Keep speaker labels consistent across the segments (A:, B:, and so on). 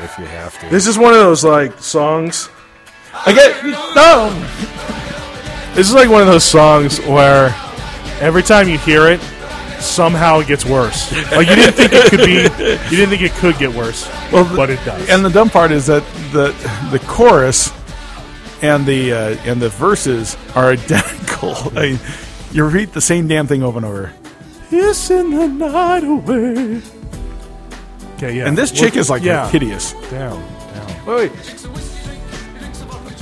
A: if you have to.
B: This is one of those like songs. I get no. This is like one of those songs where every time you hear it, somehow it gets worse. Like you didn't think it could be, you didn't think it could get worse,
C: Well, the-
B: but it does.
C: And the dumb part is that the the chorus and the uh, and the verses are identical. I mean, you repeat the same damn thing over and over.
B: kissing the night away. Okay, yeah.
C: And this chick
B: Well,
C: is like
B: yeah.
C: hideous.
B: Down, down.
A: Wait, wait.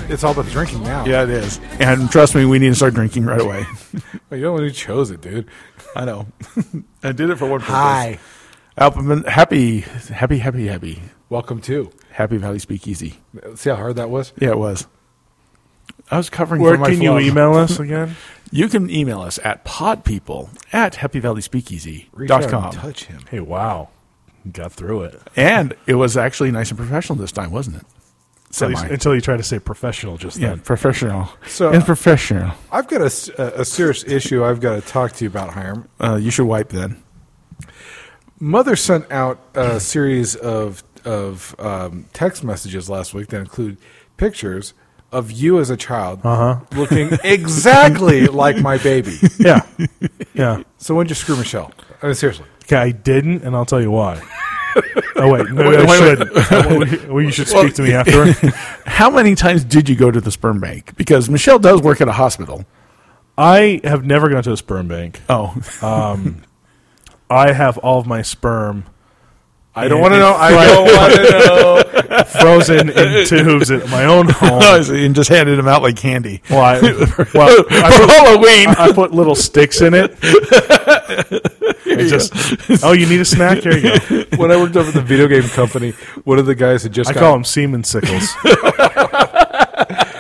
A: It's all about the drinking now.
C: Yeah, it is. And trust me, we need to start drinking right away.
A: Well, you're the one who chose it, dude.
C: I know. I did it for one purpose.
A: Hi.
C: Alphabet- happy, happy, happy, happy,
A: Welcome to.
C: happy Valley Speakeasy.
A: See how hard that was?
C: Yeah, it was. I was covering.
B: Where
C: for my
B: can you
C: flaws.
B: email us again?
C: You can email us at podpeople at
A: Reach out and
C: happyvalleyspeakeasy.com.
A: touch him.
B: Hey, wow. Got through it.
C: And it was actually nice and professional this time, wasn't it?
B: Until you,
C: Semi.
B: until you try to say professional just
C: yeah,
B: then.
C: professional.
A: So-
C: and professional.
A: I've got a, s- a- a serious issue I've got to talk to you about, Hiram.
C: Uh, you should wipe then.
A: Mother sent out a series of of um, text messages last week that include pictures of you as a child looking exactly like my baby.
B: Yeah. Yeah.
A: So when did you screw Michelle? I mean, seriously.
B: Okay, I didn't, and I'll tell you why. Oh, wait. No,
C: Wait,
B: I
C: wait,
B: should. well, you should speak to me afterward.
C: How many times did you go to the sperm bank? Because Michelle does work at a hospital.
B: I have never gone to a sperm bank.
C: Oh,
B: I have all of my sperm
A: I don't want to know. I don't want to know.
B: frozen in tubes at my own home.
C: and just handed them out like candy.
B: Well, I, well, I
C: For Halloween.
B: I put little sticks in it. It just, oh, you need a snack? Here you go.
A: When I worked over at the video game company, one of the guys had just
B: I
A: got
B: call them semen sickles.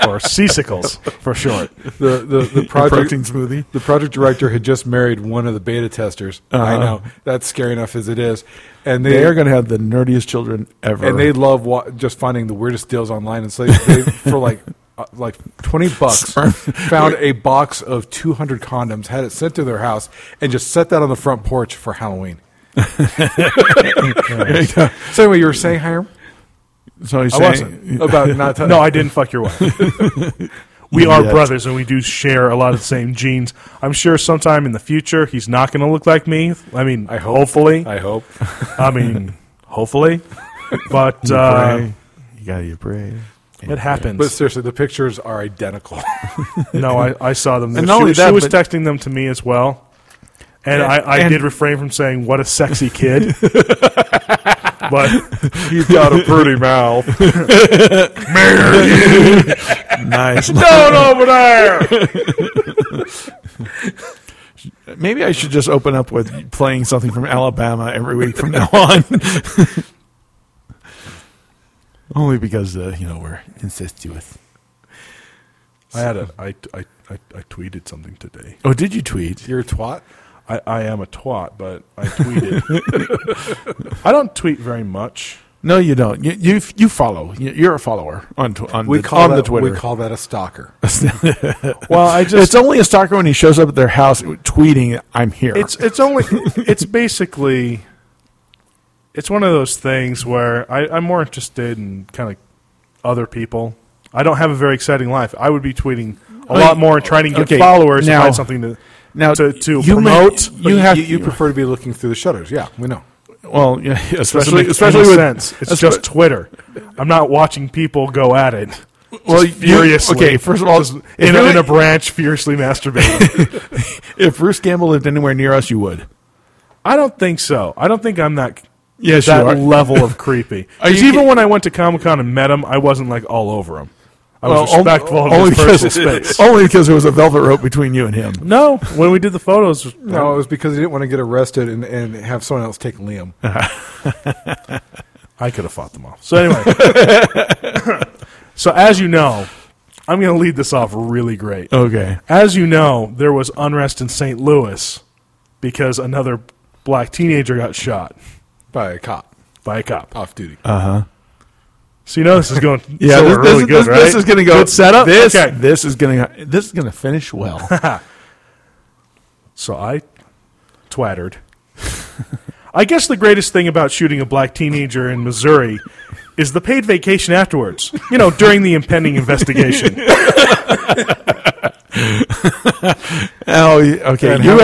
B: or seasickles, for short.
A: the, the, the project
C: protein smoothie.
A: The project director had just married one of the beta testers. I know that's scary enough as it is, and they,
C: They are going to have the nerdiest children ever.
A: and they love wa- just finding the weirdest deals online. And so they, they for like uh, like twenty bucks found a box of two hundred condoms, had it sent to their house, and just set that on the front porch for Halloween. So anyway, you were saying Hiram
C: so he's
B: I
C: saying,
B: wasn't.
A: about not
B: No, I didn't fuck your wife. We are
C: Yet.
B: brothers and we do share a lot of the same genes. I'm sure sometime in the future he's not going to look like me. I mean,
A: I hope.
B: hopefully.
A: I hope.
B: I mean, hopefully. But uh,
C: pray. You got to pray.
B: it happens.
A: But seriously, the pictures are identical.
B: No, I, I saw them.
C: And
B: she,
C: not only
B: she
C: that,
B: was
C: but-
B: texting them to me as well, and I, I
C: and-
B: did refrain from saying "what a sexy kid," but
A: You've got a pretty mouth.
C: Nice.
B: down over there.
C: Maybe I should just open up with playing something from Alabama every week from now on. Only because uh, you know we're incestuous.
B: I had a I, I, I, I tweeted something today.
C: Oh, did you tweet?
A: You're a twat.
B: I, I am a twat, but I tweeted. I don't tweet very much.
C: No, you don't. You you, you follow. You- You're a follower on tw- on,
A: We
C: the,
A: call
C: on
A: that,
C: the Twitter.
A: We call that a stalker.
B: Well, I just
C: it's only a stalker when he shows up at their house tweeting, "I'm here."
B: It's it's only it's basically it's one of those things where I, I'm more interested in kind of other people. I don't have a very exciting life. I would be tweeting a
C: Oh,
B: lot
C: you-
B: more and trying to get
C: okay,
B: followers
C: now-
B: and find something to
C: now
B: to, to
C: you may-
B: promote.
C: You
A: You,
C: have-
A: you, you prefer to be looking through the shutters. Yeah, we know.
C: well, yeah,
B: Doesn't
C: especially
B: make
C: especially
B: any
C: with
B: sense. It's just Twitter. I'm not watching people go at it.
C: well,
B: Just furiously.
C: You, okay, first of all,
B: in,
C: if,
B: a, in a
C: really-
B: branch, fiercely masturbating.
C: if Bruce Campbell lived anywhere near us, you would.
B: I don't think so. I don't think I'm that
C: Yes,
B: that
C: you are.
B: level of creepy. 'Cause
C: Are you
B: even
C: kid-
B: when I went to Comic Con and met him, I wasn't like all over him. I was
C: on-
B: respectful of his personal space.
C: only because Oh. there was a velvet rope between you and him.
B: No, when we did the photos,
A: No, it was because he didn't want to get arrested and, and have someone else take Liam.
B: I could have fought them off. So anyway, so as you know, I'm going to lead this off really great.
C: Okay.
B: As you know, there was unrest in St. Louis because another black teenager got shot
A: by a cop
B: by a cop.
A: off duty.
B: So you know this is going
C: Yeah,
B: so
C: this,
B: we're
C: this
B: really
C: is-
B: good,
C: this-
B: right?
C: this is going to go
B: good setup.
C: This,
B: okay.
C: this is going to this is going to finish well.
B: So I twattered. I guess the greatest thing about shooting a black teenager in Missouri is the paid vacation afterwards. You know, during the impending investigation.
C: Oh, y- okay.
B: And
C: You-
B: how-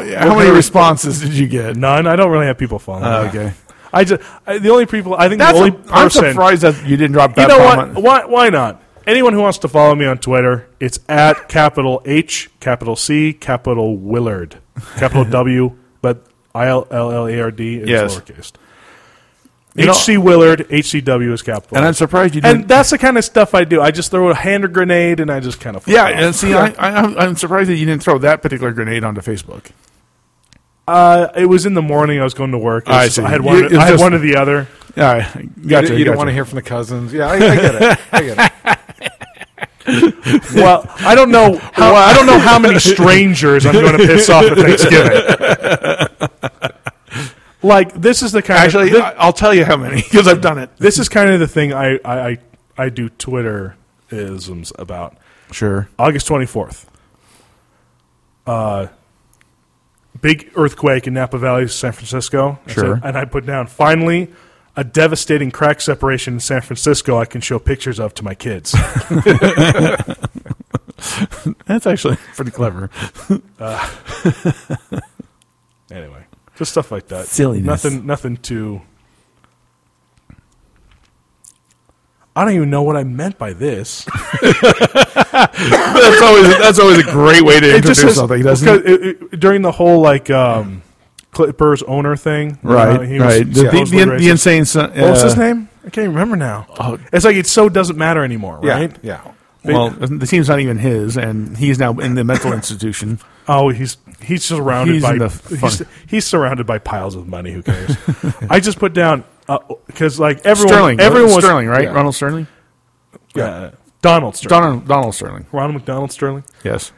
C: how how many responses did you get?
B: None. I don't really have people following.
C: Oh,
B: me.
C: okay.
B: I just I, the only people I think the only
C: i I'm
B: person
C: surprised that you didn't drop that
B: you know
C: comment.
B: what? Why, why not? Anyone who wants to follow me on Twitter, it's at capital H, capital C, capital Willard, capital W, but I L L L A R D is
C: Yes.
B: lowercase.
C: know-
B: H C Willard, H C W is capital.
C: And I'm surprised you didn't.
B: And that's the kind of stuff I do. I just throw a hand grenade and I just kind of
C: yeah, and see, I, I, I'm- I'm surprised that you didn't throw that particular grenade onto Facebook.
B: Uh, it was in the morning. I was going to work. It was
C: I
B: just-
C: see.
B: I had
C: You-
B: one.
C: it's
B: I had
C: just-
B: one or the other.
C: All right, gotcha.
A: You, d- you don't want to hear from the cousins. Yeah, I, I get it. I get it.
B: Well, I don't know. How, I don't know how many strangers I'm going to piss off at Thanksgiving. like this is the kind
C: Actually,
B: of thi-
C: I- I'll tell you how many because I've done it.
B: this is kind of the thing I I I, I do Twitterisms about.
C: Sure.
B: August 24th. Uh, big earthquake in Napa Valley, San Francisco. I said-
C: Sure.
B: and I put down, finally, a devastating crack separation in San Francisco I can show pictures of to my kids.
C: That's actually pretty clever.
B: anyway, just stuff like that.
C: Silliness.
B: Nothing, nothing too. I don't even know what I meant by this.
C: that's always that's always a great way to introduce
B: says-
C: something, doesn't it?
B: because it- it- during the whole like um, Clippers owner thing, you know,
C: Right,
B: he was
C: right. The, the,
B: supposedly
C: the,
B: racist.
C: the insane. Son,
B: What was
C: uh, Oh.
B: his name? I can't remember now. it's like it so doesn't matter anymore,
A: Yeah,
B: right?
A: yeah.
C: Well, the team's not even his, and he's now in the mental institution.
B: Oh, he's he's surrounded
C: He's
B: by
C: in the
B: he's,
C: fun-
B: he's surrounded by piles of money. Who cares? I just put down because like everyone,
C: Sterling,
B: everyone was-
C: Sterling, right?
A: yeah.
C: Ronald Sterling,
B: Yeah. Donald Sterling,
C: Donald Donald Sterling.
B: Ronald McDonald Sterling.
C: Yes,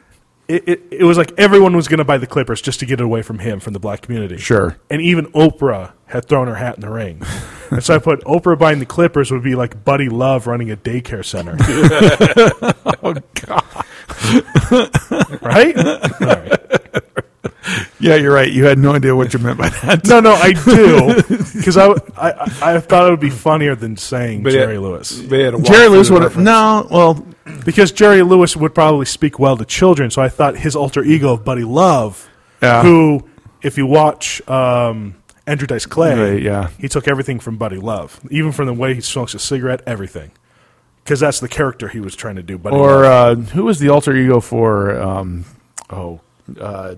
B: It, it, it was like everyone was going to buy the Clippers just to get it away from him, from the black community.
C: Sure.
B: And even Oprah had thrown her hat in the ring. and so I put Oprah buying the Clippers would be like Buddy Love running a daycare center.
C: Oh God!
B: right? All right.
C: Yeah, you're right. You had no idea what you meant by that.
B: No, no, I do because I, w- I- I- I thought it would be funnier than saying
A: But
B: Jerry
A: yeah.
B: Lewis
A: They had a
C: Jerry
A: walk-through
C: Lewis would
A: reference.
C: no. Well,
B: because Jerry Lewis would probably speak well to children. So I thought his alter ego of Buddy Love,
C: Yeah.
B: who, if you watch um, Andrew Dice Clay,
C: Right, yeah.
B: he took everything from Buddy Love, even from the way he smokes a cigarette, everything, because that's the character he was trying to do. Buddy
C: or
B: Love.
C: uh, who was the alter ego for? Um, oh, uh,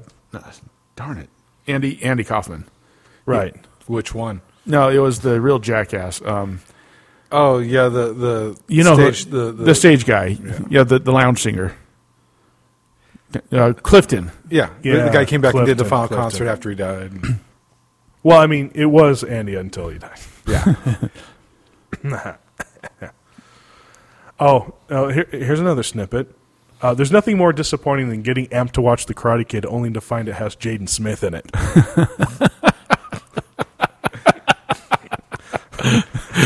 C: darn it, Andy Andy Kaufman.
B: right?
A: Which one?
C: No, it was the real jackass. Um,
A: Oh yeah, the the
C: you know, who-
A: stage,
C: the,
A: the, the
C: stage guy. Yeah, the, the lounge singer. Uh, Clifton.
A: yeah, the- the,
B: Yeah,
A: guy came back and did
B: Clifton,
A: the final
B: Clifton.
A: concert after he died.
B: Well, I mean, it was Andy until he died.
A: yeah,
B: Oh, uh, here, here's another snippet. Uh, there's nothing more disappointing than getting amped to watch The Karate Kid only to find it has Jaden Smith in it.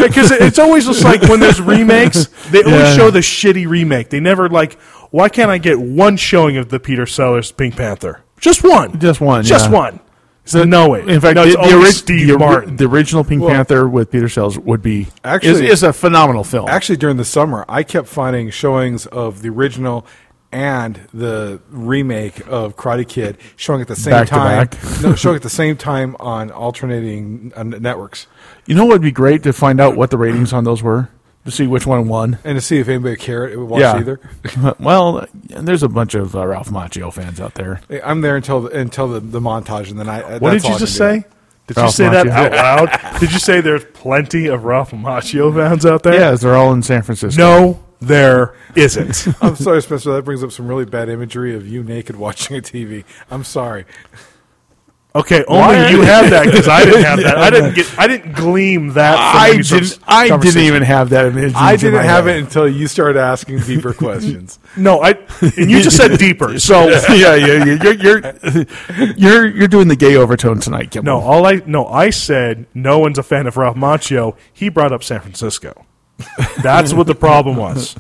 B: Because it's always just like when there's remakes, they always
C: Yeah.
B: show the shitty remake. They never like, why can't I get one showing of the Peter Sellers Pink Panther? Just one.
C: Just one,
B: Just
C: yeah.
B: one. So no way.
C: In fact,
B: no,
C: the,
B: it's
C: the,
B: always
C: ori-
B: Steve
C: the ori-
B: Martin.
C: the original Pink
A: Well-
C: Panther with Peter Sellers would be is,
A: Actually-
C: is a phenomenal film.
A: actually, during the summer, I kept finding showings of the original and the remake of Karate Kid showing at the same
C: Back to
A: time.
C: back.
A: no, showing at the same time on alternating uh, networks,
C: you know what would be great to find out what the ratings on those were to see which one won.
A: and to see if anybody cared uh, watched either.
C: well, and there's a bunch of uh, Ralph Macchio fans out there.
A: I'm there until the, until the, the montage, and then I.
B: What did you just say? Did you
C: Ralph
B: say that
C: Macchio.
B: out loud? did you say there's plenty of Ralph Macchio fans out there?
C: Yes, they're all in San Francisco.
B: No, there isn't.
A: I'm sorry, Spencer. That brings up some really bad imagery of you naked watching a TV. I'm sorry.
B: Okay, only
C: Why?
B: you had that because I didn't have that. I didn't get. I didn't gleam that. From
C: I
B: any sort of
C: didn't. I didn't
B: conversation.
C: even have that image.
A: I didn't have it until you started asking deeper questions.
B: No, I. And you just said deeper. So
C: yeah, yeah, yeah, you're you're you're you're doing the gay overtone tonight, Kimball.
B: no, all I no, I said no one's a fan of Ralph Macchio. He brought up San Francisco. That's what the problem was.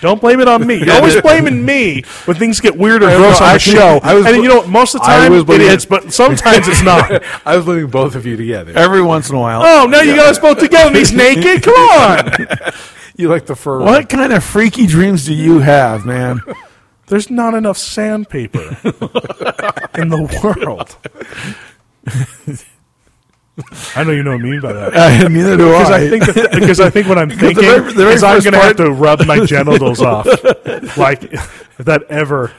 B: Don't blame it on me. You're always blaming me when things get weird or
A: don't
B: gross
A: know,
B: on the
A: actually,
B: show.
A: I was
B: and
A: bl-
B: you know what? Most of the
A: I
B: time
A: was
B: it
A: blaming-
B: is, but sometimes it's not.
A: I was putting both of you together.
C: Every once in a while.
B: Oh, now you got us both together and he's naked? Come on.
A: You like the fur?
C: What kind of freaky dreams do you have, man?
B: There's not enough sandpaper in the world. I know you know what I mean by that.
C: I, Uh, neither do
B: Because
C: I.
B: I think that, because I think what I'm thinking
C: very- the very
B: is I'm
C: first
B: going to have
C: part-
B: to rub my genitals off, like if that ever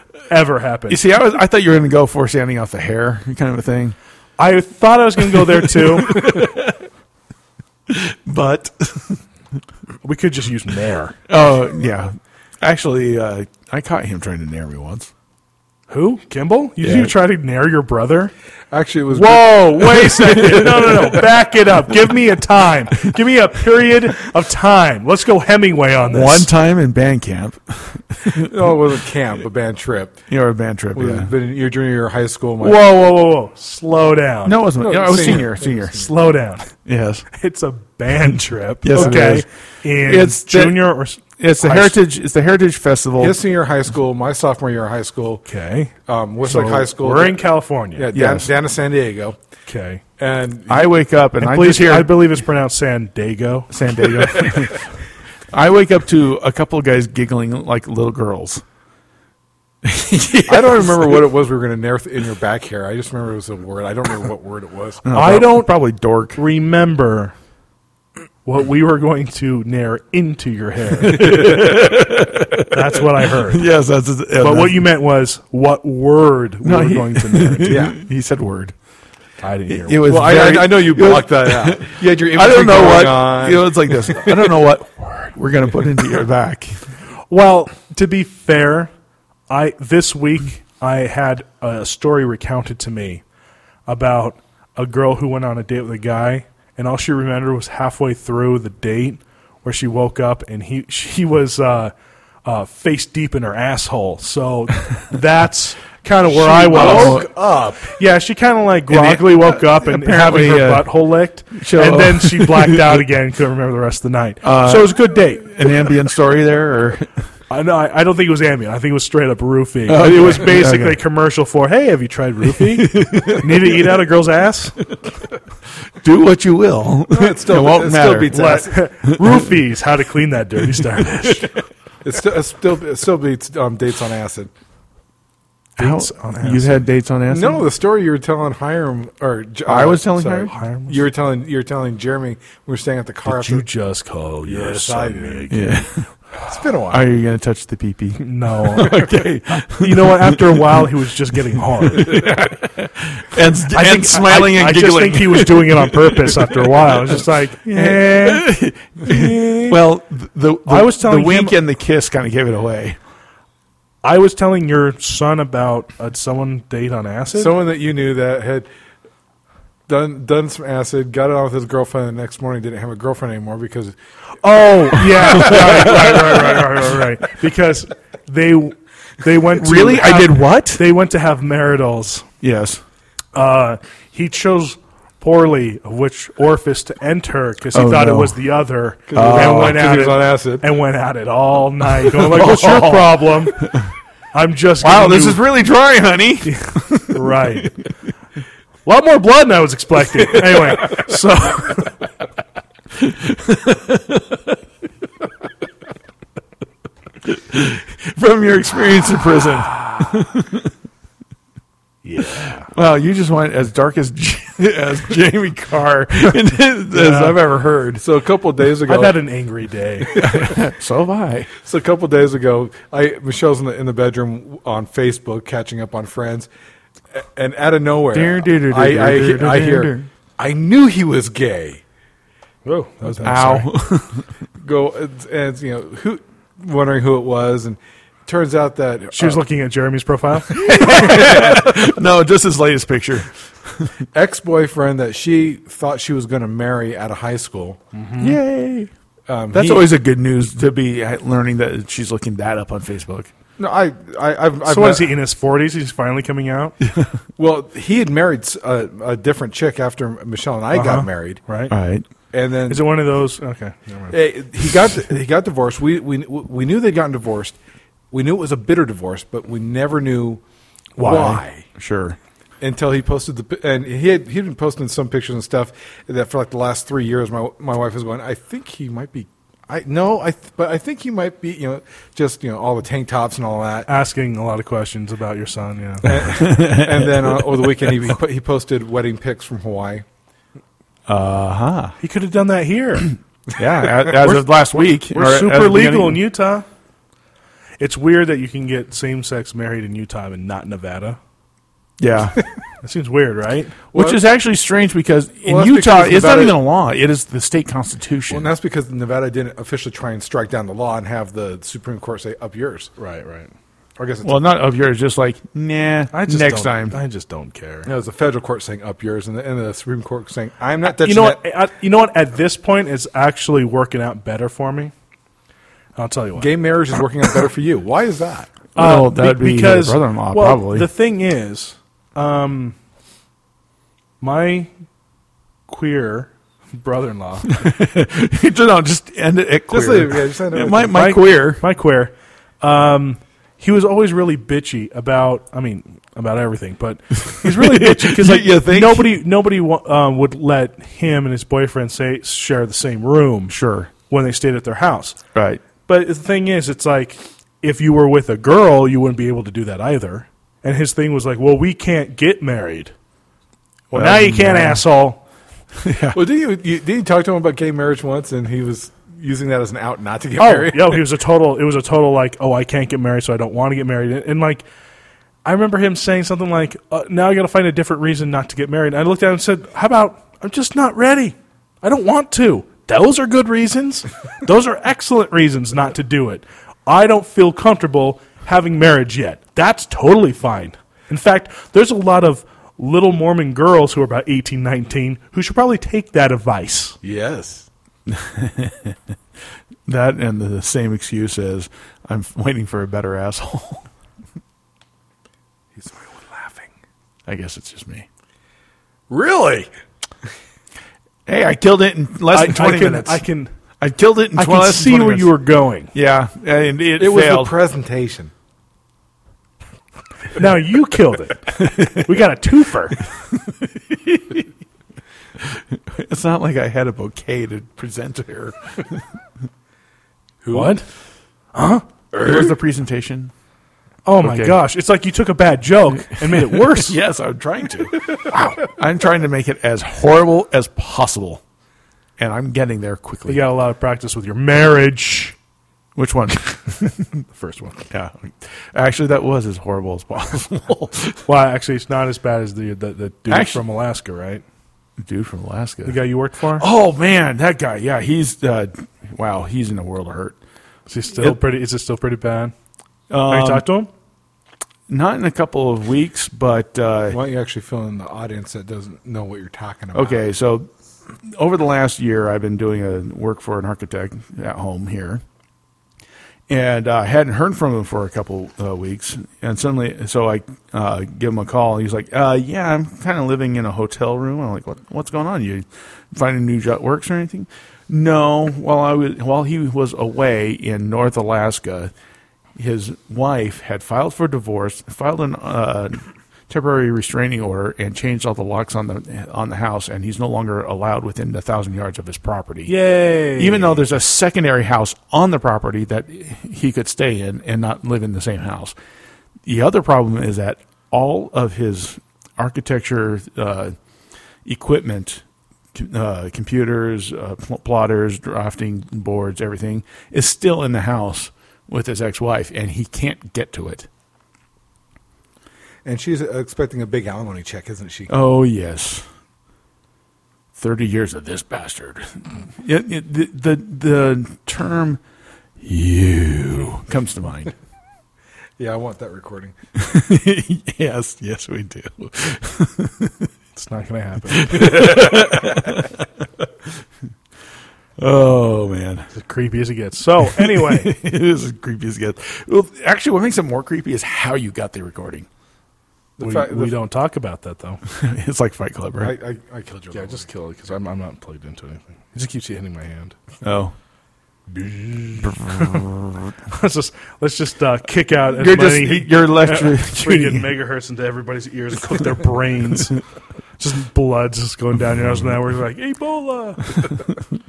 B: ever
C: you
B: happened.
C: see, I, was, I thought you were going to go for standing off the hair kind of a thing.
B: I thought I was going to go there too.
C: But,
B: We could just use Nair.
C: oh, yeah. Actually, uh, I caught him trying to nair me once.
B: Who? Kimball? You,
C: Yeah.
B: you try to Nair your brother?
A: Actually, it was.
B: Whoa, wait a second. No, no, no. Back it up. Give me a time. Give me a period of time. Let's go Hemingway on this.
C: One time in band camp,
A: No, it wasn't camp, a band trip.
C: you know, a band trip.
A: It was
C: Yeah.
A: been your junior year of high school. My,
B: Whoa, whoa, whoa, whoa. Slow down.
C: No, it wasn't.
A: No,
C: Yeah, I was
A: senior.
C: senior. Senior.
B: Slow down.
C: Yes.
B: It's a band trip.
C: Yes, it
B: okay.
C: is.
B: In
C: It's the-
B: junior or s-
C: It's the
B: High
C: heritage. It's the heritage festival.
A: his senior year of high school, my sophomore year of high school,
B: okay.
A: um, Westlake High School.
B: We're in California.
A: yeah, down,
C: Yes.
A: down to San Diego,
B: Okay.
A: and
C: I wake up and, I
B: Please
C: just hear
B: I believe it's pronounced San Diego.
C: San Diego. I wake up to a couple of guys giggling like little girls.
A: I don't remember what it was we were going to nerf in your back hair. I just remember it was a word. I don't remember what word it was.
B: I don't
C: probably dork.
B: remember what we were going to nair into your hair. That's what I heard.
C: Yes, that's. Yeah,
B: But what you meant was what word we
C: No,
B: were
C: he-
B: going to nair. into.
A: Yeah.
C: he said word.
B: I didn't hear.
C: It was.
A: Well, I,
C: very-
A: I, I know you
C: it was-
A: blocked that out. You had your
C: I
A: imagery
C: don't know
A: going
C: what.
A: on.
C: You know, it's like this. I don't know what word we're gonna put into your back.
B: Well, to be fair, I this week I had a story recounted to me about a girl who went on a date with a guy, and all she remembered was halfway through the date where she woke up and he she was uh, uh, face deep in her asshole. So that's kind of where I was.
C: woke
B: up. Yeah, she kind of like groggily woke up and
C: apparently,
B: having her
C: uh,
B: butthole licked,
C: so-
B: and then she blacked out again. Couldn't remember the rest of the night.
C: Uh,
B: so it was a good date.
C: An ambient story there, or
B: I know. I, I don't think it was ambient. I think it was straight up roofing. It was basically a commercial for, "Hey, have you tried roofing? Need to eat out a girl's ass?
C: do what you will.
A: It still,
C: it won't
A: it
C: matter.
A: still beats
B: What?
A: ass.
B: Roofies? How to clean that dirty starfish?
A: It still, it still, it still beats um, dates on acid.
C: How-
B: Dates on acid.
C: You've had dates on acid.
A: No, the story you were telling Hiram, or J-
C: I
A: uh,
C: was telling
A: sorry.
C: Hiram?
B: Hiram was-
A: You were telling you were telling Jeremy we were staying at the car. after-
B: just call
A: Yes, I did.
C: Yeah.
A: It's been a while.
C: Are you gonna touch the pee pee?
B: No.
C: Okay.
B: You know what? After a while, he was just getting hard.
C: and, and smiling
B: I,
C: and
B: I just
C: giggling.
B: think he was doing it on purpose. After a while, I was just like, eh.
C: well, the, the
B: I was telling
C: the wink
B: him-
C: and the kiss kind of gave it away.
B: I was telling your son about uh, someone date on acid.
A: Someone that you knew that had done done some acid, got it on with his girlfriend, and the next morning didn't have a girlfriend anymore because
B: Oh yeah, right, right, right, right, right, right, right. Because they they went to have-
C: what?
B: They went to have maritals.
C: Yes.
B: Uh, he chose poorly of which orifice to enter because he
C: Oh,
B: thought
C: no.
B: it was the other,
A: Oh.
B: and went
A: 'Cause he
B: at
A: was
B: it
A: on Oh. acid.
B: and went at it all night. Going like, "What's your problem?" I'm just
C: Wow,
B: giving
C: Oh, this
B: you-
C: is really dry, honey.
B: right. A lot more blood than I was expecting. Anyway, so.
C: From your experience in prison.
B: Yeah.
C: Well, you just went as dark as J- as Jamie Carr and as I've ever heard.
A: so a couple of days ago
B: I've had an angry day.
C: So have I.
A: So a couple days ago, I Michelle's in the in the bedroom on Facebook catching up on friends, a- and out of nowhere,
C: Dear, dear, dear,
A: I, I,
C: dear, dear,
A: I
C: dear,
A: hear,
C: dear.
A: I knew he was gay.
B: Whoa, that was
C: Ow.
A: Go and, and, you know who, wondering who it was, and turns out that
B: She was looking at Jeremy's profile.
C: Oh. no, just his latest picture.
A: ex boyfriend that she thought she was going to marry out of high school.
B: Mm-hmm.
C: Mm-hmm. Yay.
A: Um,
C: That's
A: he-
C: always a good news to be uh, learning that she's looking that up on Facebook.
A: no. I I I've, I've
B: so what is
A: met-
B: he in his forties? He's finally coming out,
A: well, he had married s- a, a different chick after Michelle and I
B: Uh-huh.
A: got married,
B: right?
C: All right.
A: and then
B: Is it one of those? Okay. Never mind.
A: Eh, he got he got divorced. We we we knew they'd gotten divorced. We knew it was a bitter divorce, but we never knew why,
C: Sure.
A: until he posted the pi- and he had he'd been posting some pictures and stuff that for like the last three years. My my wife was going. I think he might be. I no. I th- but I think he might be. You know, just you know all the tank tops and all that.
B: Asking a lot of questions about your son. Yeah.
A: and then uh, over the weekend he he po- he posted wedding pics from Hawaii.
C: Uh huh.
B: he could have done that here.
C: Yeah. a- As of last week,
B: We're
C: or at the
B: super legal in
C: beginning-
B: Utah. It's weird that you can get same sex married in Utah and not Nevada.
C: Yeah.
B: That seems weird, right?
C: Which is actually strange because in
A: Well, that's
C: Utah,
A: because
C: it's not
A: Nevada-
C: even a law. It is the state
A: Well,
C: constitution.
A: and that's because Nevada didn't officially try and strike down the law and have the Supreme Court say up yours.
B: Right, right.
A: Or I guess it's
C: Well, not of yours. Just like nah.
B: I just
C: next
B: don't-
C: time.
B: I just don't care.
A: No, it was the federal court saying up yours, and the, and the Supreme Court saying I'm not touching
B: you know what?
A: that.
B: I, you know what? At this point, it's actually working out better for me. I'll tell you what.
A: Gay marriage is working out better for you. Why is that?
C: Well,
B: Uh,
C: that
B: be-
C: would Oh, be
B: because,
C: your brother-in-law,
B: well,
C: probably.
B: The thing is, um, my queer brother-in-law,
C: no, just end it at queer.
A: Just leave it, yeah, just end it
C: Yeah,
A: at
C: my,
A: queer.
C: my
B: My-
C: queer.
B: my queer, um, he was always really bitchy about. I mean, about everything, but he's really bitchy because
C: You-
B: like
C: you think?
B: nobody nobody wa- um, would let him and his boyfriend say share the same room
C: Sure.
B: when they stayed at their house.
C: Right.
B: But the thing is, it's like if you were with a girl, you wouldn't be able to do that either. And his thing was like, well, we can't get married. Well, now you can't, asshole.
A: Well, did you, you did you talk to him about gay marriage once, and he was using that as an out not to get
B: Oh,
A: married?
B: yo, he was a total. It was a total like, oh, I can't get married, so I don't want to get married. And, and, like, I remember him saying something like, uh, now I got to find a different reason not to get married. And I looked at him and said, how about I'm just not ready. I don't want to. Those are good reasons. Those are excellent reasons not to do it. I don't feel comfortable having marriage yet. That's totally fine. In fact, there's a lot of little Mormon girls who are about 18, 19 who should probably take that advice.
A: Yes.
C: That and the same excuse as I'm waiting for a better asshole.
A: He's the only one laughing.
C: I guess it's just me.
A: Really?
C: Hey, I killed it in less
B: I,
C: than 20
B: I can,
C: minutes.
B: I can,
C: I killed it in
B: I
C: 20 less than
B: can see
C: 20
B: where you
C: minutes.
B: were going.
C: Yeah, and it,
A: It was
C: failed.
A: the presentation.
B: Now you killed it. We got a twofer.
C: it's not like I had a bouquet to present to her.
B: What?
C: Where's the presentation?
B: Oh my
C: Okay.
B: gosh! It's like you took a bad joke and made it worse.
C: Yes, I'm trying to. I'm trying to make it as horrible as possible, and I'm getting there
B: You
C: quickly.
B: got a lot of practice with your marriage.
C: Which one?
B: The first one.
C: yeah, actually, that was as horrible as possible.
B: Well, actually, it's not as bad as the the, the dude
C: Actu-
B: from Alaska, right?
C: Dude from Alaska.
B: The guy you worked for.
C: Oh man, that guy. Yeah, he's uh, wow. He's in a world of hurt.
B: Is he still
C: Yep.
B: pretty? Is it still pretty bad? Have you talked to him?
C: Not in a couple of weeks, but uh,
A: Why don't you actually fill in the audience that doesn't know what you're talking about?
C: Okay, so over the last year, I've been doing a work for an architect at home here, and I hadn't heard from him for a couple uh, weeks. And suddenly, so I uh, give him a call. He's like, uh, "Yeah, I'm kind of living in a hotel room." I'm like, what, "What's going on? You finding new job works or anything?" No. While I was while he was away in North Alaska, his wife had filed for divorce, filed an uh, temporary restraining order, and changed all the locks on the on the house, and he's no longer allowed within a thousand yards of his property.
B: Yay!
C: Even though there's a secondary house on the property that he could stay in and not live in the same house. The other problem is that all of his architecture uh, equipment, com- uh, computers, uh, pl- plotters, drafting boards, everything, is still in the house with his ex wife, and he can't get to it.
A: And she's expecting a big alimony check, isn't she?
C: Oh yes, thirty years of this bastard. It- it- the, the the term "you" comes to mind.
A: Yeah, I want that recording.
C: yes, yes, we do.
B: it's not going to happen.
C: Oh man,
B: It's as creepy as it gets. So anyway,
C: it is as creepy as it gets. Well, actually, what makes it more creepy is how you got the recording.
A: The
B: we,
A: fact- the
B: we
A: f-
B: don't talk about that though.
C: it's like Fight Club, right?
A: I, I, I killed your
D: Yeah,
A: level.
D: just kill it because I'm, I'm not plugged into anything. It just keeps hitting my hand.
C: oh,
B: let's just let's just uh, kick out as
C: you're just
B: many
C: you're
B: freaking
C: electrocuting.
B: megahertz into everybody's ears and cook their brains. just blood just going down your nose, and now we're like Ebola.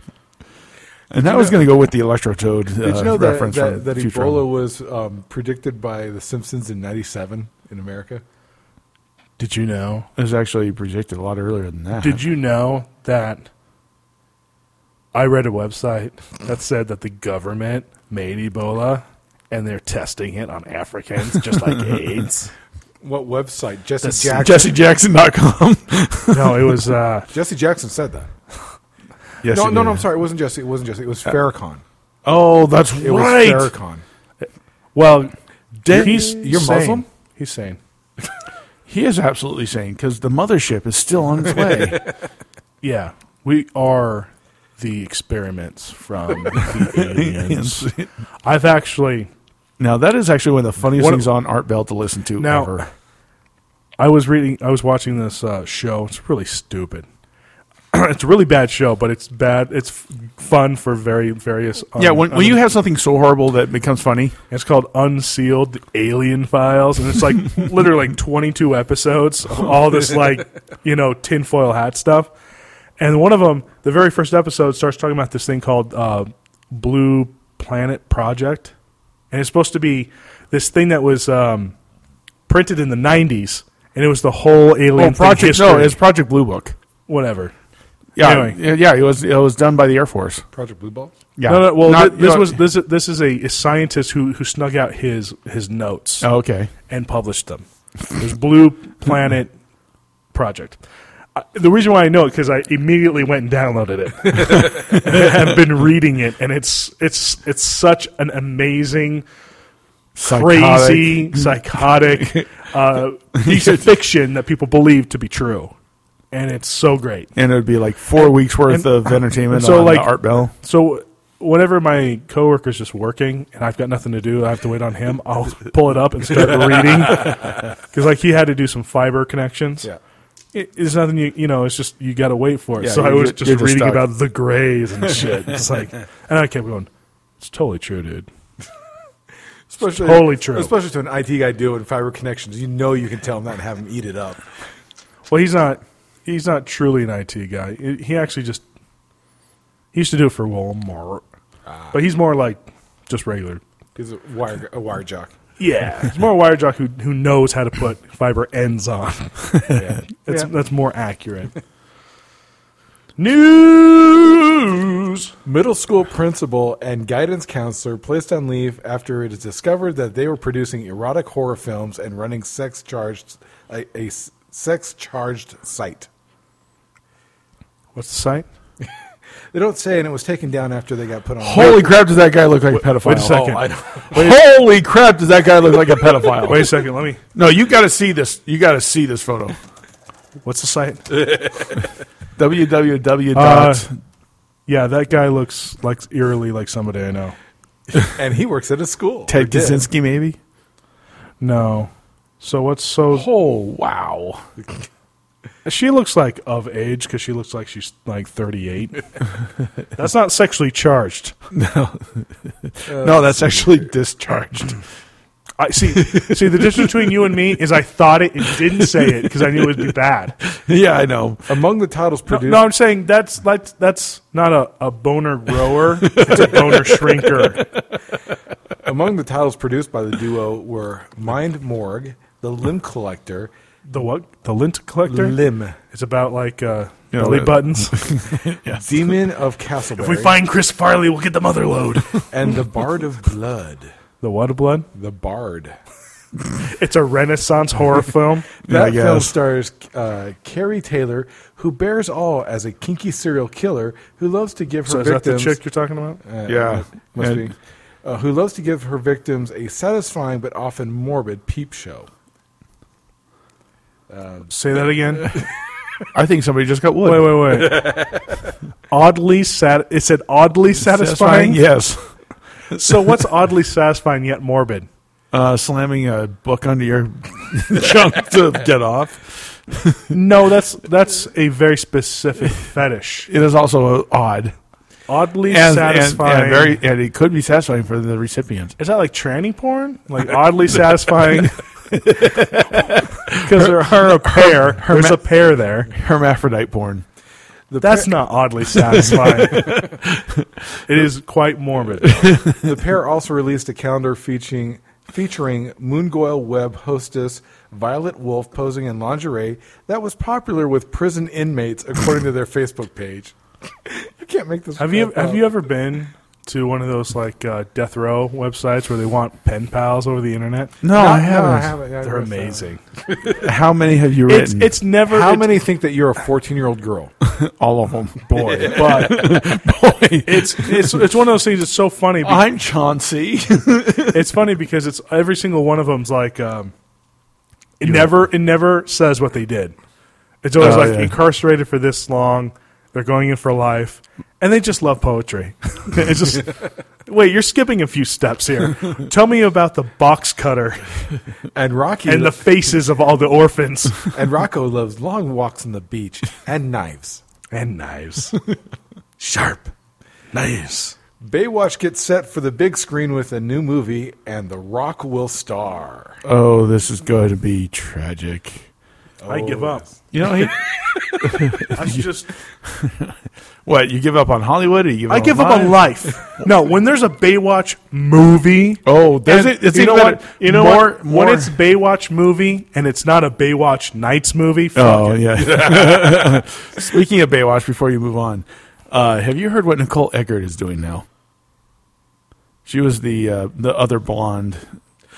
C: and that was going to go with the electrode uh,
A: Did you know that,
C: reference
A: that,
C: from
A: that
C: Futurama.
A: Ebola was um, predicted by The Simpsons in 97 in America?
B: Did you know?
C: It was actually predicted a lot earlier than that.
B: Did you know that I read a website that said that the government made Ebola and they're testing it on Africans just like AIDS?
A: What website? Jesse
B: The-
A: Jackson.
C: JesseJackson.com.
B: No, it was uh,
A: Jesse Jackson said that.
C: yes,
A: no,
C: it
A: no, no,
C: is.
A: I'm sorry. It wasn't Jesse. It wasn't Jesse. It was Farrakhan.
C: Oh, that's
A: It
C: right.
A: was Farrakhan.
B: well.
C: Did-
B: he's
A: You're
B: sane.
A: Muslim?
B: He's sane.
C: He is absolutely sane because the mothership is still on its way.
B: Yeah, we are the experiments from the aliens. I've actually
C: now that is actually one of the funniest
B: One of-
C: things on Art Bell to listen to
B: Now-
C: ever.
B: I was reading, I was watching this uh, show. It's really stupid. it's a really bad show, but it's bad. It's f- fun for very various. um, un-
C: yeah, when, when
B: un-
C: you have something so horrible that it becomes funny,
B: it's called Unsealed Alien Files, and it's like literally like twenty two episodes of all this like you know tinfoil hat stuff. And one of them, the very first episode, starts talking about this thing called uh, Blue Planet Project, and it's supposed to be this thing that was um, printed in the nineties. And it was the whole alien
C: oh,
B: thing
C: Project
B: history.
C: no, it's Project Blue Book.
B: whatever.
C: Yeah,
B: Anyway.
C: yeah, yeah, it was it was done by the Air Force.
A: Project Blue Ball.
C: Yeah,
B: No, no. Well,
C: Not-
B: thi- this
C: you know-
B: was this. is- This is a, a scientist who who snug out his his notes
C: Oh, okay.
B: and published them. There's Blue Planet Project. I, the reason why I know it because I immediately went and downloaded it. and I've been reading it, and it's it's it's such an amazing, crazy, psychotic uh, piece of fiction that people believe to be true, and it's so great.
C: and it would be like four weeks worth of entertainment.
B: so,
C: on
B: like-
C: Art Bell.
B: So whenever my coworker's just working and I've got nothing to do, I have to wait on him. I'll pull it up and start reading because like he had to do some fiber connections.
A: Yeah.
B: It, it's nothing you you know. It's just you got to wait for it.
C: Yeah,
B: so I
C: you're
B: was
C: ju-
B: just
C: you're just
B: reading
C: stuck.
B: about the Greys and shit. It's like, and I kept going. It's totally true, dude.
A: Especially,
B: Totally true.
A: Especially to an IT guy doing fiber connections. You know you can tell him that and have him eat it up.
B: Well, he's not. He's not truly an IT guy. He he actually just he used to do it for Walmart,
C: Ah.
B: but he's more like just regular
A: He's a wire, a wire jock.
B: Yeah, it's more a wire jock who who knows how to put fiber ends on. that's
A: Yeah.
B: that's more accurate. News.
A: Middle school principal and guidance counselor placed on leave after it is discovered that they were producing erotic horror films and running sex charged a, a sex charged site.
B: What's the site?
A: They don't say, and it was taken down after they got put on.
C: Holy crap! Does that guy look like a pedophile?
B: Wait a second.
C: Oh, I- Holy crap! Does that guy look like a pedophile?
B: Wait a second. Let me.
C: no, you got to see this. You got to see this photo. Uh.
B: What's the site?
C: www.
B: Uh, yeah, that guy looks like eerily like somebody I know.
A: and he works at a school. Or
C: Ted
A: did.
C: Kaczynski, maybe.
B: No. So what's so?
C: Oh wow!
B: She looks like of age because she looks like she's like thirty eight. that's not sexually charged.
C: no, that's actually discharged.
B: I see. See, the difference between you and me is I thought it and didn't say it because I knew it would be bad.
C: yeah, I know.
A: Among the titles
B: No,
A: produced,
B: no, I'm saying that's that's that's not a, a boner grower. it's a boner shrinker.
A: among the titles produced by the duo were Mind Morgue, The Limb Collector,
B: The what? The lint collector.
A: Limb,
B: It's about like uh,
C: You know,
B: belly
C: the-
B: buttons. if
A: Demon of Castleberry,
B: we find Chris Farley, we'll get the mother load.
A: and The Bard of Blood.
B: the what blood?
A: The Bard.
B: It's a Renaissance horror film.
A: That
C: Yeah, I
A: film
C: guess.
A: stars uh, Carrie Taylor, who bears all as a kinky serial killer who loves to give her
B: So is that the
A: victims.
B: chick you're talking about?
A: Uh,
C: Yeah.
A: must
C: And-
A: be. Uh, who loves to give her victims a satisfying but often morbid peep show.
B: Say that again.
C: I think somebody just got wood.
B: wait, wait, wait. oddly sat. It said oddly satisfying.
C: Yes.
B: So what's oddly satisfying yet morbid?
C: uh, slamming a book onto your junk to get off.
B: No, that's that's a very specific fetish.
C: It is also odd
B: Oddly
C: and, and- and
B: satisfying.
C: very, and it could be satisfying for the recipient.
B: Is that like tranny porn? Like oddly satisfying. Because there are a pair. there's a pair there.
C: Hermaphrodite porn.
B: That's not oddly satisfying. it is quite morbid.
A: The pair also released a calendar featuring featuring Moongoil Web hostess Violet Wolf posing in lingerie that was popular with prison inmates, according to their Facebook page. You can't make this.
B: Have you
A: crap
B: have
A: up.
B: you ever been to one of those like uh, death row websites where they want pen pals over the internet?
C: No,
A: No,
C: I
A: no,
C: haven't.
A: I haven't. Yeah, I
B: They're
A: read that.
B: amazing.
C: How many have you
B: It's
C: written?
B: it's never
A: How
B: it's-
A: many think that you're a 14 year old girl?
C: all of them. Boy,
B: but it's it's it's one of those things. It's so funny. be-
C: I'm Chauncey.
B: it's funny because it's every single one of them's like um, it never it never says what they did. It's always
C: Oh,
B: like
C: yeah.
B: incarcerated for this long. They're going in for life, and they just love poetry. it's just wait, you're skipping a few steps here. Tell me about the box cutter
A: And Rocky
B: and the faces of all the orphans
A: and Rocco loves long walks on the beach and knives.
B: and knives.
A: Sharp.
D: Nice.
A: Baywatch gets set for the big screen with a new movie, and The Rock will star.
C: oh, this is going to be tragic.
B: I give up.
C: You know, he,
B: I just
C: what you give up on Hollywood? Or you give
B: I
C: up
B: give
C: on
B: up a
C: life?
B: life. No, when there's a Baywatch movie.
C: Oh, there's
B: and
C: it. It's
B: you know
C: even
B: what?
C: better.
B: You know
C: more,
B: what?
C: More,
B: When it's Baywatch movie and it's not a Baywatch Nights movie, fuck
C: oh
B: it.
C: yeah. Speaking of Baywatch, before you move on, uh, have you heard what Nicole Eggert is doing now? She was the uh, the other blonde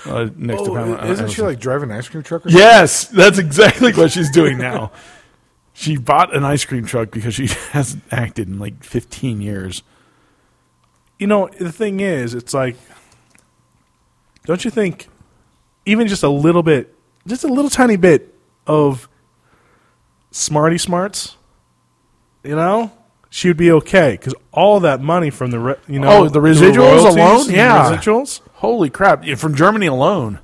C: uh, next to Pamela.
A: Oh, isn't she
C: Anderson.
A: like driving an ice cream truck? Or
C: Yes, that's exactly what she's doing now. she bought an ice cream truck because she hasn't acted in like 15 years.
B: you know the thing is, it's like, don't you think, even just a little bit, just a little tiny bit of smarty smarts, you know, she would be okay because all that money from the re- you know
C: Oh, the residuals
B: royalties
C: alone?
B: and the
C: Yeah.
B: residuals.
C: Holy crap! You're from Germany alone.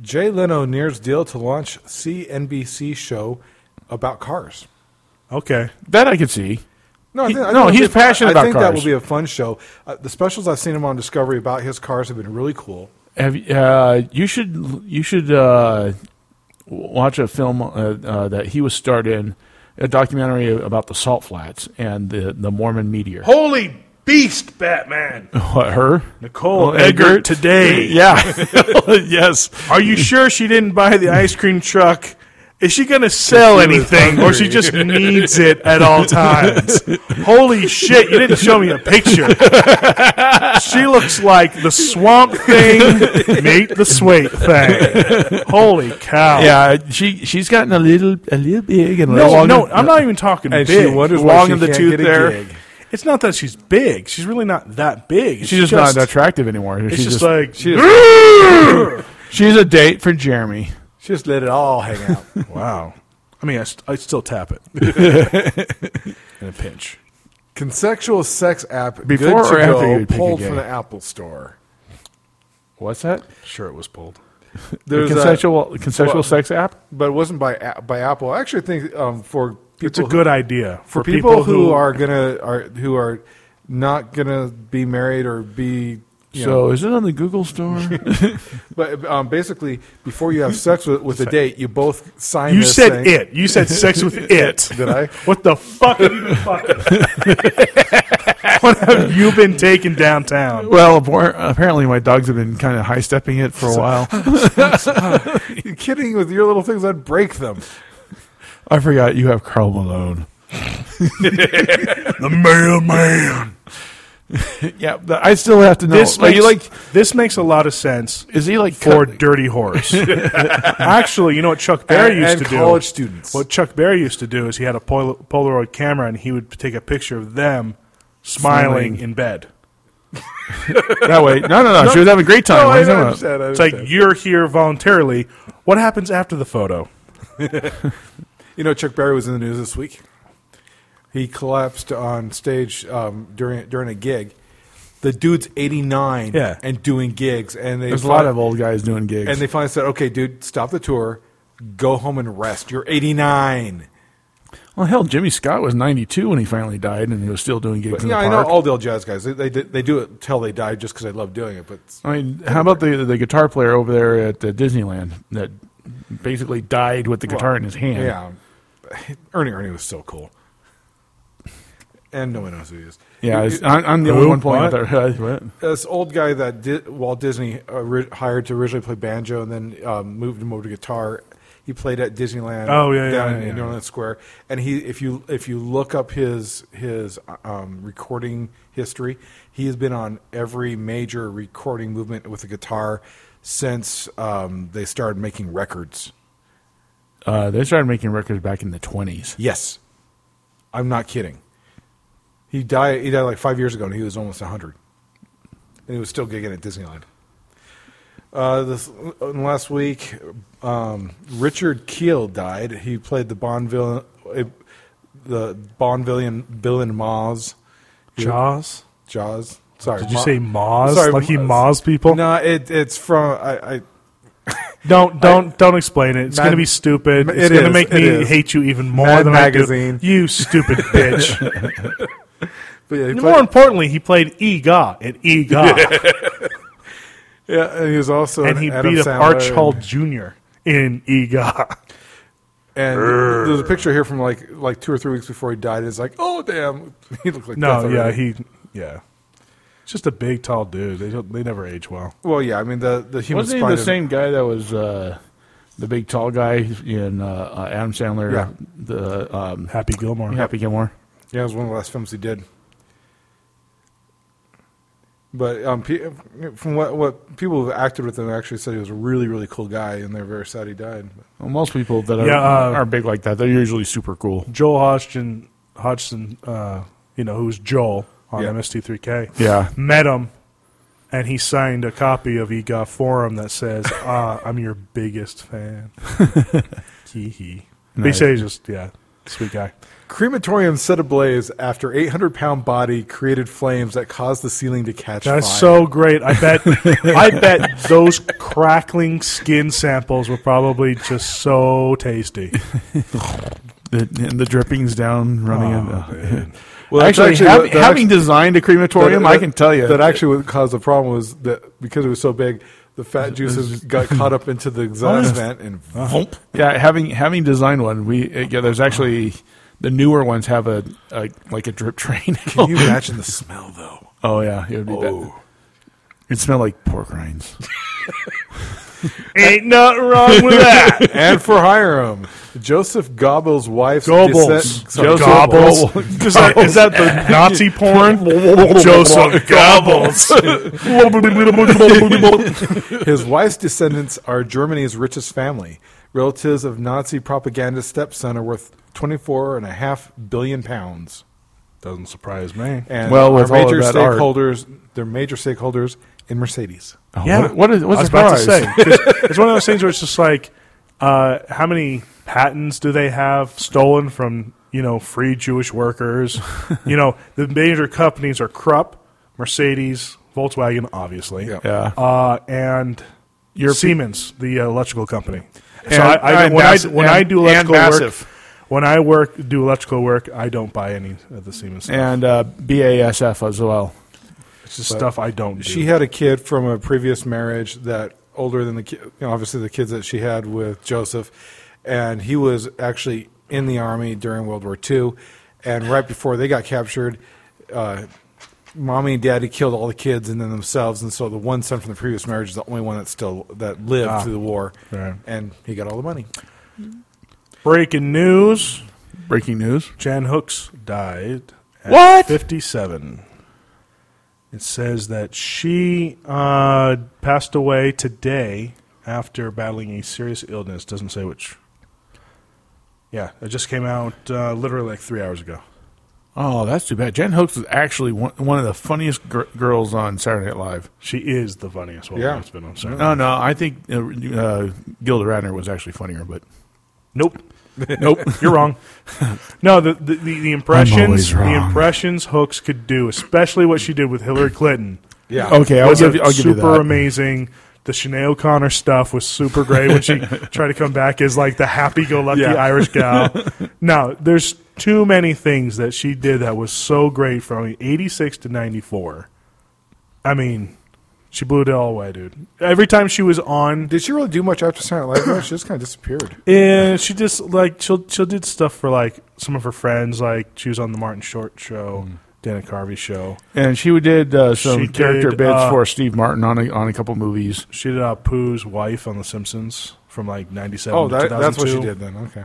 A: Jay Leno nears deal to launch CNBC show about cars.
B: Okay,
C: That I could see.
A: No, I
C: He-
A: think, I
C: no,
A: think
C: he's
A: it'll be-
C: passionate
A: I
C: about
A: think that
C: cars.
A: will be a fun show. Uh, the specials I've seen him on Discovery about his cars have been really cool.
C: Have uh, you should you should uh, w- watch a film uh, uh, that he was starred in, a documentary about the Salt Flats and the the Mormon meteor.
B: holy beast, Batman.
C: What, her?
B: Nicole
C: Well,
B: Eggert,
C: Eggert.
B: today.
C: Yeah. yes.
B: Are you sure she didn't buy the ice cream truck? Is she going to sell anything or she just needs it at all times? Holy shit, you didn't show me a picture. She looks like the swamp thing, Nate the Swate thing. Holy cow.
C: Yeah. She she's gotten a little a little big and a
B: No,
C: little
B: no, I'm not even talking
A: And
B: big.
A: she wonders why
C: long
A: she
C: in the
A: can't
C: tooth
A: get a
C: there.
A: gig.
B: It's not that she's big. She's really not that big. It's
C: She's just, not attractive anymore.
B: It's
C: she's
B: just, like
C: she's a date for Jeremy.
A: She just let it all hang out.
B: wow. I mean, I, st- I still tap it in a pinch.
A: Consensual sex app
C: Before
A: Good to
C: or after
A: Go,
C: you'd pick a
A: pulled
C: gay?
A: from the Apple Store.
C: What's that?
D: Sure, it was pulled.
A: There's
C: the
A: a-
C: consensual consensual
A: well-
C: sex app.
A: but it wasn't by A- by Apple. I actually think um, for people
B: It's a
A: who-
B: good idea
A: for people, who, are gonna are who are not gonna be married or be you know,
C: So is it on the Google store?
A: But um, basically, before you have sex with, with a date, you both sign.
B: You
A: this
B: said
A: thing.
B: it. You said sex with it.
A: Did I?
B: What the fuck have you been fucking? what have you been taking downtown?
C: well, appar- apparently my dogs have been kind of high stepping it for a while.
A: you kidding with your little things? I'd break them.
C: I forgot you have Carl Malone.
B: The mailman.
C: Yeah, but I still have to know.
B: This
C: like, you
B: makes,
C: like
B: this makes a lot of sense
C: is he like
B: for
C: cut-
B: dirty whores. Actually, you know what Chuck Berry
A: and
B: used
A: and
B: to do?
A: college students.
B: What Chuck Berry used to do is he had a Pol- Polaroid camera and he would take a picture of them smiling,
C: Smiling.
B: in bed.
C: that way? No, no, no, She was having a great time.
A: No, Oh, I
C: What are you talking about?
A: understand. I
B: It's like
A: understand.
B: you're here voluntarily. What happens after the photo?
A: you know, Chuck Berry was in the news this week. He collapsed on stage um, during during a gig, the dude's 89
C: Yeah.
A: and doing gigs, and they
C: There's a lot of old guys doing gigs.
A: and they finally said, "Okay, dude, stop the tour, go home and rest. You're 89."
C: well, hell, Jimmy Scott was 92 when he finally died, and he was still doing gigs
A: But,
C: in
A: yeah,
C: the
A: I know
C: park.
A: all the old jazz guys. They they, they do it till they die, just because they love doing it. But
C: I mean, how about the the guitar player over there at uh, Disneyland that basically died with the guitar in his hand?
A: yeah, Ernie Ernie was so cool, and no one knows who he is.
C: yeah.
A: He-
C: it's- I'm, I'm the
B: Who?
C: only one playing out uh,
B: What?
C: there. What?
A: this old guy that di- Walt Disney ori- hired to originally play banjo and then um, moved him over to guitar. He played at Disneyland.
B: Oh, yeah, yeah,
A: down
B: yeah,
A: in
B: yeah.
A: New Orleans Square. And he, if you if you look up his his um, recording history, he has been on every major recording movement with a guitar since um, they started making records.
C: Uh, they started making records back in the 20s.
A: Yes, I'm not kidding. He died. He died like five years ago, and he was almost 100, and he was still gigging at Disneyland. Uh, this uh, last week, um, Richard Keel died. He played the Bond villain, uh, the Bond villain, villain Maz.
B: Jaws.
A: Jaws. Sorry,
B: Did you
A: Ma-
B: say Moz?
A: Sorry,
B: like he
A: Maz.
B: Moz people?
A: No, it, it's from I, I
B: Don't don't don't explain it. It's
A: Mad-
B: going to be stupid.
A: It
B: It's going
A: is,
B: to make
A: it
B: me
A: is.
B: hate you even more
A: Mad
B: than
A: Magazine.
B: I do. You stupid bitch.
A: but yeah, he
B: And
A: played-
B: more importantly, he played Ega at Ega,
A: yeah, and he was also
B: and
A: an
B: he
A: Adam
B: beat up
A: Sandler
B: Arch
A: and-
B: Hall Jr. in Ega.
A: And there's a picture here from like like two or three weeks before he died. It's like, oh damn, he looked like
B: No,
A: death
B: yeah,
A: already.
B: he
D: Yeah. Just a big, tall dude. They don't. They never age well.
A: Well, yeah, I mean the the human
C: Wasn't
A: spine
C: he the
A: is-
C: same guy that was uh, the big tall guy in uh, uh, Adam Sandler?
A: Yeah.
C: The um,
B: Happy Gilmore.
C: Happy Gilmore.
A: Yeah, it was one of the last films he did. But um, pe- from what what people who acted with him actually said he was a really really cool guy, and they're very sad he died.
C: Well, most people that are,
B: Yeah, uh,
C: are big like that, they're usually super cool.
B: Joel Hodgson, Hodgson, uh, you know, who's Joel on
A: Yeah.
B: MST3K,
C: Yeah.
B: met him, and he signed a copy of EGOT for him that says, uh, "I'm your biggest fan." Hee hee. But He
C: Nice.
B: said he's just yeah, sweet guy.
A: Crematorium set ablaze after 800 pound body created flames that caused the ceiling to catch
B: That's
A: fire.
B: so great. I bet. I bet those crackling skin samples were probably just so tasty.
C: The, and the drippings down running. in the-
A: well, that's
C: Oh, actually,
A: what-
C: having,
A: that
C: having
A: actually-
C: designed a crematorium, I can tell you
A: that actually what caused the problem was that because it was so big, the fat juices got caught up into the exhaust vent and vomp.
C: Yeah, having having designed one, we uh, yeah, there's actually the newer ones have a, a like a drip train.
A: Can you imagine the smell though?
C: oh yeah, it would be bad. It smelled like pork rinds.
B: Ain't nothing wrong with that.
A: and for Hiram, Joseph Goebbels' wife's
B: Goebbels.
A: descent- sorry,
C: Joseph
B: Gobbles. Is that, is that the Nazi porn? Joseph Gobbles.
A: His wife's descendants are Germany's richest family. Relatives of Nazi propagandist stepson are worth twenty four and a half billion pounds.
D: Doesn't surprise me.
A: And
C: Well, with
A: our
C: all of
A: major
C: that art.
A: stakeholders, they're major stakeholders in Mercedes.
B: Yeah.
C: What, what is what's
B: I was about to say. 'cause It's one of those things where it's just like, uh, how many patents do they have stolen from, you know, free Jewish workers? you know, the major companies are Krupp, Mercedes, Volkswagen, obviously.
A: Yeah.
C: Yeah.
B: Uh, and
C: Your-
B: Siemens, the uh, electrical company.
C: And-
B: so I, I,
C: and
B: when, I,
C: Bassett-
B: when
C: and-
B: I do
C: and
B: electrical
C: Bassett.
B: work, when I work do electrical work, I don't buy any of the Siemens stuff.
C: and uh, BASF as well.
B: it's just stuff I don't do.
A: She had a kid from a previous marriage that older than the ki- you know, obviously the kids that she had with Joseph, and he was actually in the army during World War II, and right before they got captured, uh, mommy and daddy killed all the kids and then themselves, and so the one son from the previous marriage is the only one that still that lived through the war,
B: Right.
A: and he got all the money.
B: Breaking news.
C: Breaking news.
B: Jan Hooks died at
C: What?
B: 57. It says that she uh, passed away today after battling a serious illness. Doesn't say which. Yeah, it just came out uh, literally like three hours ago.
C: Oh, that's too bad. Jen Hooks is actually one, one of the funniest gr- girls on Saturday Night Live.
B: She is the funniest one
A: Yeah.
B: that's been on Saturday.
C: No, no, I think uh, uh, Gilda Radner was actually funnier, but
B: Nope.
C: Nope.
B: You're wrong. No, the the, the, the impressions
C: always
B: the
C: wrong.
B: impressions Hooks could do, especially what she did with Hillary Clinton.
A: Yeah.
C: Okay, I'll
B: was
C: give, you- I'll give
B: super
C: you that.
B: amazing. The Sinead O'Connor stuff was super great when she tried to come back as like the happy-go-lucky
C: Yeah.
B: Irish gal. no, there's too many things that she did that was so great from '86 to '94. I mean, she blew it all away, dude. Every time she was on,
A: Did she really do much after Saturday Night Live? though? she just kind of disappeared.
B: and she just like she'll she'll did stuff for like some of her friends. Like she was on the Martin Short show, Dana Carvey show.
C: And she did uh, some
B: She
C: character
B: did,
C: bits
B: uh,
C: for Steve Martin on a, on a couple movies.
B: She did uh, Pooh's wife on The Simpsons from like '97.
A: Oh,
B: to
A: that, that's what she
B: 2002.
A: did then. Okay.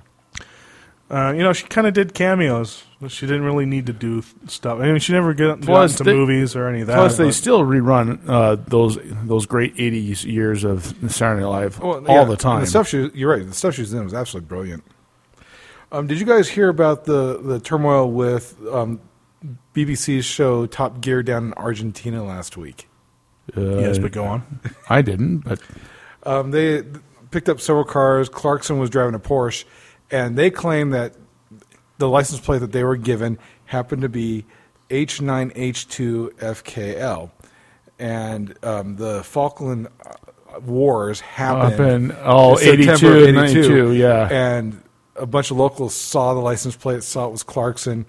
B: Uh, you know, she kind of did cameos. She didn't really need to do th- stuff. I mean, she never got, got
C: Plus
B: into
C: they-
B: movies or any of that.
C: Plus, they
B: but-
C: still rerun uh, those those great '80s years of Saturday Night Live
A: Well,
C: all
A: yeah,
C: the time.
A: The stuff she, you're right. The stuff she was in was absolutely brilliant. Um, did you guys hear about the the turmoil with um, BBC's show Top Gear down in Argentina last week?
C: Uh,
B: yes, but go on.
C: I didn't. But
A: Um, they picked up several cars. Clarkson was driving a Porsche, and they claim that the license plate that they were given happened to be H9H2FKL, and um, the Falkland uh, Wars happened
C: Up in, oh,
A: September
C: 82 and
A: of
C: 92, yeah.
A: and a bunch of locals saw the license plate, saw it was Clarkson,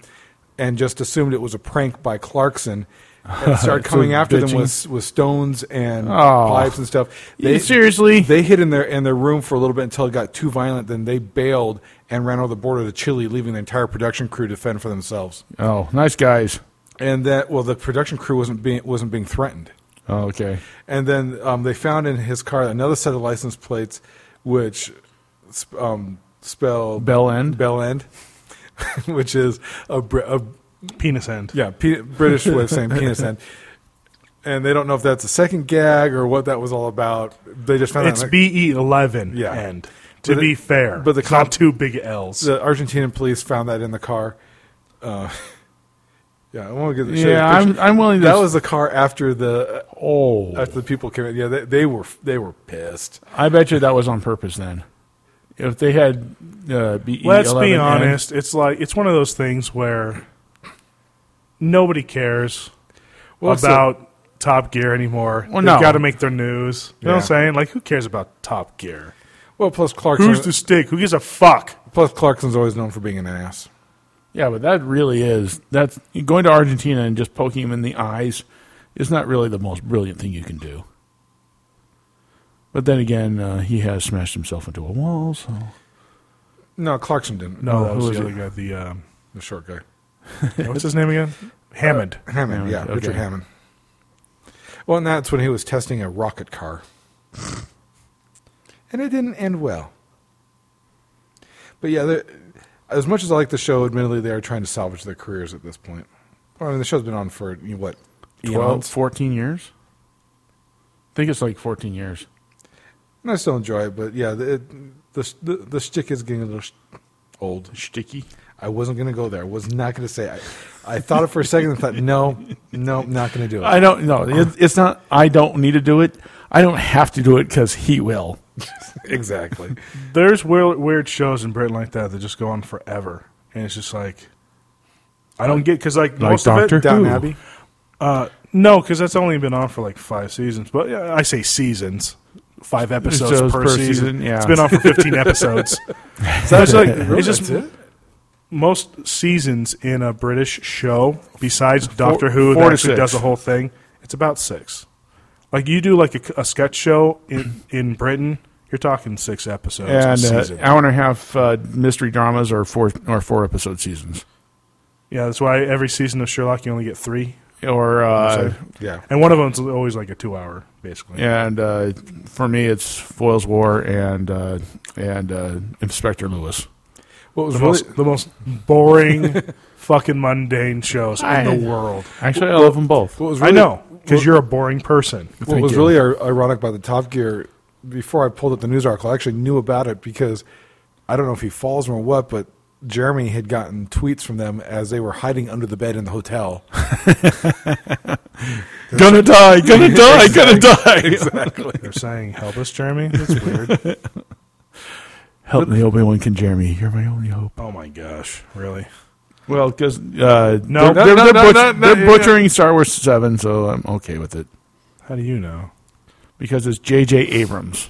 A: and just assumed it was a prank by Clarkson. And started
C: So
A: coming after them
C: bitching.
A: with with stones and
C: Oh.
A: pipes and stuff. They,
C: seriously?
A: they hid in their in their room for a little bit until it got too violent. Then they bailed and ran over the border to Chile, leaving the entire production crew to fend for themselves.
C: oh, nice guys.
A: And that well, the production crew wasn't being wasn't being threatened.
C: Oh, okay.
A: And then um, they found in his car another set of license plates, which sp- um, spell
C: Bell End?
A: Bell End, which is a, Br- a
B: Penis end.
A: yeah pe- British way of saying penis end. And they don't know if that's a second gag or what that was all about. They just found out.
B: It's
A: like-
B: BE eleven.
A: Yeah.
B: End. To
A: But
B: be
A: it-
B: fair,
A: but the
B: it's not
A: cop-
B: two big L's.
A: the Argentinian police found that in the car. Uh, yeah, I want to get the show you
C: Yeah,
A: the
C: I'm-
A: picture.
C: I'm willing to
A: That
C: s-
A: was the car after the uh,
C: Oh,
A: after the people came. in. Yeah, they, they were they were pissed.
C: I bet you that was on purpose then. If they had uh, BE
B: Let's be
C: 11
B: honest. It's like it's one of those things where nobody cares
A: Well, it's
B: about Top Gear anymore.
C: Well,
B: They've
C: no.
B: got to make their news. You know what
A: Yeah.
B: I'm saying? Like, who cares about Top Gear?
A: Well, plus Clarkson.
B: Who's the stick? Who gives a fuck?
A: Plus Clarkson's always known for being an ass.
C: yeah, but that really is that's going to Argentina and just poking him in the eyes is not really the most brilliant thing you can do. But then again, uh, he has smashed himself into a wall. So
A: No, Clarkson didn't.
C: No,
B: No, that
C: who
B: was
C: was
B: the
C: it?
B: other guy. The um,
A: the short guy.
B: what's his name again? Hammond.
A: Hammond,
C: Hammond,
A: yeah,
C: okay.
A: Richard Hammond. Well, and that's when he was testing a rocket car. and it didn't end well. But yeah, they're- as much as I like the show, admittedly, they are trying to salvage their careers at this point. Well, I mean, the show's been on for, you know, what,
C: 12,
A: 12?
C: 14 years. I think it's like 14 years.
A: And I still enjoy it, but yeah, the, it, the, the, the shtick is getting a little sh- old.
C: Sticky.
A: I wasn't going to go there. I was not going to say it. I thought it for a second and thought, no, no, not going to do it.
C: I don't know. It, it's not. I don't need to do it. I don't have to do it because he will.
A: exactly.
B: There's weird, weird shows in Britain like that that just go on forever, and it's just like I don't get because like, most
C: Doctor
B: of it,
A: Down
C: Who.
A: Abbey.
B: uh, no, because that's only been on for like five seasons. But yeah, I say seasons, five episodes
C: Episodes
B: per,
C: per
B: season.
C: season, yeah.
B: It's been on for 15 episodes. So it's like it's
A: That's
B: just
A: it?
B: most seasons in a British show besides Doctor Who
C: four
B: that
C: to
B: actually
C: six.
B: does the whole thing. It's about six. Like you do like a, a sketch show in in Britain, you're talking six episodes a
C: and uh,
B: season.
C: hour and a half uh, mystery dramas are four or four episode seasons,
B: yeah, that's why every season of Sherlock you only get three,
C: or uh,
A: Yeah.
B: and one of them's always like a two hour basically.
C: and uh, for me it's Foyle's War and uh, and uh, Inspector Lewis.
A: What was
B: The
A: really,
B: most, the most boring, fucking mundane shows in
C: I-
B: the world.
C: Actually, I love them both.
A: what was
B: I
A: really,
B: know because you're a boring person.
A: What
C: Thank
A: was
C: you.
A: really ir- ironic about the Top Gear, before I pulled up the news article, I actually knew about it because I don't know if he falls or what, but Jeremy had gotten tweets from them as they were hiding under the bed in the hotel.
C: Gonna die, gonna die, gonna die.
B: They're saying, "Help us, Jeremy." That's weird.
C: Help me, Obi Wan Ken Jeremy. You're my only hope.
D: Oh my gosh, really?
C: Well, because uh, they're,
B: No, no,
A: no,
C: they're, they're
A: no,
C: butch-
A: no, no,
C: they're
A: yeah, yeah.
C: butchering Star Wars Seven, so I'm okay with it
D: How do you know?
C: because it's J.J. Abrams.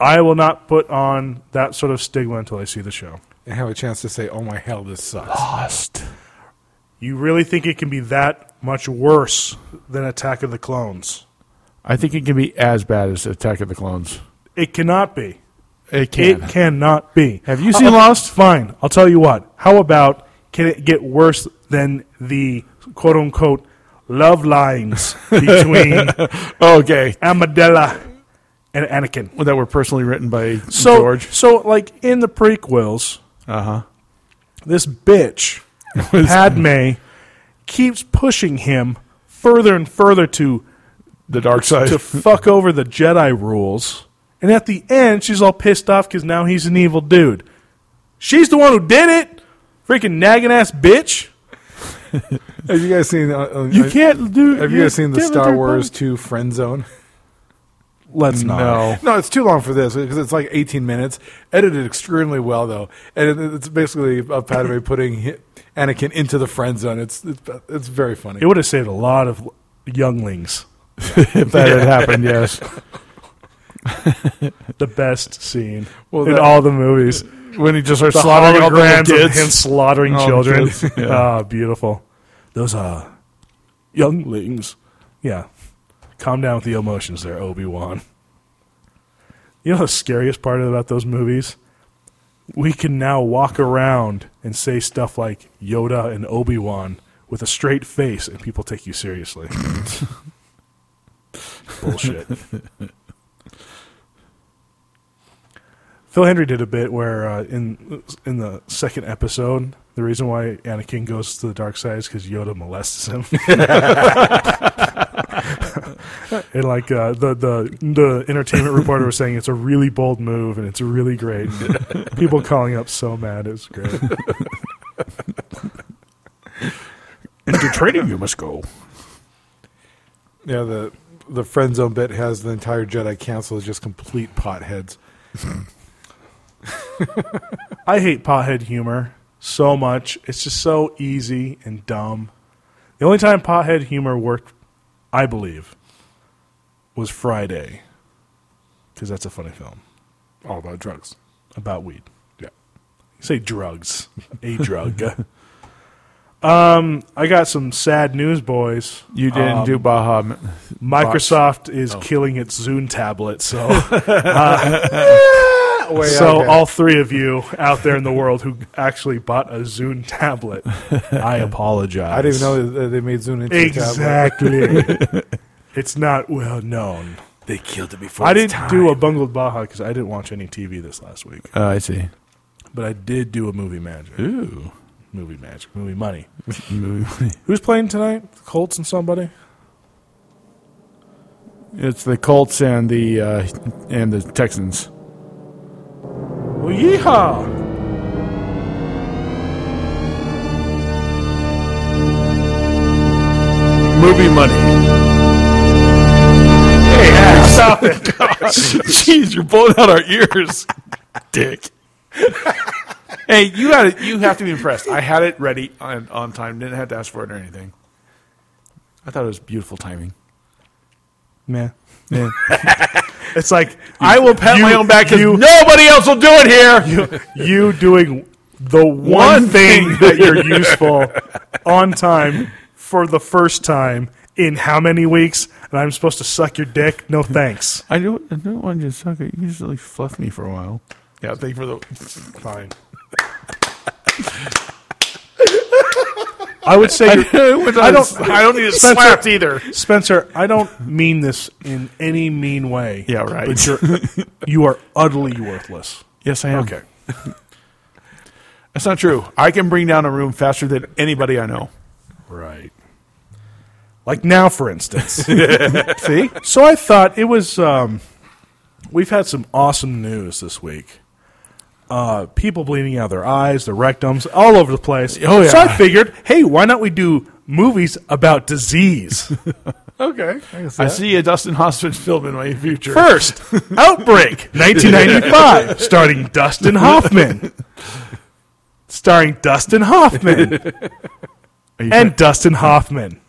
B: I will not put on that sort of stigma until I see the show.
A: and have a chance to say, "Oh my hell, this sucks."
C: Lost.
B: You really think it can be that much worse than Attack of the Clones?
C: I think it can be as bad as Attack of the Clones.
B: It cannot be.
C: It can.
B: It cannot be.
C: Have you seen
B: Lost? Fine. I'll tell you what. How about can it get worse than the quote unquote love lines between
C: Okay,
B: Amadella and Anakin?
C: that were personally written by
B: So,
C: George.
B: so like in the prequels,
C: Uh huh.
B: this bitch Padme keeps pushing him further and further to
C: The dark side.
B: to fuck over the Jedi rules. And at the end, she's all pissed off because now he's an evil dude. She's the one who did it. Freaking nagging ass bitch.
A: Have you guys seen? Uh, uh,
C: you can't do.
A: Have you guys seen the Star Wars Two Friend Zone?
B: Let's
C: No.
A: No, it's too long for this because it's like 18 minutes. Edited extremely well though, and it, it's basically a Padme putting hi- Anakin into the friend zone. It's it's, it's very funny.
B: It would have saved a lot of younglings.
C: if that had happened, yes.
B: The best scene
A: Well,
B: in
A: that-
B: all the movies.
C: When he just starts
B: The
C: slaughtering all the little
B: holograms of
C: kids.
B: him slaughtering
C: All the
B: children.
C: kids, yeah.
B: Ah, beautiful. Those are younglings. Yeah. Calm down with the emotions there, Obi Wan. You know the scariest part about those movies? We can now walk around and say stuff like Yoda and Obi Wan with a straight face, and people take you seriously. Bullshit. Phil Henry did a bit where uh, in in the second episode, the reason why Anakin goes to the dark side is because Yoda molests him. and like uh, the the the entertainment reporter was saying, it's a really bold move and it's really great. People calling up so mad, it was great.
C: Into training you must go.
A: Yeah, the the friend zone bit has the entire Jedi Council is just complete potheads.
B: I hate pothead humor so much. It's just so easy and dumb. The only time pothead humor worked, I believe, was Friday, because that's a funny film
A: All about drugs.
B: about weed.
A: Yeah.
B: You say drugs, a drug. um, I got some sad news, boys.
C: You didn't
B: Um,
C: do Oh. Baja. Ma-
B: Microsoft is killing its Zune tablet, so.
A: Way
B: so
A: out there.
B: all three of you out there in the world who actually bought a Zune tablet, I apologize.
A: I didn't even know that they made Zune into a tablet.
B: exactly. it's not well known.
A: They killed it before.
B: I didn't do a bungled Baja because I didn't watch any TV this last week,
C: Oh, I see.
B: but I did do a movie magic,
C: Ooh.
B: movie magic, movie money.
C: Movie.
B: Who's playing tonight? The Colts and somebody.
C: It's the Colts and the uh, and the Texans.
B: Well, yeehaw!
C: Movie money. Hey, stop it! Jeez, you're blowing out our ears, Dick. hey, you got it. You have to be impressed. I had it ready on on time. Didn't have to ask for it or anything. I thought it was beautiful timing.
B: Man, it's like I will pat
C: my own back 'cause
B: You,
C: nobody else will do it here.
B: you doing the one,
C: One
B: thing that you're useful on time for the first time in how many weeks? And I'm supposed to suck your dick? No thanks.
C: I don't. I don't want you to suck it. You can just like fluff me for a while. Yeah, thank you for the.
B: Fine. I would say,
C: I
B: you're-
C: don't.
B: I don't-
C: I don't need it
B: Spencer-
C: slapped either.
B: Spencer, I don't mean this in any mean way.
C: Yeah, right.
B: But you're, you are utterly worthless.
C: Yes, I am. Okay. That's not true. I can bring down a room faster than anybody I know.
B: Right. Like now, for instance. See? So I thought it was. Um, we've had some awesome news this week. Uh, people bleeding out their eyes, their rectums, all over the place.
C: Oh, yeah.
B: So I figured, hey, why not we do movies about disease.
A: Okay.
C: I see a Dustin Hoffman film in my future.
B: First, Outbreak, 1995, starring Dustin Hoffman. Starring Dustin Hoffman and Dustin Hoffman.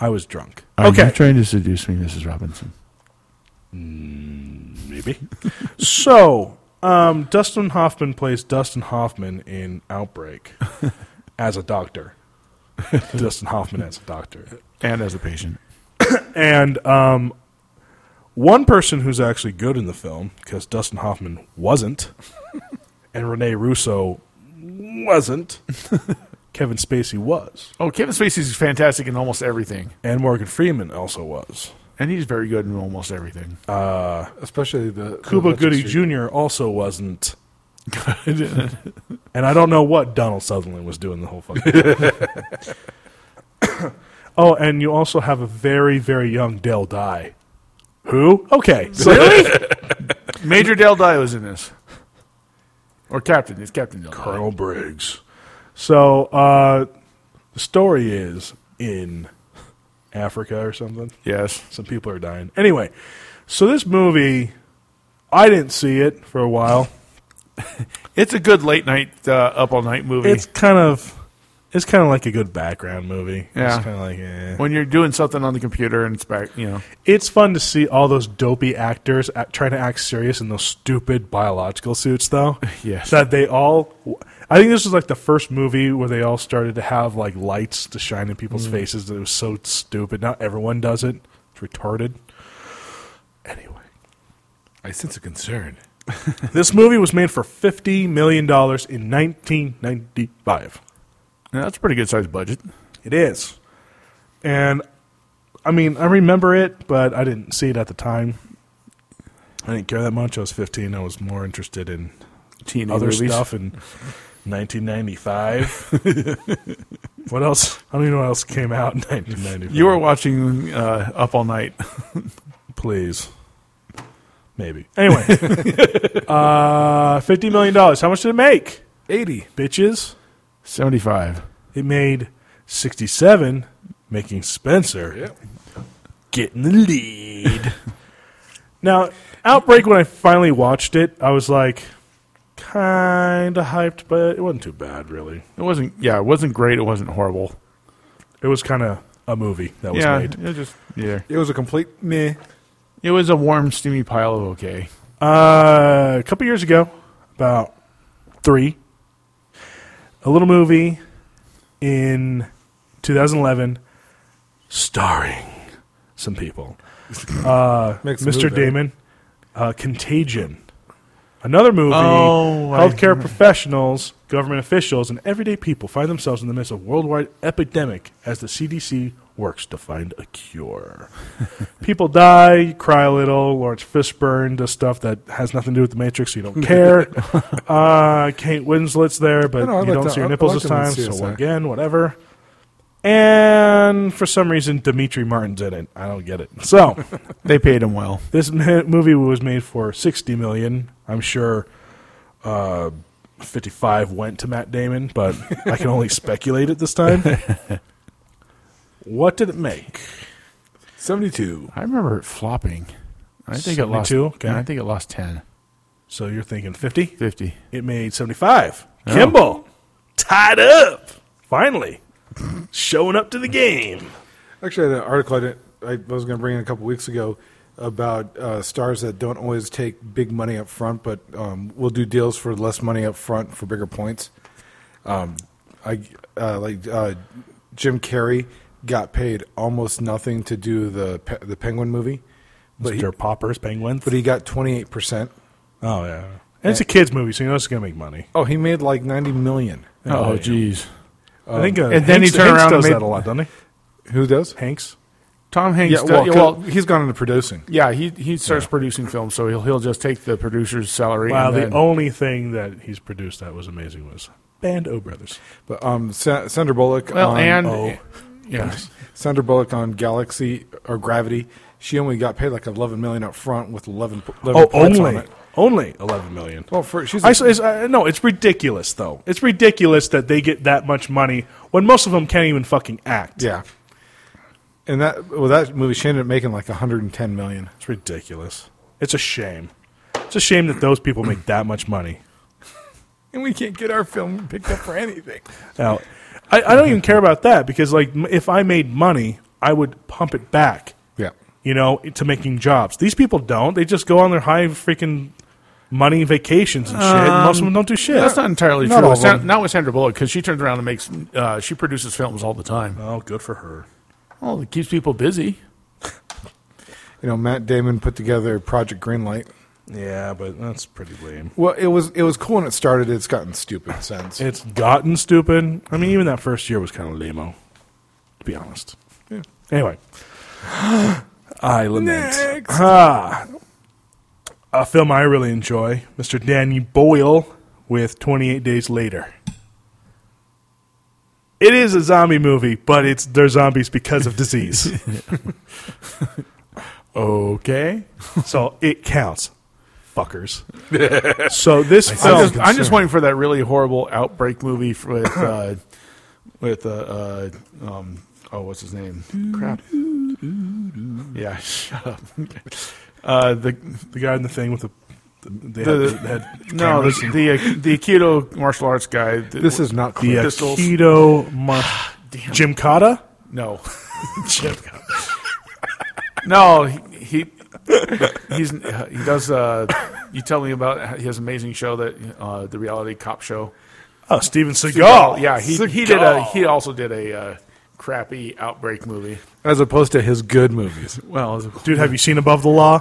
B: I was drunk. okay.
C: trying to seduce me, Mrs. Robinson?
D: Maybe.
B: So, um, Dustin Hoffman plays Dustin Hoffman in Outbreak as a doctor. Dustin Hoffman as a doctor.
C: And as a patient.
B: And um, one person who's actually good in the film, because Dustin Hoffman wasn't, and Rene Russo wasn't, Kevin Spacey was,
C: Oh, Kevin Spacey's fantastic in almost everything,
B: and Morgan Freeman also was.
C: and he's very good in almost everything.
A: Especially the the
B: Cuba
A: Electric
B: Goody
A: Sheep.
B: Jr. also wasn't. and I don't know what Donald Sutherland was doing the whole fucking time. oh, and you also have a very, very young Dell Dye. Who? Okay. So
C: Major Dale Dye was in this, or Captain. It's Captain Dale. Dye.
B: Colonel Briggs. So uh, the story is in Africa or something.
C: Yes.
B: Some people are dying. Anyway, so this movie, I didn't see it for a while.
C: It's a good late night, uh, up all night movie.
B: It's kind of, it's kind of like a good background movie.
C: Yeah.
B: It's kind of like, eh.
C: when you're doing something on the computer and it's back, you know.
B: It's fun to see all those dopey actors act, trying to act serious in those stupid biological suits, though.
C: Yes.
B: That they all. I think this was like the first movie where they all started to have like lights to shine in
A: Mm.
B: people's faces. That it was so stupid. Not everyone does it. It's retarded. Anyway,
A: I sense a concern.
B: this movie was made for fifty million dollars in nineteen ninety five.
C: Yeah, that's a pretty good sized budget.
B: It is. And I mean, I remember it, but I didn't see it at the time. I didn't care that much. I was 15. I was more interested in
C: Teen
B: other
C: movies.
B: stuff in 1995. what else? I don't even know what else came out in 1995.
C: You were watching uh, Up All Night.
B: please. Maybe. Anyway, uh, $50 million. How much did it make? 80. Bitches.
C: 75.
B: It made 67, making Spencer get in the lead. now, Outbreak, when I finally watched it, I was like, kind of hyped, but it wasn't too bad, really.
C: It wasn't, yeah, it wasn't great. It wasn't horrible.
B: It was kind of a movie that was
C: yeah,
B: made.
C: It was just, yeah.
A: It was a complete meh.
C: It was a warm, steamy pile of okay.
B: Uh, a couple years ago, about three, a little movie in 2011 starring some people.
A: Makes a
B: Mr.
A: move there.
B: Damon, uh, Contagion, another movie.
C: Oh, I
B: healthcare professionals, government officials, and everyday people find themselves in the midst of worldwide epidemic as the CDC works to find a cure. people die, you cry a little. Lawrence Fishburne does stuff that has nothing to do with the Matrix, so you don't care. uh, Kate Winslet's there, but
A: No, no, I
B: you
A: like
B: don't
A: that.
B: see her
A: I- I
B: nipples
A: like
B: this
A: him in
B: time. So
A: CSI.
B: again, whatever. And for some reason, Dimitri Martin's in it. I don't get it. So.
C: They paid him well.
B: This m- movie was made for sixty million. I'm sure uh, fifty-five went to Matt Damon, but I can only speculate at this time. What did it make?
A: 72.
C: I remember it flopping. I think it lost.
B: 72? Okay.
C: I think it lost 10,
B: So you're thinking fifty?
C: 50.
B: It made seventy-five.
C: Oh.
B: Kimball tied up. Finally, showing up to the game.
A: Actually, I had an article I, didn't, I was going to bring in a couple weeks ago about uh, stars that don't always take big money up front, but um, will do deals for less money up front for bigger points. Um, I uh, like uh, Jim Carrey got paid almost nothing to do the pe- the Penguin movie, but he,
B: Mr. Popper's Penguins.
A: but he got twenty eight percent.
B: oh yeah, and it's a kids' movie, so you know it's gonna make money.
A: Oh, he made like ninety million.
C: Oh, jeez.
B: I think. Uh,
C: Oh. and then he
B: Hanks-
C: turned
B: Hanks
C: around and
B: does
C: made-
B: that a lot, doesn't he?
A: Who does?
B: Hanks.
C: Tom Hanks.
A: Yeah,
C: does-
A: well,
C: yeah,
A: well, he's gone into producing.
C: yeah, he, he starts producing films, so he'll, he'll just take the producer's salary.
B: Wow,
C: and
B: the
C: then-
B: only thing that he's produced that was amazing was Band O Brothers.
A: But um, Sa- Sandra Bullock.
C: Well,
A: on-
C: and.
B: oh.
C: Yeah.
A: Sandra Bullock on Galaxy or Gravity, she only got paid like eleven million up front with eleven. 11
B: Oh,
A: points on
B: only,
A: it.
D: Only 11 million.
A: Well, for, she's
B: I, s- it's, I, no, it's ridiculous, though. It's ridiculous that they get that much money when most of them can't even fucking act.
A: yeah. And that well, that movie she ended up making like 110 million.
D: It's ridiculous.
B: It's a shame. It's a shame that those people make that much money.
A: And we can't get our film picked up for anything.
B: Now, I, I don't even care about that because, like, m- if I made money, I would pump it back,
A: Yeah.
B: you know, to making jobs. These people don't. They just go on their high freaking money vacations and shit. and most of them don't do shit.
C: Um, That's not entirely
A: Not
C: true.
A: all
C: With
A: of
C: Sa-
A: them.
C: not with Sandra Bullock because she turns around and makes. Uh, she produces films all the time.
B: oh, good for her.
C: Well, it keeps people busy.
A: You know, Matt Damon put together Project Greenlight.
D: Yeah, but that's pretty lame.
A: Well, it was it was cool when it started. It's gotten stupid since.
B: It's gotten stupid. I mean, even that first year was kind of lame to be honest. Anyway, I lament. Ah, a film I really enjoy, Mr. Danny Boyle with 28 Days Later. It is a zombie movie, but it's they're zombies because of disease.
C: Okay.
B: so it counts. Fuckers. so this
C: I'm,
B: film
C: just, I'm just waiting for that really horrible outbreak movie f- with uh, with uh, uh, um, oh, what's his name? Crap. Yeah, shut up. Uh, the
B: the guy in the thing with the they
C: The-
B: had, they had
C: no,
B: cameras.
C: the the, uh, the Aikido martial arts guy. th-
A: this is not
B: the
A: clear.
C: pistols.
B: Aikido Mar- Jim Cotta.
C: no, no, he. he He's he does. Uh, you tell me about his amazing show that uh, the reality cop show.
B: Oh, Steven Seagal.
C: yeah, he, he did a he also did a uh, crappy outbreak movie.
A: as opposed to his good movies.
C: Well,
B: Dude, have you seen Above the Law?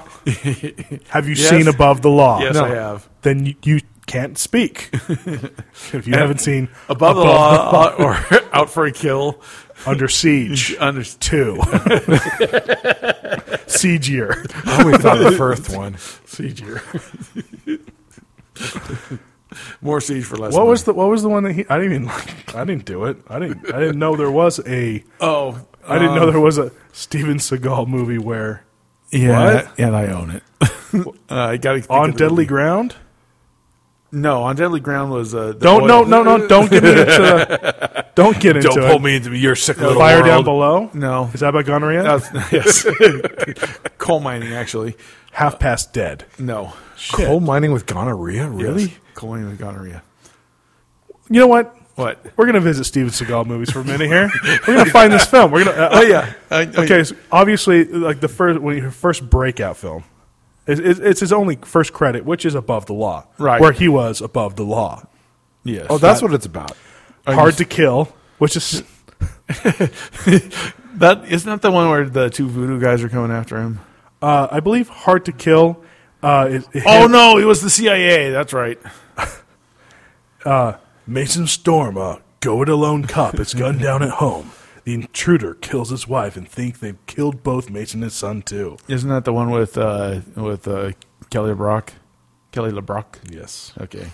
B: have you seen Above the Law?
C: yes,
A: No.
C: I have.
B: Then you, you can't speak. if you haven't seen
C: Above, the law or out for a kill.
B: Under Siege
C: Under,
B: 2, Siege Year.
A: I only thought the first one.
C: siege here. More siege for less.
B: What
C: money.
B: was the What was the one that he? I didn't even. Like, I didn't do it. I didn't. I didn't know there was a.
C: oh?
B: I didn't know there was a Steven Seagal movie where
C: Yeah,
B: What?
C: and I own it. uh, I got
B: on deadly ground.
C: No, on deadly ground was uh, the
B: Don't
C: boy-
B: no no no. Don't get into. The, don't get into
D: Don't
B: it.
D: pull me into your sick little
B: Fire
D: world.
B: down below.
C: No.
B: Is that about gonorrhea?
C: That's- yes, coal mining actually.
B: Half past dead.
C: No,
A: Coal mining with gonorrhea, really?
C: Yes. coal mining with gonorrhea.
B: You know what?
C: What?
B: We're gonna visit Steven Seagal movies for a minute here. We're gonna find this film. We're gonna. Uh,
C: Oh yeah. I,
B: Okay. So obviously, like the first when your first breakout film, it's, it's it's his only first credit, which is Above the Law,
C: Right.
B: Where he was above the law.
C: Yes.
A: Oh, that's what it's about.
B: Hard to kill, which is
C: That isn't that the one where the two voodoo guys are coming after him.
B: uh, I believe hard to kill. Uh, it, it
C: Oh
B: had
C: no, it was the CIA. That's right.
B: Mason Storm, a go it alone cop, is gunned down at home. The intruder kills his wife and think they've killed both Mason and his son too.
C: Isn't that the one with uh, with uh, Kelly LeBrock? Kelly LeBrock.
B: Yes.
C: Okay.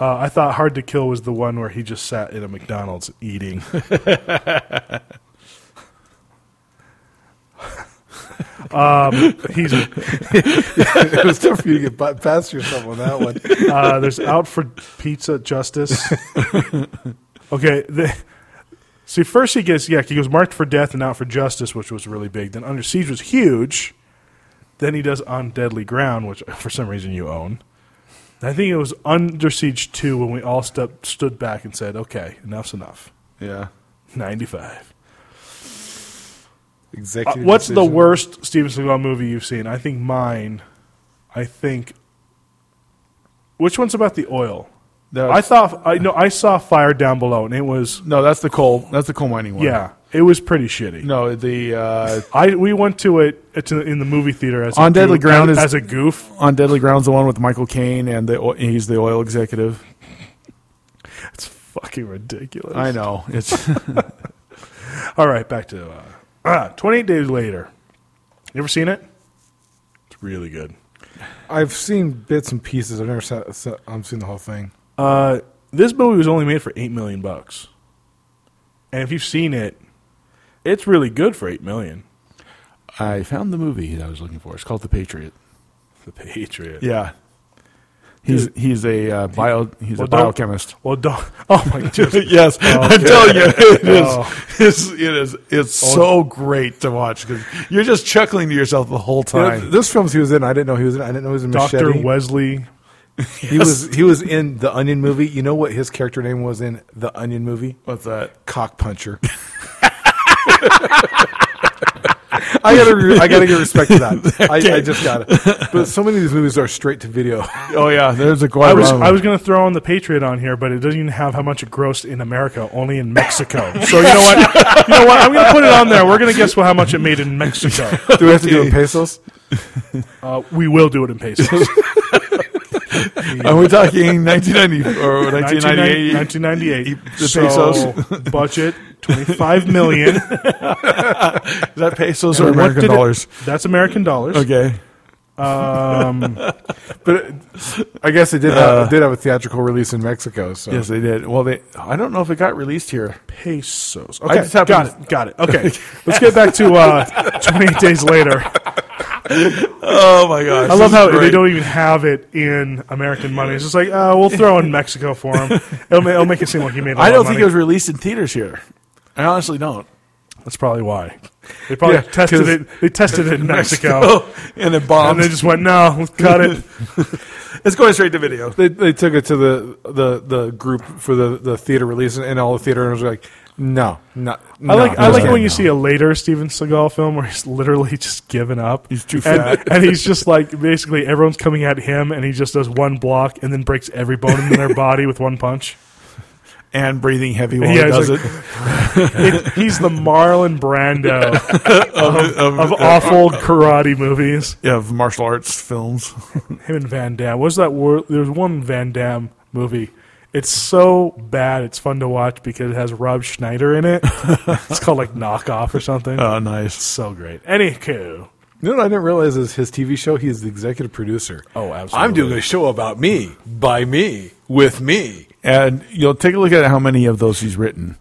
B: Uh, I thought Hard to Kill was the one where he just sat in a McDonald's eating. um, he's
A: it was tough for you to get bu- past yourself on that one.
B: uh, there's out for pizza justice. okay. The, see, first he gets yeah he was marked for death and out for justice, which was really big. Then Under Siege was huge. Then he does On Deadly Ground, which for some reason you own. I think it was Under Siege two when we all step, stood back and said, "Okay, enough's enough."
C: Yeah.
B: Ninety five. Uh,
A: Executive
B: what's the
A: decision.
B: worst Steven Seagal movie you've seen? I think mine. I think. Which one's about the oil?
C: That
B: I thought I no I saw Fire Down Below and it was
C: no, that's the coal. That's the coal mining one.
B: yeah it was pretty shitty.
C: No, the uh,
B: I we went to it it's in- in the movie theater as
C: On
B: a
C: Deadly
B: goof,
C: Ground
B: as,
C: is-
B: as a goof.
C: on Deadly Ground's the one with Michael Caine and the o- he's the oil executive.
B: It's fucking ridiculous.
C: I know. It's
B: All right, back to uh, ah, 28 Days Later. You ever seen it?
D: It's really good.
A: I've seen bits and pieces. I've never seen, se- I've seen the whole thing.
B: Uh, this movie was only made for eight million bucks, and if you've seen it, it's really good for eight million.
C: I found the movie that I was looking for. It's called The Patriot.
D: The Patriot.
C: Yeah. He's he's a uh, bio he's a
B: don't-
C: biochemist.
B: Well, don't. Oh my god.
C: yes, I'm telling you, it is it's, it is it's so great to watch because you're just chuckling to yourself the whole
A: You know,
C: time.
A: th- those films he was in, I didn't know he was in. I didn't know he was in
B: Doctor
A: Machete.
B: Wesley.
A: He was he was in the Onion movie. You know what his character name was in the Onion movie?
C: What's that?
A: Cock puncher. I gotta re- I gotta give respect to that. I, I just got it. But so many of these movies are straight to video.
C: Oh yeah, there's a
B: I was I was going to throw in the Patriot on here, but it doesn't even have how much it grossed in America, only in Mexico. So you know what? You know what? I'm going to put it on there. We're going to guess what, how much it made in Mexico.
A: Do we have to do it in pesos?
B: Uh, we will do it in pesos.
C: Are we talking 1990 or
B: 1998.
C: 1998?
B: 1998.
C: The
B: so budget 25 million.
C: Is that pesos or
A: And what
C: American
B: did it-
C: dollars?
B: That's American dollars.
C: okay.
B: Um,
A: But it, I guess it did have, it did have a theatrical release in Mexico. So
C: Uh, Yes, they did. Well, they. I don't know if it got released here.
B: pesos. Okay,
C: just happened
B: got
C: to-
B: it. Got it. Okay, let's get back to uh, 28 days later.
C: Oh my gosh!
B: I love how they don't even have it in American money. It's just like, uh, we'll throw in Mexico for him. It'll, ma- it'll make it seem like he made. I
C: I don't think it was released in theaters here. I honestly don't.
B: That's probably why they probably
A: Yeah,
B: tested
A: 'cause-
B: it. They tested it in Mexico,
C: and it
B: and
C: bombed.
B: they just went, "No, let's cut it."
C: it's going straight to video.
A: they they took it to the the, the group for the, the theater release, and, all the theater owners were like, "No, no."
B: I like I like it when you see a later Steven Seagal film where he's literally just given up.
C: He's too
B: and,
C: fat.
B: and he's just like basically everyone's coming at him, and he just does one block and then breaks every bone in their body with one punch.
C: and breathing heavy while
B: Yeah,
C: he
B: it's
C: does
B: like-
C: it.
B: It- he's the Marlon Brando
C: Of,
B: of awful karate movies.
C: of martial arts films.
B: Him and Van Damme. What's that? War? There's one Van Damme movie. It's so bad. It's fun to watch because it has Rob Schneider in it. it's called like Knockoff or something.
C: Oh, nice.
B: so great. Anywho,
A: No, no, I didn't realize is his TV show. He is the executive producer.
B: Oh, absolutely.
A: I'm doing a show about me, by me, with me.
C: And you'll take a look at how many of those he's written.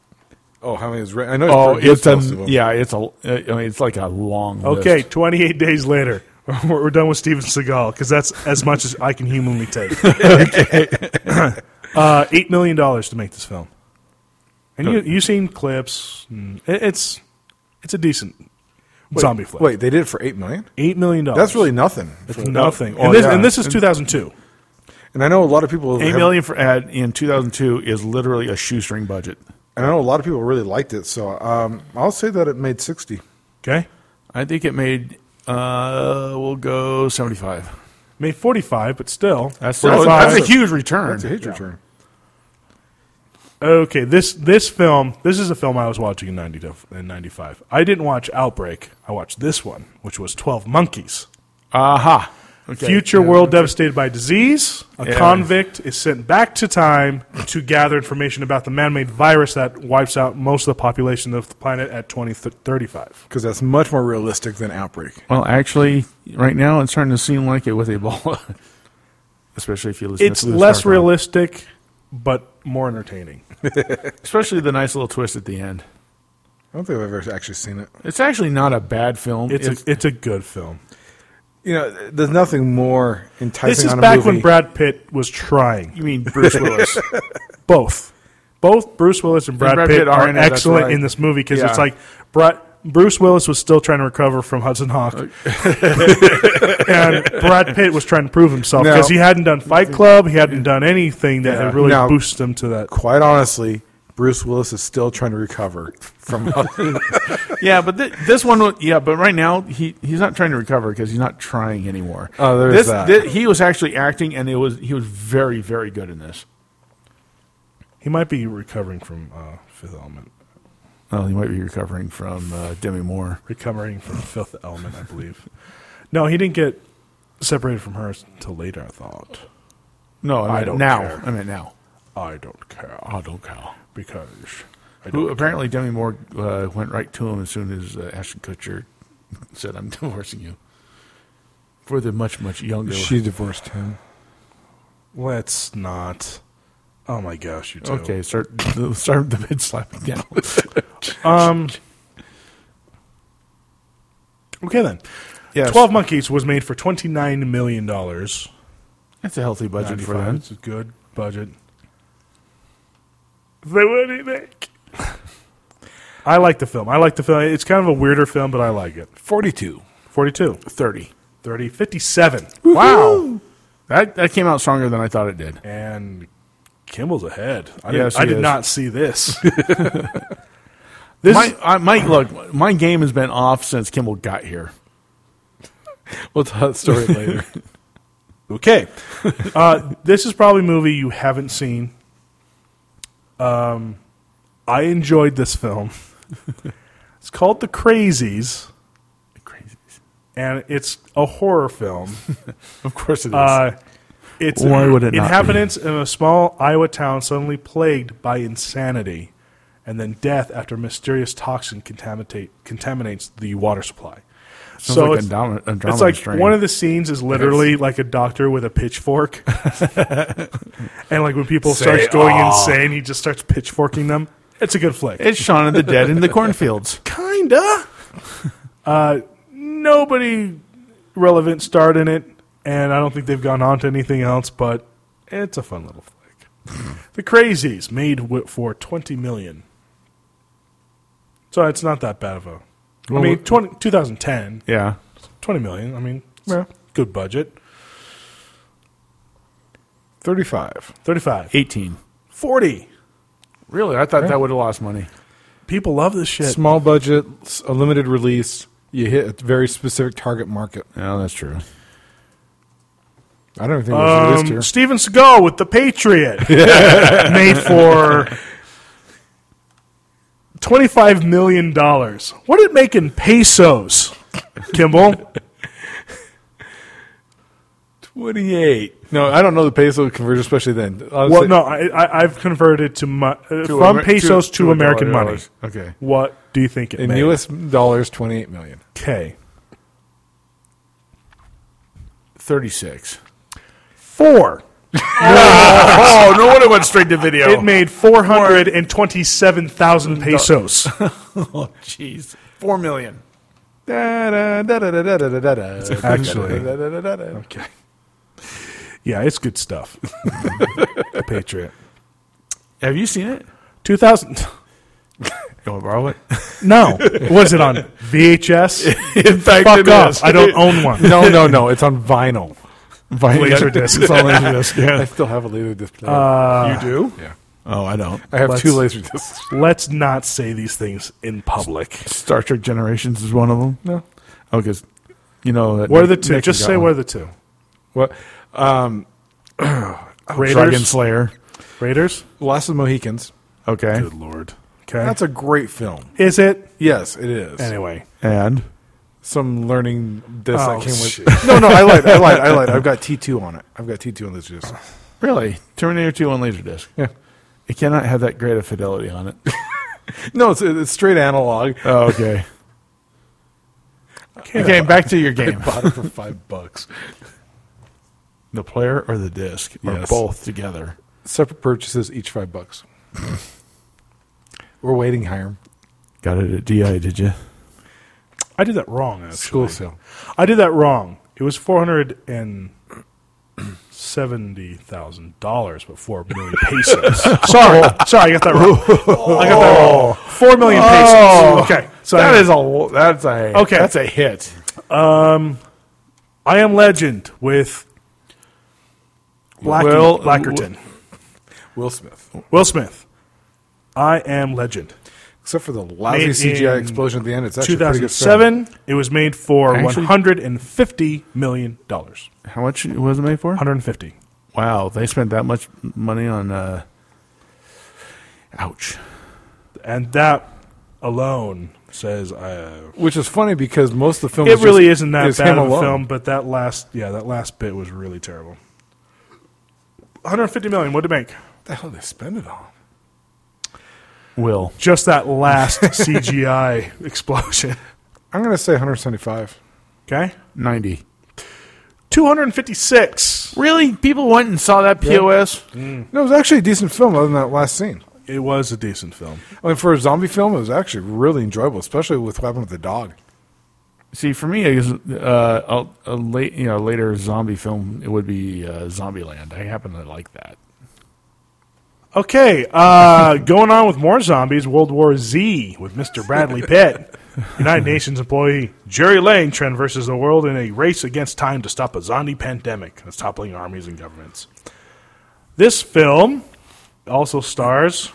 A: Oh, how many is right? I know.
C: Oh,
A: he's produced
C: it's a
A: most of them.
C: yeah, it's a. I mean, it's like a long.
B: Okay,
C: list.
B: 28 days later. We're, we're done with Steven Seagal because that's as much as I can humanly take. uh, $8 million to make this film. And you, you've seen clips. and it- It's it's a decent
A: Wait,
B: zombie flick.
A: Wait, they did it for eight million.
B: $8 million.
A: That's really nothing.
B: That's Oh, nothing.
C: Oh,
B: and, this,
C: yeah.
B: and this is 2002.
A: And I know a lot of people.
C: Eight
A: have-
C: million for ad in 2002 is literally a shoestring budget.
A: And I know a lot of people really liked it. So um, I'll say that it made sixty.
B: Okay?
C: I think it made. Uh, we'll go 75.
B: Made 45, but still.
C: That's,
A: Well,
C: that's
A: that's
C: a huge return.
A: That's a huge return.
B: Okay, this this film, this is a film I was watching in 90 to, in 95. I didn't watch Outbreak. I watched this one, which was 12 Monkeys.
C: Aha.
B: Future world devastated by disease. A
C: Yeah.
B: convict is sent back to time to gather information about the man made virus that wipes out most of the population of the planet at 2035.
A: Because that's much more realistic than Outbreak.
C: Well, actually, right now it's starting to seem like it with Ebola, especially if you listen.
B: It's
C: to the
B: less
C: Starcom.
B: realistic, but more entertaining.
C: especially the nice little twist at the end.
A: I don't think I've ever actually seen it.
C: It's actually not a bad film.
B: It's, a, it's a good film.
A: You know, there's nothing more enticing.
B: This is
A: on a
B: back
A: movie.
B: when Brad Pitt was trying.
C: you mean Bruce Willis?
B: Both. Both Bruce Willis and Brad,
C: Brad
B: Pitt,
C: Pitt are
B: are
C: in it, that's
B: excellent
C: right.
B: in this movie because
C: Yeah.
B: it's like Brad, Bruce Willis was still trying to recover from Hudson Hawk. and Brad Pitt was trying to prove himself
A: No.
B: because he hadn't done Fight Club. He hadn't done anything that had really
A: No.
B: boosted him to that.
A: quite honestly, Bruce Willis is still trying to recover from.
C: yeah, but thi- this one, wa- yeah, but right now he, he's not trying to recover because he's not trying anymore.
A: Oh, there is
C: this,
A: that.
C: thi- he was actually acting, and it was he was very very good in this.
B: He might be recovering from uh, Fifth Element.
C: Oh, he might be recovering from uh, Demi Moore.
B: Recovering from Fifth Element, I believe. No, he didn't get separated from her until later, I thought.
C: No, I, mean,
B: don't
C: now.
B: care.
C: I mean now.
B: I don't care.
C: I don't care.
B: Because. I
C: Who,
B: don't
C: apparently, Demi Moore uh, went right to him as soon as uh, Ashton Kutcher said, "I'm divorcing you." For the much much younger.
A: she divorced him.
B: Let's not. Oh my gosh, you two.
C: okay, start start the Uh, bid slapping down.
B: Um. Okay then.
C: Yes.
B: Twelve Monkeys was made for twenty nine million dollars.
C: That's a healthy budget for
D: 95.
C: them.
D: It's a good budget.
B: They wouldn't make. I like the film. I like the film. It's kind of a weirder film, but I like it.
A: 42.
B: 42,
C: 30.
B: 30, 57.
C: Wow. That, that came out stronger than I thought it did.
B: And Kimball's ahead. I,
C: Yes,
B: did, I
C: he
B: did
C: is.
B: not see this. this
C: my, I, Mike, look, my game has been off since Kimball got here.
A: We'll tell that story later.
B: Okay. uh, this is probably a movie you haven't seen. Um, I enjoyed this film. it's called The Crazies,
C: Crazy.
B: and it's a horror film.
C: Of course it is.
B: Uh, it's
C: Why would it not be?
B: inhabitants in a small Iowa town suddenly plagued by insanity and then death after a mysterious toxin contaminate, contaminates the water supply.
C: Sounds
B: so
C: like
B: it's,
C: Andromeda, Andromeda
B: it's like
C: strain.
B: one of the scenes is literally like a doctor with a pitchfork, and like when people starts going insane, he just starts pitchforking them. It's a good flick,
C: it's Shaun of the Dead in the cornfields.
B: kinda. Uh, nobody relevant starred in it, and I don't think they've gone on to anything else. But it's a fun little flick. the Crazies made wi- for twenty million, so it's not that bad of a. I mean, 20, 2010,
C: Yeah.
B: 20 million. I mean, yeah, good budget.
A: 35.
B: 35.
C: 18.
B: 40.
C: Really? I thought that would have lost money.
B: People love this shit.
A: Small budget, s- a limited release. You hit a very specific target market.
C: Yeah, that's true.
A: I don't think it was released here.
B: Um, Steven Seagal with The Patriot. made for $25 million. What did it make in pesos, Kimball?
A: 28. No, I don't know the peso conversion, especially then. Honestly,
B: well, no, I, I, I've converted to mu- uh, from
C: Amer-
B: pesos to,
C: a
B: American
C: dollar
B: money.
C: dollars. Okay.
B: What do you think it
A: In
B: made?
A: US dollars, 28 million.
B: Okay.
C: 36.
B: Four.
C: Oh, no wonder it went straight to video.
B: It made 427,000 pesos.
C: oh, jeez. 4 million.
B: Actually.
A: Actually.
B: Okay. Yeah, it's good stuff. the Patriot.
C: Have you seen it?
B: 2000.
C: You want to borrow it?
B: No. Was it on VHS?
C: In fact,
B: Fuck
C: it
B: off.
C: is.
B: I don't own one.
A: No, no, no. It's on vinyl.
B: Laserdisc. It's on Laserdisc.
A: I still have a laser disc player.
B: Uh,
C: You do?
A: Yeah.
C: Oh, I don't.
A: I have two
B: let's-
A: laser discs.
B: let's not say these things in public.
C: Star Trek Generations is one of them.
A: No.
C: Oh, because you know that
B: What are the
C: Nick-
B: two?
C: Nick
B: Just
C: got
B: say
C: one.
B: what are the two?
A: What? Um,
B: Raiders.
C: Dragon Slayer.
B: Raiders.
A: Lost of the Mohicans.
C: Okay,
B: Good lord. Okay.
A: That's a great film.
B: Is it
A: Yes, it is.
B: anyway?
C: and
A: Some learning disc
B: Oh,
A: that came with.
B: shit.
A: No, no, I lied. I lied. I lied. I've got T two on it. I've got T two on this disc.
C: really Terminator Two on Laserdisc.
A: Yeah.
C: It cannot have that great of fidelity on it.
A: No, it's, it's straight analog.
C: oh, okay.
B: Okay.
C: Okay, back to your game.
A: Bought it for five bucks.
C: The player or the disc or
A: Yes.
C: both together.
A: Separate purchases, each five bucks. We're waiting, Hiram.
C: Got it at DI, did you?
B: I did that wrong.
A: School
B: Actually.
A: sale.
B: I did that wrong. It was four hundred and seventy thousand dollars, but four million pesos. sorry, sorry, I got that wrong. I got that wrong. Four million pesos. okay, so
C: that is a that's a
B: Okay.
C: That's a hit.
B: I am Legend with Black
C: Will-
B: Blackerton,
A: Will Smith.
B: Will Smith. I am Legend.
A: Except for the lousy
B: Made
A: CGI
B: in
A: explosion at the end. It's actually a pretty good film.
B: 2007. It was made for
C: Actually-
B: 150 million dollars.
C: How much was it made for?
B: 150.
C: Wow, they spent that much money on. uh Ouch.
B: And that alone says uh, I.
A: Which is funny because most of the film
B: It
A: is
B: really
A: just-
B: isn't that
A: is
B: bad
A: him
B: of a
A: alone.
B: film, but that last yeah, that last bit was really terrible. 150 million. What to make?
A: What the hell did they spend it on?
C: Will.
B: Just that last CGI explosion.
A: I'm going to say 175.
B: Okay,
C: 90.
B: 256.
C: Really? People went and saw that POS?
A: No, it was actually a decent film other than that last scene.
B: It was a decent film.
A: I mean, for a zombie film, it was actually really enjoyable, especially with What Happened with the Dog.
C: See, for me, I guess, uh, a, a late, you know, later zombie film it would be uh, Zombieland. I happen to like that.
B: Okay, uh, going on with more zombies, World War Z with Mr. Bradley Pitt, United Nations employee Jerry Langtron versus the world in a race against time to stop a zombie pandemic that's toppling armies and governments. This film also stars.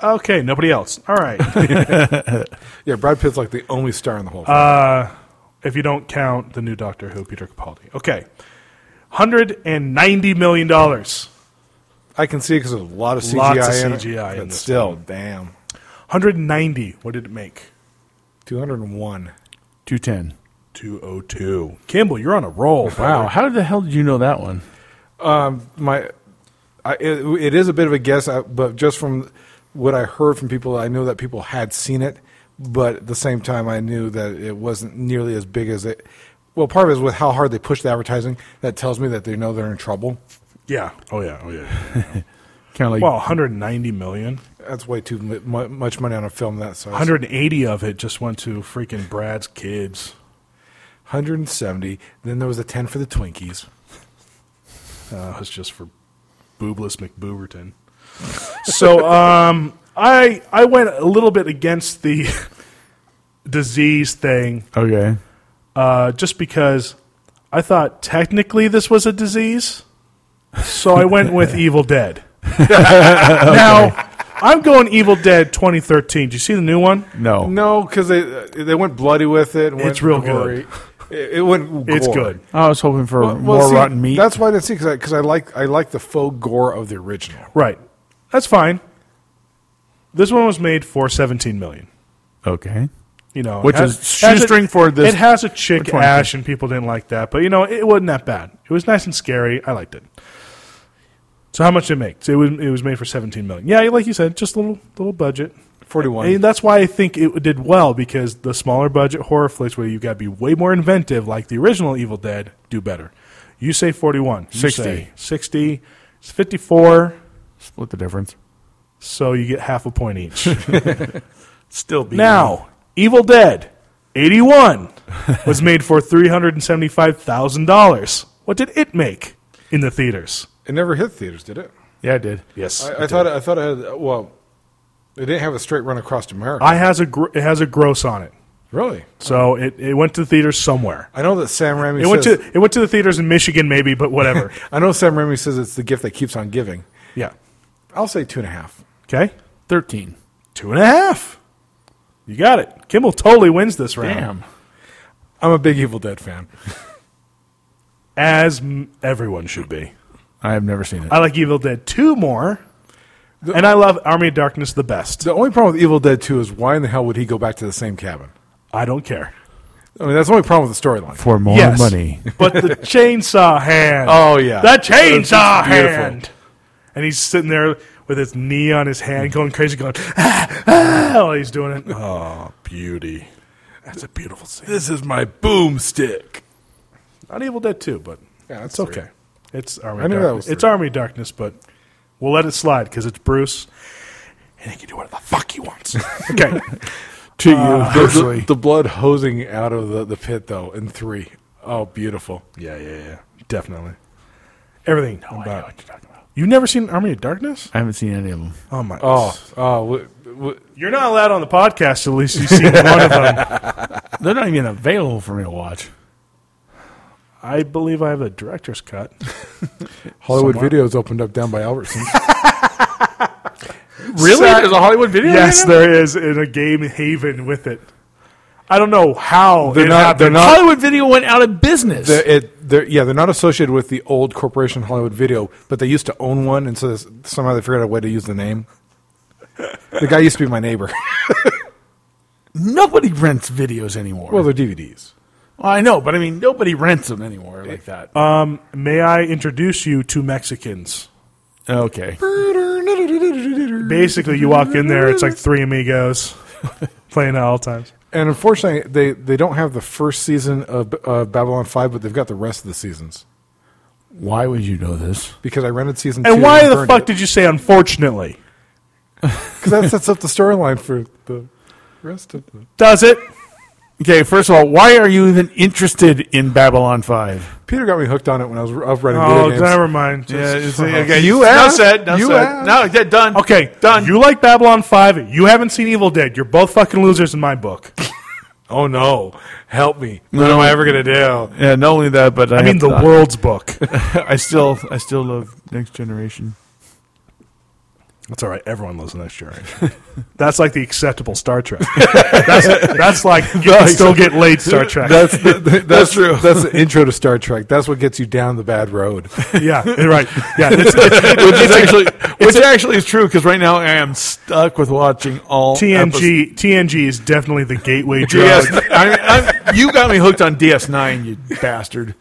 B: Okay, nobody else. All right.
A: Yeah, Brad Pitt's like the only star in the whole film.
B: Uh, if you don't count the new Doctor Who, Peter Capaldi. Okay. $190 million. $190
A: I can see because there's a lot of CGI
B: lots of
A: in it.
B: CGI in
A: but
B: this
A: still, damn.
B: What did it make?
A: 201.
C: 210.
B: 202. Kimball, you're on a roll.
C: Wow, how the hell did you know that one?
A: my I, it, it is a bit of a guess I- but just from what i heard from people i know that people had seen it but at the same time i knew that it wasn't nearly as big as it well part of it is with how hard they push the advertising that tells me that they know they're in trouble
B: Yeah. Oh, yeah. Oh, yeah.
C: Kind of like
B: well, 190 million.
A: that's way too mu- much money on a film that size
B: 180 of it just went to freaking Brad's kids.
A: 170 then there was a 10 for the twinkies
B: Uh, it was just for boobless McBooberton. so um, I I went a little bit against the disease thing
C: okay,
B: uh, just because I thought technically this was a disease. So I went with Evil Dead. Now, I'm going Evil Dead 2013. Do you see the new one?
C: no,
A: no because they they went bloody with it went
B: Oh. It's real
A: gory. it, it went
B: It's
A: gore.
B: good.
C: I was hoping for
A: Well,
C: more
A: see,
C: rotten meat.
A: That's why I didn't see because I, 'cause I like I like the faux gore of the original.
B: Right. That's fine. This one was made for 17 million.
C: okay.
B: You know,
C: Which
B: it has-
C: is
B: has a-
C: shoestring for this-
B: It has a chick
C: Which one is
B: ash, and people didn't like that. But you know, it wasn't that bad. It was nice and scary. I liked it. So how much did it make? So it was it was made for 17 million. Yeah, like you said, just a little little budget.
A: Forty one.
B: And that's why I think it did well because the smaller budget horror flicks where you got to be way more inventive, like the original Evil Dead, do better. You say 41. You
C: 60.
B: say 60. It's 54.
C: Split the difference.
B: So you get half a point each.
C: Still be
B: now, Evil Dead 81 was made for $375,000. What did it make in the theaters?
A: It never hit theaters, did it?
C: Yeah, I did.
B: Yes.
A: I, I thought I thought it had well, it didn't have a straight run across America.
B: I has a gr- it has a gross on it.
A: really,
B: So it, it went to the theaters somewhere.
A: I know that Sam Raimi.
B: It went
A: Uh-huh. says,
B: to it went to the theaters in Michigan maybe, but whatever.
A: I know Sam Raimi says it's the gift that keeps on giving.
B: yeah.
A: I'll say two and a half.
B: Okay.
C: Thirteen.
B: Two and a half. You got it. Kimball totally wins this round.
C: Damn.
A: Uh, I'm a big Evil Dead fan.
B: As m- everyone should be.
C: I have never seen it.
B: I like Evil Dead 2 more. and I love Army of Darkness the best.
A: The only problem with Evil Dead Two is why in the hell would he go back to the same cabin?
B: I don't care.
A: I mean, that's the only problem with the storyline.
C: for more
B: yes.
C: money.
B: but the chainsaw hand.
A: Oh, yeah.
B: The chainsaw
A: It's beautiful.
B: hand. And he's sitting there with his knee on his hand going crazy, going, ah, ah, while he's doing it.
A: Uh-huh.
D: Oh, beauty.
B: That's a beautiful scene.
A: This is my boomstick.
B: Not Evil Dead 2, but
A: Yeah, that's
B: It's okay. It's Army.
A: I knew that
B: darkness.
A: was
B: It's Army Darkness, but we'll let it slide because it's Bruce, and he can do whatever the fuck he wants. okay,
C: to you,
B: Uh,
A: The, the, the blood hosing out of the, the pit though in three. Oh, beautiful.
B: yeah, yeah, yeah, definitely. Everything about. You've never seen Army of Darkness?
C: I haven't seen any of them.
B: Oh my!
A: Oh, oh, w- w-
B: you're not allowed on the podcast. At least you've seen one of them.
C: They're not even available for me to watch.
B: I believe I have a director's cut.
A: Hollywood
B: Somewhere.
A: Videos opened up down by Albertson.
C: Really? There's a Hollywood video.
B: yes, there is in a game haven with it. I don't know how
A: They're
B: it
A: not-
B: happened.
A: they're not-
C: Hollywood video went out of business.
A: They're- it, they're, yeah, they're not associated with the old corporation Hollywood Video, but they used to own one, and so this, somehow they figured out a way to use the name. The guy used to be my neighbor.
C: nobody rents videos anymore.
A: well,
C: Well,
A: they're DVDs.
C: I know, but I mean, nobody rents them anymore like that. Uh,
B: Um, may I introduce you to Mexicans?
C: okay.
B: Basically, you walk in there, it's like three amigos playing at all times.
A: And unfortunately, they, they don't have the first season of uh, Babylon 5, but they've got the rest of the seasons.
C: Why would you know this?
A: Because I rented season two.
B: And why the fuck did you say unfortunately?
A: Because that sets up the storyline for the rest of the.
B: Does it?
C: Okay, first of all, why are you even interested in Babylon Five?
A: Peter got me hooked on it when I was up writing
B: Oh,
A: video games.
B: never mind. Just-
C: okay,
A: You
E: No
A: asked.
E: said. No
A: you
E: said.
A: asked.
E: No, yeah, done.
B: Okay, done. You like Babylon 5. You haven't seen Evil Dead. You're both fucking losers in my book.
A: Oh no! Help me! What am I ever gonna do?
C: Yeah, not only that, but I,
B: I mean,
C: have
B: the
C: to-
B: world's book.
C: I still, I still love Next Generation.
D: That's all right. Everyone loves the next generation.
B: That's like the acceptable Star Trek. that's, that's like you can still get laid Star Trek.
A: That's the, that's, true. That's the intro to Star Trek. That's what gets you down the bad road.
B: yeah, right. Yeah, it's, it's
C: which is actually, which actually is true because right now I am stuck with watching all episodes.
B: TNG. TNG is definitely the gateway drug.
C: DS, I, I'm, you got me hooked on DS9, you bastard.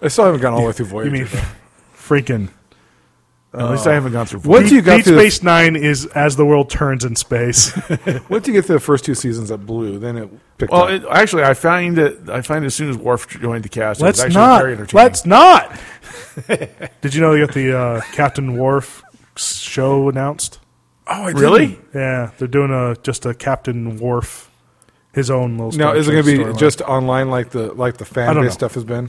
A: I still haven't gone all the way through Voyager.
B: You mean freaking?
C: At least I haven't gone through.
A: Once
B: Deep,
A: you got
B: Deep
A: through the-
B: Space Nine is as the world turns in space.
A: Once you get through the first two seasons at Blue, then it picked
C: Well,
A: up.
C: it, actually, I find it. I find as soon as Worf joined the cast, it was
B: Let's
C: actually
B: not.
C: very entertaining.
B: Let's not. Did you know you got the uh, Captain Wharf show announced?
A: oh, I
C: really?
B: Yeah, they're doing a just a Captain Wharf, his own little.
A: Now
B: Star
A: is it
B: Trek
A: going to be
B: storyline.
A: just online like the like the fan
B: I don't
A: base
B: know.
A: stuff has been?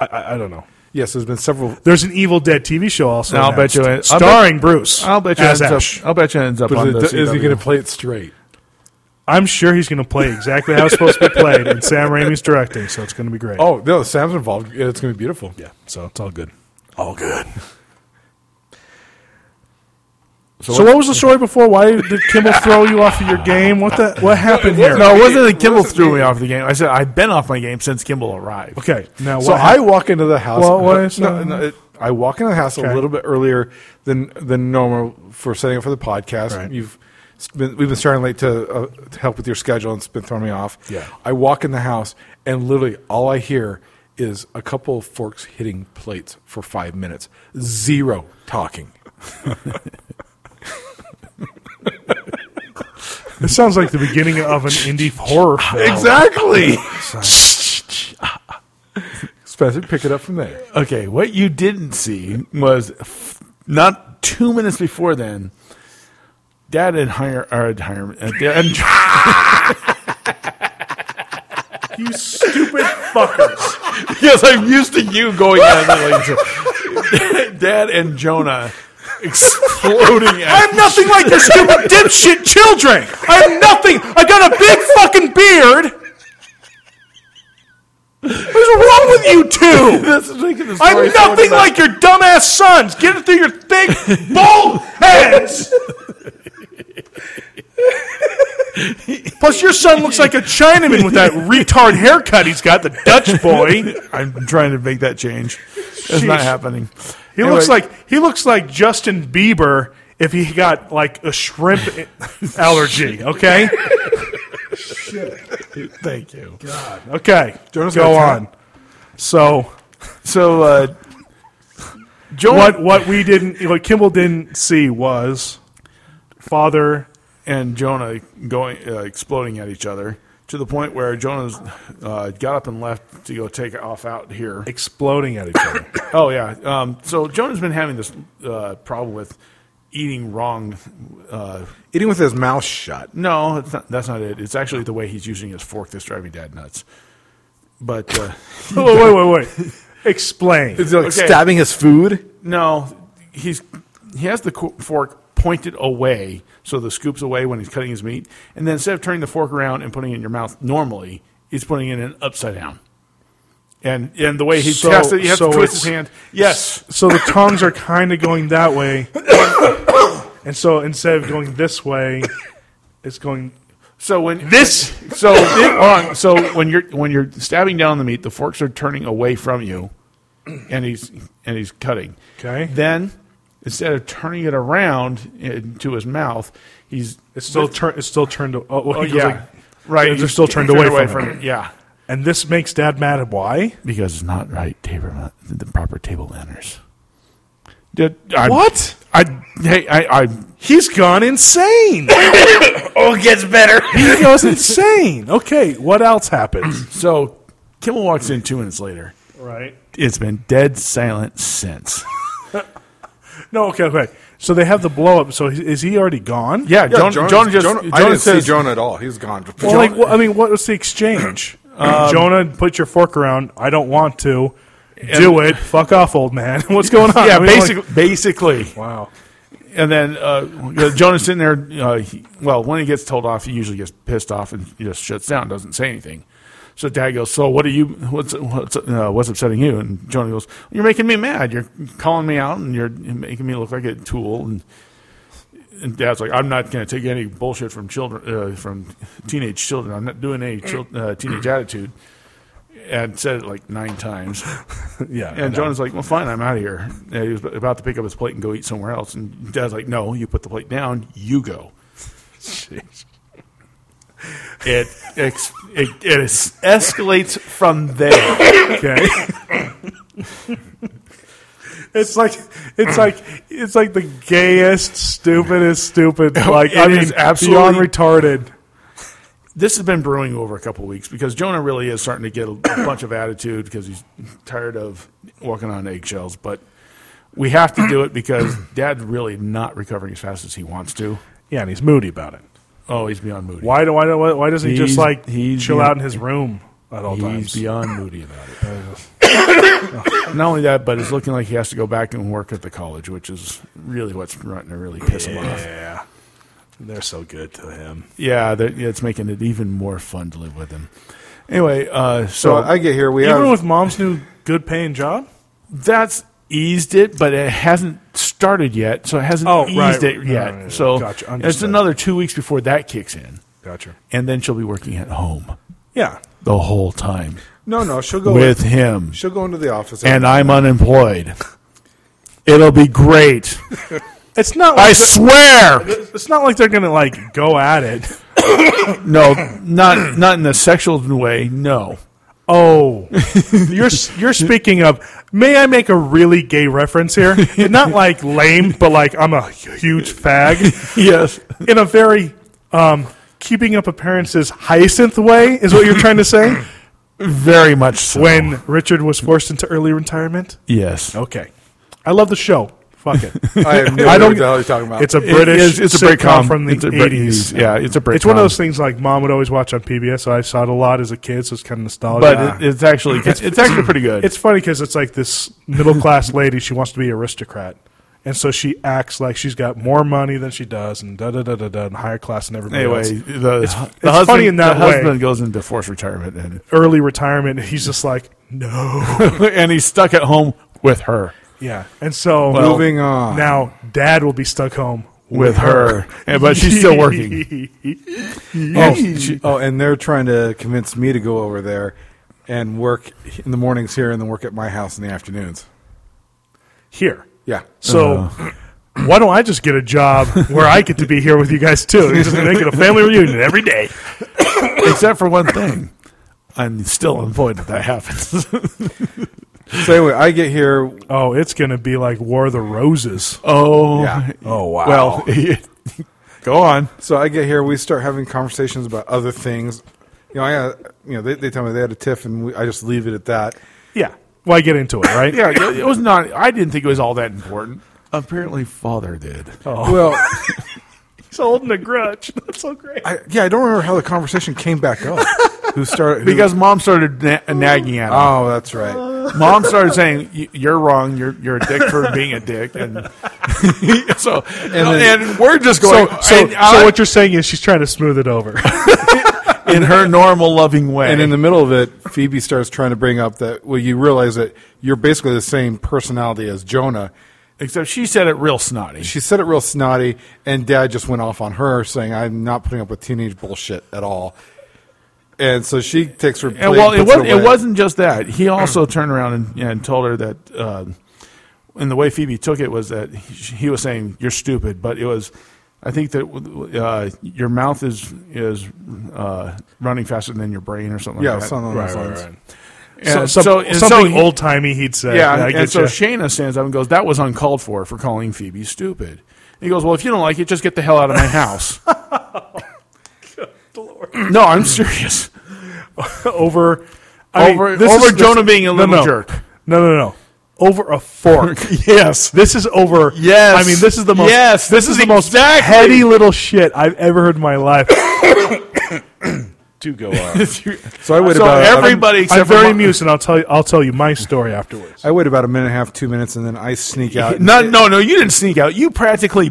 D: I, I, I don't know.
A: Yes, there's been several.
B: There's an Evil Dead TV show also.
C: I'll bet
B: announced,
C: you it- I'll bet-
B: starring Bruce.
C: I'll bet you uh,
B: as
C: ends
B: Ash.
C: up. I'll bet you ends up
A: But
C: on
A: is,
C: the.
A: it- is he
C: CW.
A: going to play it straight?
B: I'm sure he's going to play exactly how it's supposed to be played, and Sam Raimi's directing, so it's going to be great.
A: Oh no, Sam's involved. Yeah, It's going to be beautiful.
D: Yeah. So it's all good.
A: all good.
B: so what was the story before? Why did Kimmel throw you off of your game? What the? What happened here?
C: No, it wasn't that Kimball threw me off the game. I said I've been off my game since Kimball arrived.
B: Okay. Now what?
A: So I walk into the house.
B: Well, what is,
A: no,
B: uh,
A: no, it- I walk into the house
B: Okay.
A: a little bit earlier than than normal for setting up for the podcast.
B: Right.
A: You've it's been, we've been starting late to, uh, to help with your schedule, and it's been throwing me off.
D: Yeah.
A: I walk in the house, and literally all I hear is a couple of forks hitting plates for five minutes. Zero talking.
B: it sounds like the beginning of an indie horror film.
A: Exactly. Spencer, pick it up from there.
C: Okay, what you didn't see was f- not two minutes before then. Dad had hire, or had hire, uh, dad,
B: You stupid fuckers.
C: yes, I'm used to you going down the lane. Dad and Jonah exploding. At
B: I'm nothing like your stupid dipshit children. I'm nothing. I got a big fucking beard. What's wrong with you two?
C: this is making the story
B: I'm
C: so
B: nothing
C: much-
B: like your dumbass sons. Get it through your thick, bald heads. Plus, your son looks like a Chinaman with that retard haircut he's got, the Dutch boy.
C: I'm trying to make that change. It's
B: Sheesh.
C: not happening.
B: He
C: Anyway,
B: looks like he looks like Justin Bieber if he got like a shrimp allergy. Okay.
C: Thank you.
B: Okay.
A: Jonas
B: Go
A: got
B: on. So
C: So, uh, Jonah
B: what what we didn't what Kimball didn't see was father
C: and Jonah going uh, exploding at each other to the point where Jonah's uh, got up and left to go take off out here.
D: Exploding at each other.
C: Oh yeah. Um, so Jonah's been having this uh, problem with eating wrong. Uh,
A: Eating with his mouth shut.
C: no, it's not, that's not it. It's actually the way he's using his fork that's driving Dad nuts. But uh,
B: wait wait wait wait explain
A: Is he like
C: Okay.
A: stabbing his food?
C: no, he's he has the co- fork pointed away, so the scoop's away when he's cutting his meat. And then instead of turning the fork around and putting it in your mouth normally, he's putting it in upside down. And and the way he
B: So-
C: has to, he has
B: so
C: to twist his
B: it's-
C: hand. Yes,
B: so the tongues are kind of going that way and so instead of going this way it's going
C: So when
B: This-
C: so hold on. So when you're when you're stabbing down the meat, the forks are turning away from you, and he's and he's cutting.
B: Okay.
C: Then instead of turning it around into his mouth, he's
B: it's still turn it's still turned oh, well,
C: oh,
B: he goes
C: yeah
B: like-
C: right.
B: they're
C: he's
B: still turned away from him.
C: Yeah.
B: and this makes dad mad why
C: Because it's not right table ma- the proper table manners. Did- I,
B: what
C: I hey I, I
B: he's gone insane
E: Oh, it gets better.
B: he goes insane okay what else happens
C: so Kimmel walks in two minutes later.
B: right
C: It's been dead silent since.
B: No, okay, okay. So they have the blow up. So is he already gone?
C: Yeah, Jonah,
A: Jonah's-
C: Jonah just
A: Jonah- I
C: Jonah
A: didn't
C: says,
A: see Jonah at all. He's gone.
B: Well, like, what, I mean, what was the exchange?
C: Um,
B: Jonah, put your fork around. I don't want to. Do it. Fuck off, old man. What's going on?
C: Yeah,
B: I mean, like-
C: basically, basically.
B: wow.
C: And then uh, Jonah's sitting there. Uh, he, well, when he gets told off, he usually gets pissed off and he just shuts down, doesn't say anything. So Dad goes, "So what are you? What's what's uh, what's upsetting you?" And Jonah goes, "You're making me mad. You're calling me out, and you're making me look like a tool." And, and Dad's like, "I'm not going to take any bullshit from children, uh, from teenage children. I'm not doing any chil- uh, teenage attitude." And said it like nine times.
B: Yeah. I
C: And
B: know.
C: Jonah's like, well, fine, I'm out of here. And he was about to pick up his plate and go eat somewhere else. And Dad's like, no, you put the plate down, you go. It, ex- it it es- escalates from there.
B: Okay. it's like it's like it's like the gayest, stupidest, stupid. Like I
C: it
B: mean,
C: is absolutely-
B: beyond retarded.
C: This has been brewing over a couple weeks because Jonah really is starting to get a bunch of attitude because he's tired of walking on eggshells. But we have to do it because Dad's really not recovering as fast as he wants to.
B: Yeah, and he's moody about it.
C: Oh, he's beyond moody.
B: Why do why do, why doesn't he
C: He's-
B: just like
C: he's
B: chill
C: beyond-
B: out in his room at all
C: He's
B: times?
C: beyond moody about it. Not only that, but it's looking like he has to go back and work at the college, which is really what's running to really piss him off.
B: yeah, they're so good to him.
C: Yeah, that, yeah, it's making it even more fun to live with him. Anyway, uh, so
A: So I get here. We
B: Even
A: have
B: with mom's new good paying job.
C: that's eased it, but it hasn't started yet, so it hasn't
B: Oh,
C: eased
B: right.
C: it yet.
B: Right, right,
C: So
B: gotcha,
C: it's
B: understood.
C: another two weeks before that kicks in,
B: Gotcha.
C: and then she'll be working at home
B: Yeah.
C: the whole time
A: no, no. She'll go
C: with him.
A: She'll go into the office.
C: and I'm unemployed. It'll be great.
B: It's not. Like
C: I
B: they're-
C: swear.
B: it's not like they're gonna like go at it.
C: No, not not in a sexual way. No.
B: Oh, you're you're speaking of. May I make a really gay reference here? Not like lame, but like I'm a huge fag
C: Yes.
B: in a very um, keeping up appearances Hyacinth way is what you're trying to say.
C: Very much so.
B: When Oh, Richard was forced into early retirement.
C: yes.
B: Okay, I love the show. Fuck it.
A: I have no
B: I
A: idea
B: don't-
A: what the hell you're talking about.
B: It's a British.
C: It is- it's a
B: sitcom
C: sitcom
B: from the
C: It's a Brit-
B: '80s.
C: Yeah, it's a Britcom.
B: It's one of those things like mom would always watch on PBS. So I saw it a lot as a kid, so it's kind of nostalgic.
C: But it, it's actually it's, actually pretty good.
B: It's funny because it's like this middle class lady. She wants to be aristocrat, and so she acts like she's got more money than she does, and da da da da da, and higher class than everybody
C: anyway.
B: else.
C: the the
B: funny
C: husband,
B: in that
C: the
B: way.
C: husband goes into forced retirement and
B: Early retirement. and He's just like no,
C: and he's stuck at home with her
B: yeah. And so
A: Moving on.
B: now, dad will be stuck home
C: with her, and, but she's still working.
A: oh, she- oh, and they're trying to convince me to go over there and work in the mornings here, and then work at my house in the afternoons.
B: here.
A: Yeah.
B: So.
C: Uh.
B: Why don't I just get a job where I get to be here with you guys too? It's Just make it a family reunion every day.
C: Except for one thing, I'm still employed if that happens.
A: So anyway, I get here.
B: Oh, it's gonna be like War of the Roses.
C: oh,
A: Yeah.
B: Oh wow!
C: Well, go on.
A: So I get here. We start having conversations about other things. You know, I uh, you know they, they tell me they had a tiff, and we, I just leave it at that.
B: yeah. Why get into it, right?
C: Yeah, it it was not. I didn't think it was all that important. Apparently, father did.
A: Well,
B: He's holding a grudge. That's so great.
A: I, yeah, I don't remember how the conversation came back up. Who started? Who,
C: Because mom started na- nagging at him.
A: oh, that's right.
C: Mom started saying, "Y- "You're wrong. You're you're a dick for being a dick." And so, and,
A: then-
C: we're just
B: so,
C: going.
B: so,
C: and I-
B: so what you're saying is she's trying to smooth it over.
C: in her normal, loving way.
A: And in the middle of it, Phoebe starts trying to bring up that well, you realize that you're basically the same personality as Jonah.
C: except she said it real snotty.
A: She said it real snotty, and Dad just went off on her, saying, "I'm not putting up with teenage bullshit at all." And so she takes her.
C: And
A: plate
C: well, it
A: puts
C: was
A: away.
C: it wasn't just that. He also turned around and, and told her that. um and the way Phoebe took it was that he, he was saying you're stupid, but it was, I think that uh, your mouth is is uh, running faster than your brain or something.
A: Yeah,
C: like that.
A: something along those lines.
C: And
B: Some-
C: so, and so
B: something
C: he-
B: old timey he'd say.
C: Yeah,
B: I
C: and,
B: get
C: and so
B: ya.
C: Shayna stands up and goes, "That was uncalled for for calling Phoebe stupid." He goes, "Well, if you don't like it, just get the hell out of my house." No, I'm serious.
B: over I mean,
C: Over-
B: this
C: over
B: is- this-
C: Jonah being a
B: no,
C: little
B: no.
C: jerk.
B: No, no, no. over a fork.
C: Yes.
B: This is over.
C: Yes.
B: I mean, this is the most.
C: Yes, this
B: This, is
C: is
B: the most
C: exactly-
B: heady little shit I've ever heard in my life.
D: Do go on.
A: So I wait
C: So
A: about
C: everybody
B: I'm
C: except for
B: very
C: Mo-
B: amused, and I'll tell you. I'll tell you my story afterwards.
A: I wait about a minute and a half, two minutes, and then I sneak out.
C: Uh, No, no, no! You didn't sneak out. You practically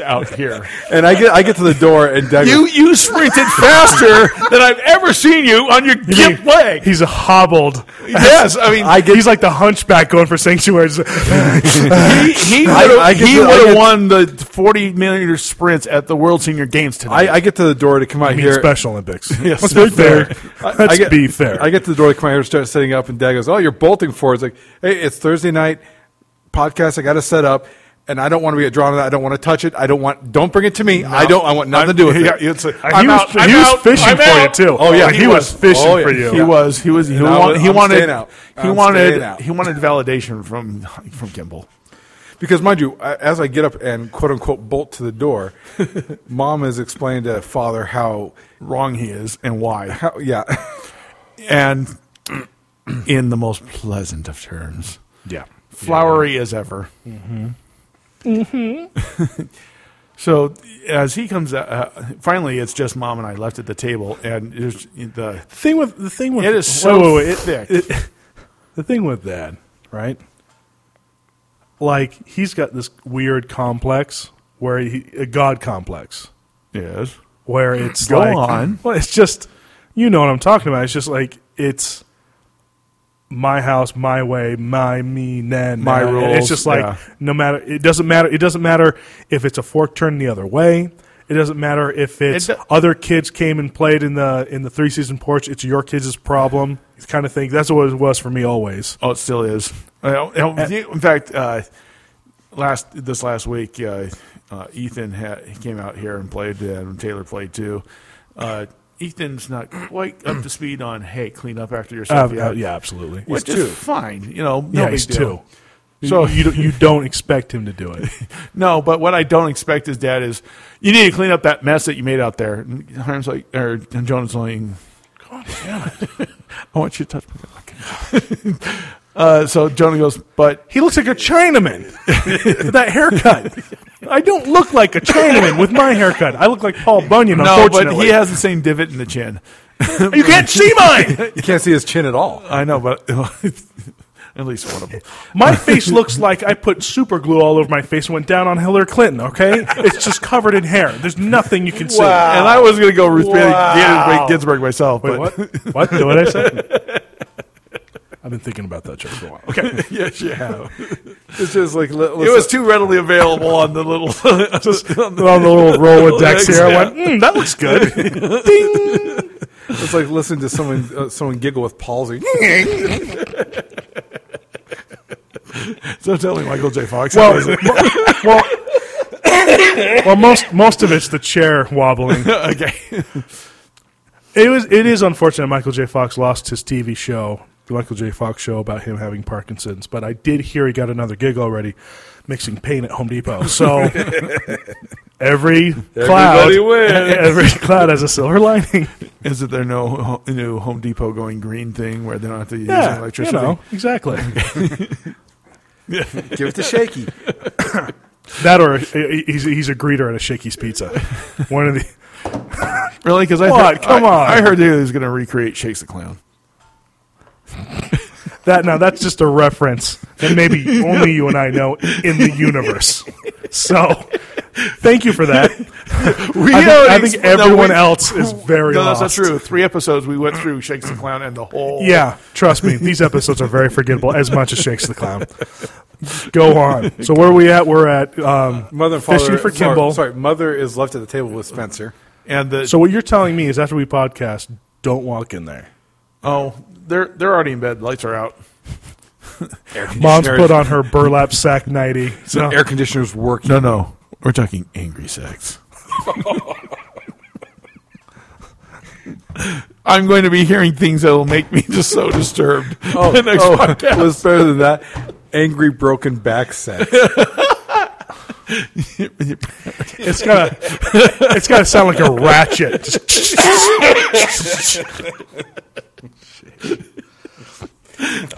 C: out here.
A: and I get I get to the door and Doug
C: You you sprinted faster than I've ever seen you on your gimp leg.
B: He's hobbled.
C: Yes, I mean
A: I get
B: He's like the hunchback going for sanctuaries.
C: he he
A: I-
C: would've-
A: I get
C: he
A: to- I
C: would have
A: get-
C: won the forty meter sprints at the World Senior Games
A: I,
C: tonight.
A: I get to the door to come out
B: mean
A: here.
B: Special Olympics.
C: Yes,
B: Let's
C: be
B: be fair.
A: I-
B: Let's
A: I get,
B: be fair.
A: I get to the door to come out here and start setting up, and Dad goes, "Oh, you're bolting for." it." It's like, hey, it's Thursday night podcast. I got to set up, and I don't want to get drawn. to that. I don't want to touch it. I don't want. Don't bring it to me. I don't. I want nothing to do with
C: yeah,
A: it.
C: it's like,
B: he
C: I'm
B: was,
C: out,
B: he
C: I'm
B: was
C: out,
B: fishing
C: I'm
B: for
C: out.
B: you too.
A: Oh, yeah,
B: he,
A: he
B: was,
A: was.
B: fishing
A: Oh, yeah,
B: for you.
C: He was. He was. He,
A: I
C: wanted.
A: was-
C: He
A: I'm
C: wanted.
A: staying out.
C: He
A: I'm
C: wanted.
A: staying out.
C: He wanted validation from from Kimball.
A: Because mind you, I- as I get up and quote unquote bolt to the door, Mom has explained to Father how,
C: Wrong he is, and why?
A: how yeah,
C: And in the most pleasant of terms,
D: yeah.
C: flowery as ever. Mm-hmm. Mm-hmm. so as he comes, out, uh, finally, it's just Mom and I left at the table, and there's the
B: The thing with the thing with
C: it is so
B: Wait, wait, wait.
C: thick.
B: the thing with that, right? Like he's got this weird complex where he a god complex
C: yes.
B: where it's
C: Go
B: like
C: on.
B: well, it's just you know what I'm talking about. It's just like it's my house, my way, my me, nah, nah.
C: My rules,
B: It's just like
C: yeah.
B: no matter. It doesn't matter. It doesn't matter if it's a fork turned the other way. It doesn't matter if it's
C: It do-
B: other kids came and played in the in the three season porch. It's your kids' problem. Kind of thing. That's what it was for me always.
C: Oh, it still is. I don't- I don't- in fact, uh, last this last week, uh, uh, Ethan ha he came out here and played, and Taylor played too. Uh, Ethan's not quite up to speed on hey, clean up after yourself.
B: Uh,
C: yet,
B: uh, yeah, absolutely.
C: which
A: he's
C: is
A: two.
C: fine. You know, no
B: yeah,
C: big
B: he's
C: deal.
B: two. So
C: So-
B: you don't- you don't expect him to do it.
C: No, but what I don't expect his dad is you need to clean up that mess that you made out there. And Hiram's like, or and Jonah's like, God damn it! I want you to touch my. uh, so Jonah goes, but
B: He looks like a Chinaman with that haircut. I don't look like a Chinaman with my haircut. I look like Paul Bunyan.
C: no, but
B: unfortunately,
C: he has the same divot in the chin.
B: you can't see mine.
A: you can't see his chin at all.
C: I know, but at least one of them.
B: My face looks like I put super glue all over my face and went down on Hillary Clinton. Okay, it's just covered in hair. There's nothing you can see.
C: And I was going to go Ruth Bader Ginsburg, Ginsburg myself,
B: Wait,
C: but
B: what? What? What did I say? I've been thinking about that joke for a while. Okay,
C: yes, you have.
A: It's just like li-
C: It was too readily available on the little.
B: on the little Rolodex here, I
C: Yeah.
B: went, mm, "That looks good."
A: It's like listening to someone uh, someone giggle with palsy.
C: so tell me, Michael J. Fox.
B: Well,
C: how is it?
B: mo- well, well, most most of it's the chair wobbling.
C: okay.
B: It was. It is unfortunate. Michael J. Fox lost his TV show, the Michael J. Fox show about him having Parkinson's. But I did hear he got another gig already, mixing paint at Home Depot. So every cloud,
A: Everybody wins.
B: every cloud has a silver lining.
C: Is it there no ho- new Home Depot going green thing where they don't have to use
B: Yeah,
C: electricity?
B: you know exactly.
A: Give it to Shaky.
B: that or he- he's he's a greeter at a Shakey's Pizza. One of the
C: Really? Because I
B: What?
C: thought-
B: Come
C: I-
B: on.
C: I heard they was going to recreate Shakes the Clown.
B: that now that's just a reference that maybe only you and I know in the universe. So thank you for that.
C: We
B: I think,
C: already
B: I think
C: expl- no,
B: everyone
C: we-
B: else is very
C: No, that's
B: lost.
C: not true. Three episodes we went through Shakes the Clown and the whole.
B: Yeah, trust me, these episodes are very forgettable as much as Shakes the Clown. Go on. So where are we at? We're at um,
A: Mother and father.
B: Fishing for
A: sorry-
B: Kimball.
A: Sorry, mother is left at the table with Spencer.
C: And the
B: So what you're telling me is after we podcast, don't walk in there.
C: Oh, they're they're already in bed. Lights are out.
B: Mom's put on her burlap sack nighty. So
A: Air conditioner's working.
C: No, no, we're talking angry sex. I'm going to be hearing things that will make me just so disturbed.
A: Oh, oh, it was better than that. Angry broken back sex.
B: it's gotta it's gotta sound like a ratchet. Just-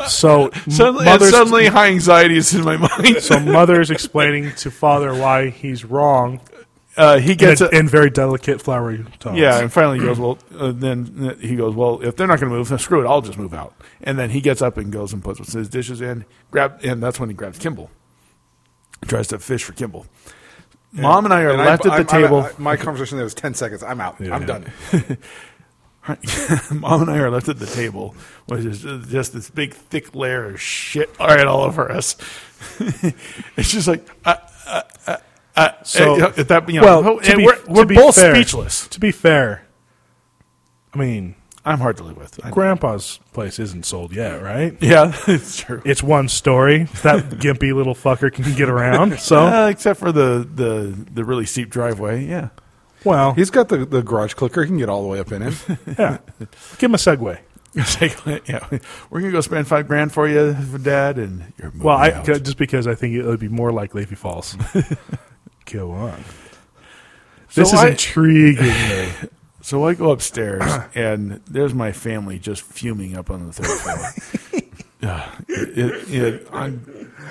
B: So,
C: Suddenly,
B: mother's,
C: suddenly high anxiety is in my mind.
B: so mother's explaining to father why he's wrong
C: uh, he
B: in,
C: gets
B: a,
C: a,
B: in very delicate flowery tones.
C: yeah, and finally he goes. Well, uh, then he goes. Well, if they're not going to move, then screw it. I'll just move out. And then he gets up and goes and puts his dishes in. Grab, and that's when he grabs Kimball. Tries to fish for Kimball. Mom and I are
A: And
C: left
A: I'm-
C: at the
A: I'm- I'm-
C: table.
A: I- my conversation there was ten seconds. I'm out. I'm done.
C: Mom and I are left at the table, which is just this big thick layer of shit right all over us. it's just like uh, uh, uh, uh,
B: So-
C: uh, at that, you know,
B: Well,
C: oh,
B: to
C: and
B: be-
C: we're,
B: to
C: we're
B: be
C: both
B: fair-
C: speechless.
B: To be fair, I mean,
C: I'm hard to live with. I-
B: Grandpa's place isn't sold yet, right?
C: yeah, it's true.
B: It's one story that gimpy little fucker can get around. So,
C: Uh, except for the, the the really steep driveway. Yeah,
B: well,
A: He's got the, the garage clicker. He can get all the way up in it.
B: yeah, give him a segue.
C: It's like, yeah, we're gonna go spend five grand for you, for Dad, and you're moving
B: Well, I
C: out.
B: just because I think it would be more likely if he falls. Go on.
C: So
B: This is
C: I-
B: intriguing. me.
C: So I go upstairs, and there's my family just fuming up on the third floor. Yeah, it- it- it- I'm-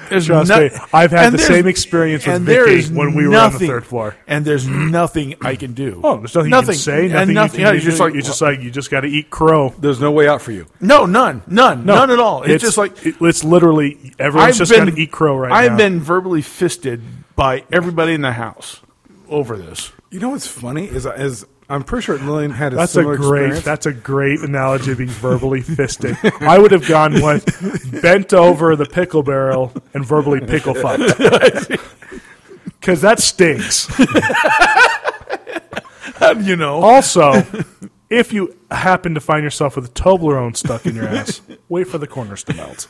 C: there's
B: Trust
C: no-
B: me, I've had
C: and
B: the
C: there's-
B: same experience with
C: and there
B: Vicky
C: is
B: when we were on the
C: nothing-
B: third floor.
C: And there's nothing I can do.
B: Oh, there's nothing, you can say.
C: and
B: Nothing,
C: nothing-
B: you
C: yeah,
B: can
C: you're just like,
B: you just like you just got to eat crow.
A: There's no way out for you.
C: no, none, none, none at all. It's, just like
B: it- it's literally everyone's just got to eat crow right
C: I've
B: now.
C: been verbally fisted by everybody in the house over this.
A: You know what's funny is is I'm pretty sure Lillian had a
B: That's a
A: similar
B: great.
A: experience.
B: That's a great analogy of being verbally fisted. I would have gone with bent over the pickle barrel and verbally pickle fucked. Because that stinks.
C: You know,
B: Also, if you happen to find yourself with a Toblerone stuck in your ass, wait for the corners to melt.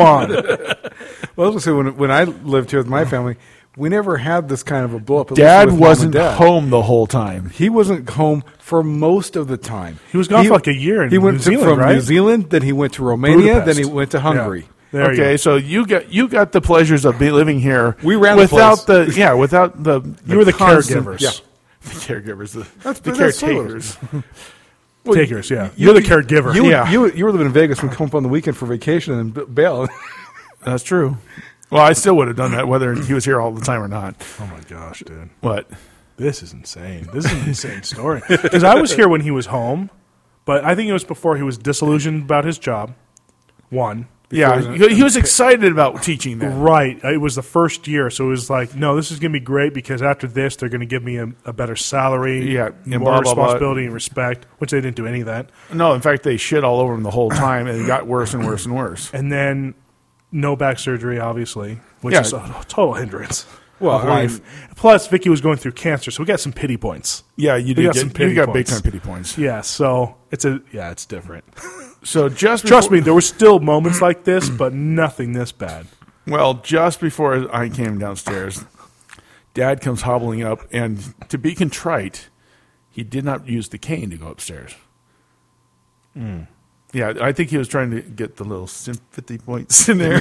B: on.
A: well, I was gonna say when when I lived here with my family, we never had this kind of a blow up. at least
C: Dad
A: with mom and
C: wasn't
A: dad.
C: home the whole time.
A: He wasn't home for most of the time.
B: He was gone for like a year in
A: he went
B: New
A: to-
B: Zealand,
A: from
B: right?
A: New Zealand, then he went to Romania, then he
B: Budapest.
A: went to Hungary.
B: There you
C: okay,
B: go.
C: so you got you got the pleasures of be living here.
A: We ran the
C: without the, yeah, without the,
B: You were the
C: constant-
B: caregivers.
A: Yeah.
C: the caregivers, the, the
A: but that's sort of-
C: caretakers.
B: Takers, yeah. You're the caregiver.
A: You,
C: Yeah.
A: you, you were living in Vegas and come up on the weekend for vacation and b- bail.
C: That's true. Well, I still would have done that whether he was here all the time or not.
B: oh my gosh, dude.
C: But
B: This is insane. This is an insane story. Because I was here when he was home, but I think it was before he was disillusioned about his job. One.
C: yeah, he, he was excited about teaching that.
B: Right. It was the first year, so it was like, no, this is going to be great because after this, they're going to give me a, a better salary,
C: Yeah, and
B: more
C: blah, blah, blah.
B: responsibility and respect, which they didn't do any of that.
C: No, Oh, in fact, they shit all over him the whole time, and it got worse and worse and worse.
B: And then no back surgery, obviously, which
C: Yeah.
B: is a total hindrance
A: Well,
B: of
A: I mean-
B: life. Plus, Vicky was going through cancer, so we got some pity points.
C: Yeah, you did
B: got
C: get-
B: some pity
C: you got
B: points.
C: big time pity points.
B: Yeah, so it's a yeah, it's different.
C: So just
B: Trust
C: before-
B: me, there were still moments like this, but nothing this bad.
C: Well, just before I came downstairs, Dad comes hobbling up, and to be contrite, he did not use the cane to go upstairs. Yeah, I think he was trying to get the little sympathy points in there.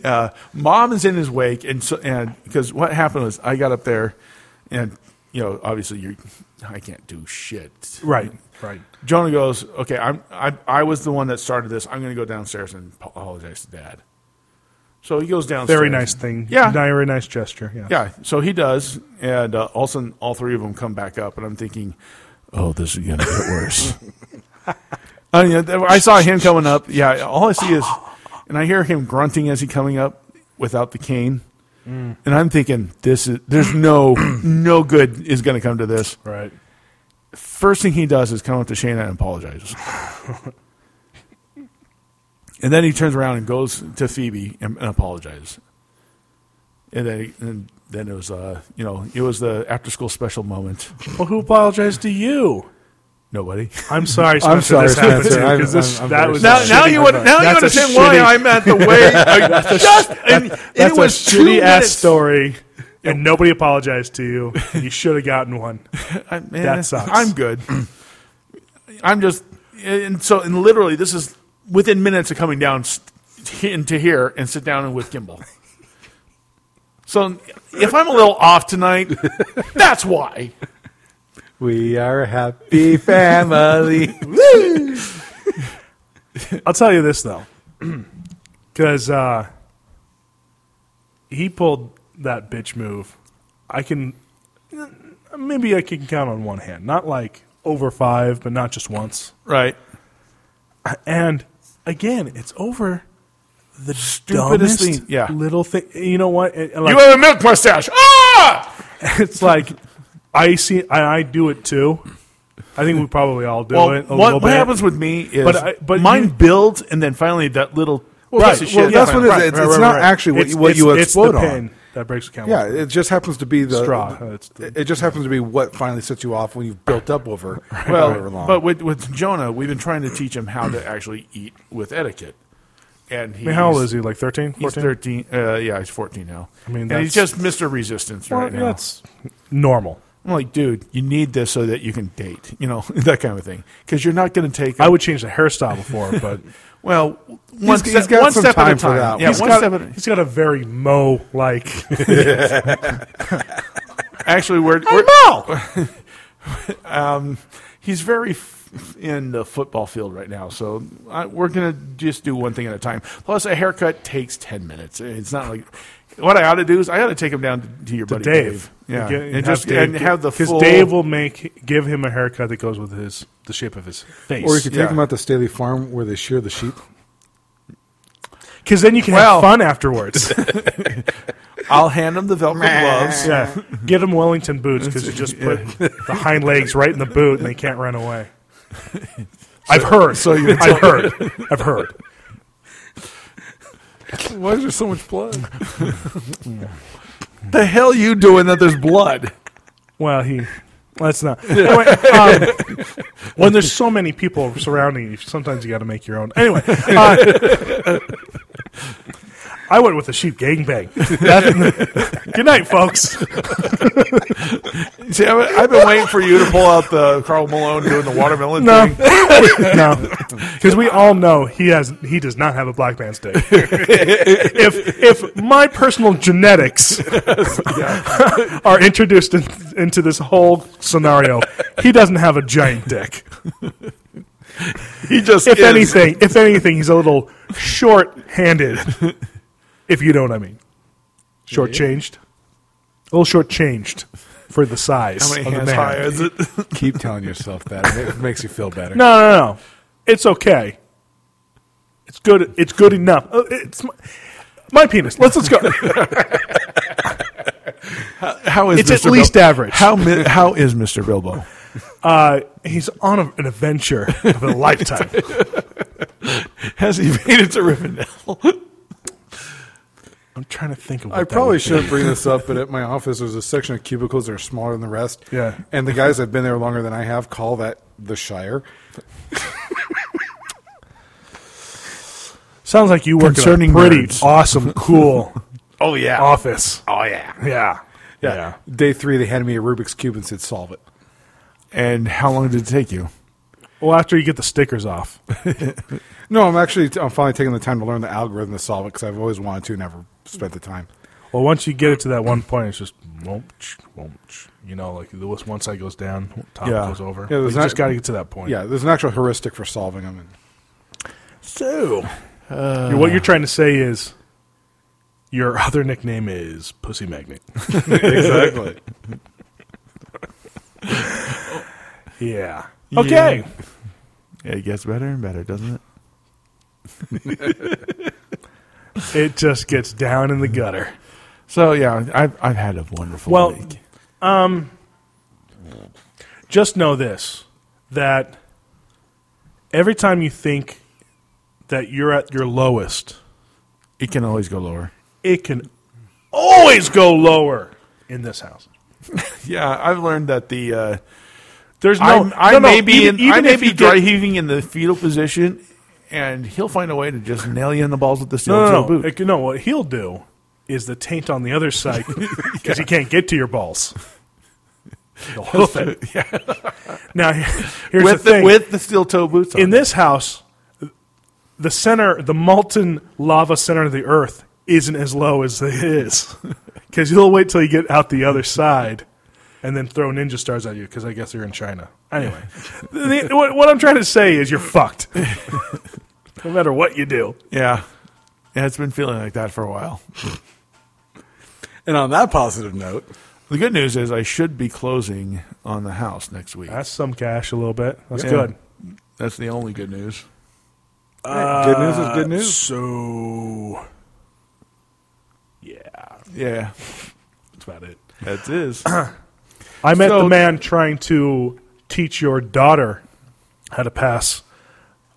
C: uh, Mom is in his wake, and so and because what happened was I got up there, and you know obviously you, I can't do shit.
B: Right, right.
C: Jonah goes, "Okay, I'm I, I was the one that started this. I'm going to go downstairs and apologize to Dad." So he goes downstairs.
B: Very nice thing.
C: Yeah.
B: very nice gesture. Yeah,
C: Yeah. So he does, and uh, all of a sudden, all three of them come back up, and I'm thinking, "Oh, this is going to get worse." I, mean, th- I saw him coming up. Yeah. All I see is, and I hear him grunting as he coming up without the cane.
B: Mm.
C: And I'm thinking, this is there's no no good is going to come to this.
B: right.
C: First thing he does is come up to Shayna and apologizes. and then he turns around and goes to Phoebe and, and apologizes. And then, and then it was, uh, you know, it was the after school special moment.
B: Well, who apologized to you?
C: Nobody.
B: I'm sorry, Spencer.
A: I'm sorry,
B: this happened
A: Spencer.
B: to you,
A: I'm-
B: 'cause this-
A: I'm- I'm
B: that
A: very
B: was
A: sorry.
B: a
A: Now-
B: shitty- That's a shitty-
C: at the way. I just, and
B: That's a shitty ass story, and nobody apologized to you. You should have gotten one.
C: I, man,
B: That sucks.
C: I'm good. I'm just, eh, and so, and literally, this is within minutes of coming down st- into here and sit down and with Kimball. So, if I'm a little off tonight, that's why.
A: we are a happy family.
B: I'll tell you this though, because uh, he pulled that bitch move. I can maybe I can count on one hand, not like over five, but not just once.
C: Right.
B: And again, it's over the
C: Stupidest
B: stupidest
C: thing, yeah.
B: little thing. You know what? It- like-
C: You have a milk mustache. Ah!
B: it's like I see, and I do it too. I think we probably all do
C: Well,
B: it. A
C: what,
B: little
C: what
B: bit.
C: happens with me is
B: But I- but
C: mine
B: you-
C: builds, and then finally that little
A: Right.
C: piece of shit.
A: Well, that's what it is.
C: Right.
A: It's- not actually what you- what you
B: it's,
A: explode
B: it's
A: on.
B: the pin That breaks the camel.
A: Yeah, it just happens to be the
B: Straw.
A: the-
B: It's the-
A: it it just happens to be what finally sets you off when you've built up over
C: Well,
A: however long.
C: but with, with Jonah, we've been trying to teach him how to actually eat with etiquette. And he's,
B: I mean, how old is he? Like 13?
C: He's
B: 14?
C: thirteen. Uh, yeah, he's fourteen now. I
B: mean,
C: and he's
B: that's-
C: just Mister Resistance
B: Well,
C: right now.
B: That's normal.
C: I'm like, dude, you need this so that you can date. You know that kind of thing because you're not going to take.
B: I would change the hairstyle before, but
C: well, one,
A: He's-
C: step,
A: he's got
C: one
A: some
C: step
A: time
C: at a
A: for
C: time.
A: that.
C: Yeah,
B: he's
C: one step at
B: got,
C: a
B: he's got a very Mo like.
C: Actually, we're, we're
B: Mo!
C: um, he's very f- in the football field right now, so I, we're gonna just do one thing at a time. Plus, a haircut takes ten minutes. It's not like what I ought to do is I ought to take him down to, to your buddy
B: Dave.
C: Dave. Yeah,
B: Get-
C: and, just and have the
B: Because
C: full.
B: Dave will make give him a haircut that goes with his the shape of his face.
A: or you could take
C: yeah.
A: them out to Staley Farm where they shear the sheep.
B: Because then you can
C: Well-
B: have fun afterwards.
C: I'll hand him the Velcro gloves.
B: yeah, get him Wellington boots because you just put the hind legs right in the boot and they can't run away. I've heard. So you I've heard. I've heard.
A: Why is there so much blood?
C: The hell you doing that? There's blood.
B: Well, he. Let's not. Anyway, um, when there's so many people surrounding you, sometimes you got to make your own. Anyway, uh, I went with the sheep gangbang. That- Good night, folks.
C: See, I've, I've been waiting for you to pull out the Carl Malone doing the watermelon
B: No,
C: thing.
B: no, because we all know he has he does not have a black man's dick. if if my personal genetics are introduced in, into this whole scenario, he doesn't have a giant dick.
C: He just
B: If
C: is.
B: anything, if anything, he's a little short-handed. if you know what I mean, short-changed, a little short-changed for the size
C: How many hands
B: of the man.
C: high is it?
A: Keep telling yourself that. and It makes you feel better.
B: No, no, no. It's okay. It's good. It's good enough. Uh, It's my, my penis. Let's let's go.
C: How is
B: It's
C: Mr.
B: at least
C: Bil-
B: average.
C: How mi- how is Mr. Bilbo?
B: Uh, he's on a, an adventure of a lifetime.
C: Has he made it to Rivendell?
B: I'm trying to think of. What
A: I
B: that
A: probably
B: would be.
A: shouldn't bring this up, but at my office, there's a section of cubicles that are smaller than the rest.
B: Yeah.
A: And the guys that have been there longer than I have call that the Shire.
B: Sounds like you work
C: Concerning
B: in a pretty
C: nerds.
B: awesome, cool
C: Oh yeah.
B: office.
C: Oh yeah.
B: Yeah. yeah,
A: Day three, they handed me a Rubik's Cube and said, solve it.
C: And how long did it take you?
B: Well, after you get the stickers off,
A: No, I'm actually, I'm finally taking the time to learn the algorithm to solve it because I've always wanted to, never spent the time.
B: well, once you get it to that one point, it's just womch, womch. You know, like the one side goes down, top
C: Yeah.
B: goes over.
A: Yeah,
B: you
A: there's not-
B: just got to get to that point.
A: Yeah, there's an actual heuristic for solving them. And
B: So, what you're trying to say is your other nickname is Pussy Magnet.
A: exactly.
B: Yeah. Okay.
C: It gets better and better, doesn't it?
B: It just gets down in the gutter.
C: So yeah, I've I've had a wonderful
B: Well- um,
C: week.
B: Just know this that every time you think that you're at your lowest,
C: It can always go lower.
B: it can always go lower in this house.
C: Yeah, I've learned that the uh,
B: There's no
C: I'm- i
B: no, no,
C: may be
B: even-
C: in, I
B: even
C: may
B: if
C: be
B: you get-
C: dry heaving in the fetal position, and he'll find a way to just nail you in the balls with the steel
B: No,
C: toe
B: no, no.
C: boot.
B: It- no, what he'll do is the taint on the other side because he can't get to your balls. The whole thing. Now, here's
C: with
B: the
C: the,
B: thing.
C: with the steel toe boots. On.
B: In this house, the center, the molten lava center of the earth isn't as low as it is because he'll wait till you get out the other side and then throw ninja stars at you because I guess you're in China. Anyway, the- what, what I'm trying to say is you're fucked. no matter what you do.
C: Yeah. Yeah, it's been feeling like that for a while.
A: And on that positive note,
C: The good news is I should be closing on the house next week.
B: That's some cash a little bit. That's
C: Yeah.
B: good.
C: That's the only good news.
A: good news is good news.
B: So, yeah,
C: Yeah.
B: that's about it.
C: That is.
B: I met
C: So-
B: the man trying to teach your daughter how to pass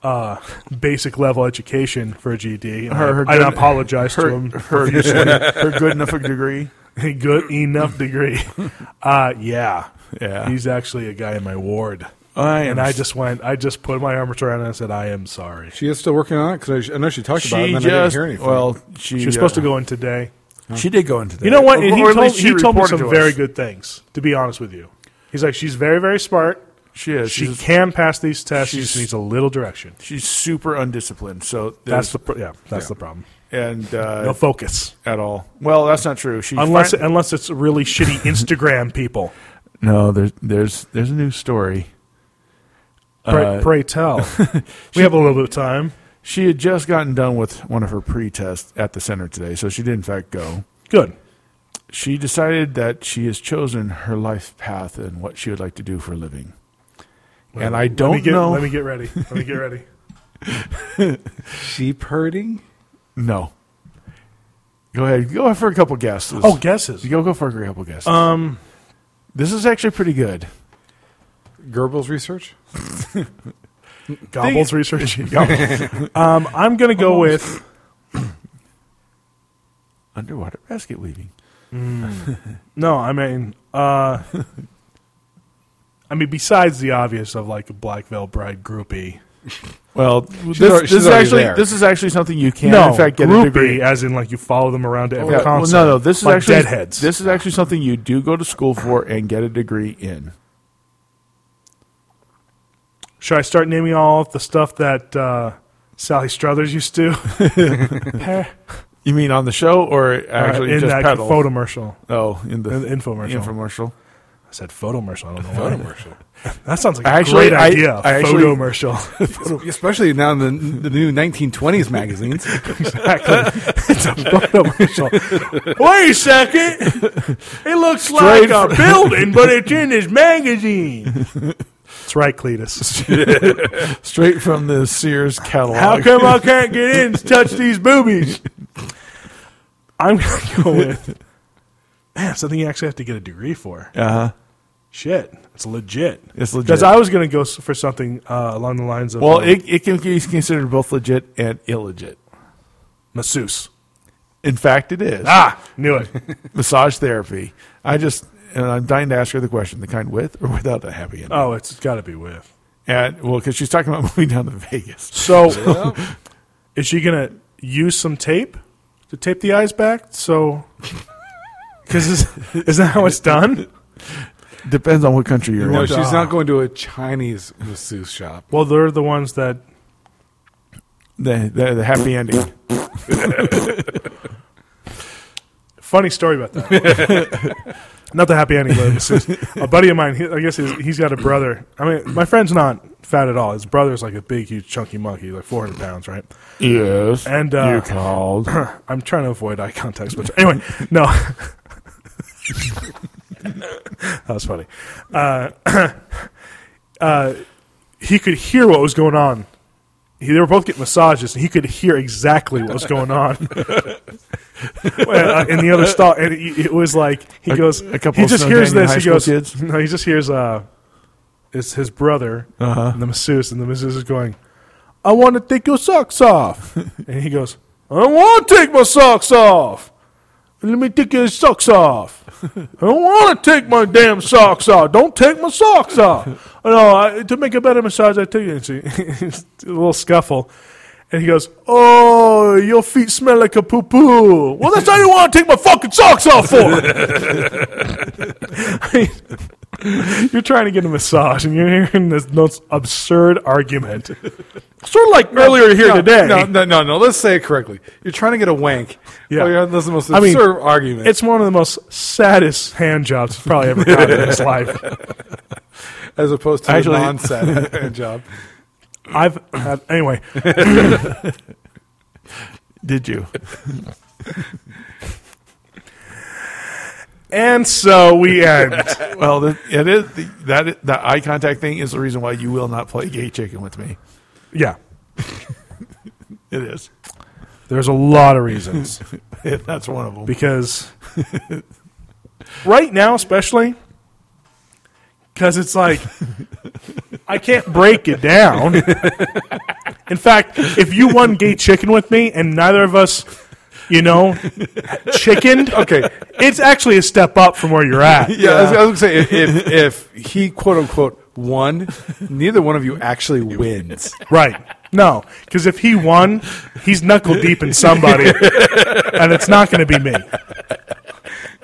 B: uh, basic level education for a GD. and
C: Her- her
B: I, I
C: good-
B: apologize to him.
C: her, her good enough a degree.
B: A good enough degree. Uh, yeah.
C: Yeah.
B: He's actually a guy in my ward.
C: I am
B: And I just went, I just put my arms around her and I said, I am sorry.
A: She is still working on it because I, I know she talked about it
C: she
A: and then I didn't
C: just
A: hear anything.
C: well she,
B: She was supposed to go in today.
C: go she did go into that
B: You know what?
C: uh, Or-
B: And he
C: or at
B: told,
C: least she
B: he told me
C: reported
B: some
C: to us.
B: very good things, to be honest with you. He's like, she's very, very smart.
C: she is
B: She
C: she's,
B: can pass these tests. She just
C: she's-
B: needs a little direction.
C: she's super undisciplined so
B: That's
C: there's-
B: the pr- yeah. That's the problem.
C: and uh,
B: No focus,
C: at all well that's not true she
B: unless
C: fin-
B: unless it's really shitty Instagram people.
C: no there's there's there's a new story
B: Pray,
C: Uh,
B: pray tell. we have a little bit of time.
C: she had just gotten done with one of her pre-tests at the center today so she did in fact go
B: Good.
C: she decided that she has chosen her life path and what she would like to do for a living and I
B: Let me
C: don't
B: get
C: know.
B: let me get ready. Let me get ready.
A: sheep herding.
C: no. Go ahead. Go for a couple guesses.
B: Oh, guesses.
C: Go go for a couple guesses. Um, this is actually pretty good.
A: Goebbels research.
B: Gobbles research. Gobbles. um, I'm gonna go with
C: Underwater basket weaving.
B: no. I mean, uh, I mean, besides the obvious of like a black veil bride groupie.
C: Well, this,
A: already-
C: this
A: she's
C: is
A: already
C: actually
A: there.
C: this is actually something you can
B: no,
C: in fact get
B: groupie,
C: a degree. Oh,
B: as in like you follow them around to every
C: Yeah, well,
B: concert.
C: no, no. This is
B: like
C: actually
B: deadheads.
C: This is actually something you do go to school for and get a degree in.
B: Should I start naming all of the stuff that uh, Sally Struthers used to Uh,
C: You mean on the show or actually
B: in
C: just
B: that
C: pedal?
B: photomercial?
C: oh, in the,
B: In the infomercial.
C: infomercial.
B: I said photomercial. I don't know why. That sounds like a
C: Actually,
B: great
C: I-
B: idea.
C: I actually-
B: photomercial.
A: Especially now in the, the new 1920s magazines.
B: exactly. It's a photomercial. Wait a second. It looks
C: Straight
B: like a building, but it's in this magazine. That's right, Cletus.
C: Straight from the Sears catalog.
B: How come I can't get in to touch these boobies? I'm going to go with, man, something you actually have to get a degree for.
C: Uh-huh.
B: Shit, it's legit.
C: It's legit.
B: Because I was going to go s- for something uh, along the lines of
C: well,
B: uh,
C: it, it can be considered both legit and illegit.
B: masseuse.
C: In fact, it is.
B: Ah, knew it.
C: massage therapy. I just and I'm dying to ask her the question: the kind with or without a happy ending.
B: oh, it's got to be with.
C: And well, because she's talking about moving down to Vegas.
B: So, is she going to use some tape to tape the eyes back? So, because is, is that how it's done?
C: Depends on what country you're
A: No,
C: in.
A: she's not going to a Chinese masseuse shop.
B: Well, they're the ones that.
C: The, the, the happy ending.
B: Funny story about that. not the happy ending, but masseuse. a buddy of mine. He, I guess he's, he's got a brother. I mean, my friend's not fat at all. His brother's like a big, huge, chunky monkey, like four hundred pounds, right?
C: Yes.
B: And uh,
C: you called.
B: I'm trying to avoid eye contact, but anyway, no. that was funny. Uh, uh, he could hear what was going on. He, they were both getting massages, and he could hear exactly what was going on Well, uh, in the other stall. And it, it was like he
C: A-
B: goes,
C: a couple
B: he
C: of
B: just
C: Snow
B: hears
C: Canyon
B: this.
C: high
B: He
C: school
B: goes,
C: kids?
B: no, he just hears. Uh, it's his brother,
C: Uh-huh.
B: and the masseuse, and the masseuse is going, I want to take your socks off. and he goes, I don't want to take my socks off. Let me take your socks off. I don't want to take my damn socks off. Don't take my socks off. "Oh, no, I, to make a better massage, I take it. It's a little scuffle. And he goes, Oh, your feet smell like a poo poo. Well, that's how you want to take my fucking socks off for. you're trying to get a massage and you're hearing this most absurd argument. Sort of like earlier here
A: No,
B: today.
A: No, no, no, no. Let's say it correctly. You're trying to get a wank.
B: Yeah.
A: Well, you're- that's the most
B: I mean,
A: absurd argument.
B: It's one of the most saddest hand jobs I've probably ever gotten in his life.
A: as opposed to
C: Actually-
A: a non-sad hand job.
B: I've had, anyway.
C: Did you?
B: And so we end.
C: well, the, it is the, that that eye contact thing is the reason why you will not play gay chicken with me.
B: Yeah.
C: It is.
B: There's a lot of reasons
C: That's one of them.
B: because right now, especially because it's like I can't break it down. In fact, if you won gay chicken with me and neither of us, you know, chickened, okay, it's actually a step up from where you're at.
A: Yeah, I was, I was gonna say if, if, if he quote unquote won, neither one of you actually wins.
B: Right. No, because if he won, he's knuckle deep in somebody, and it's not going to be me.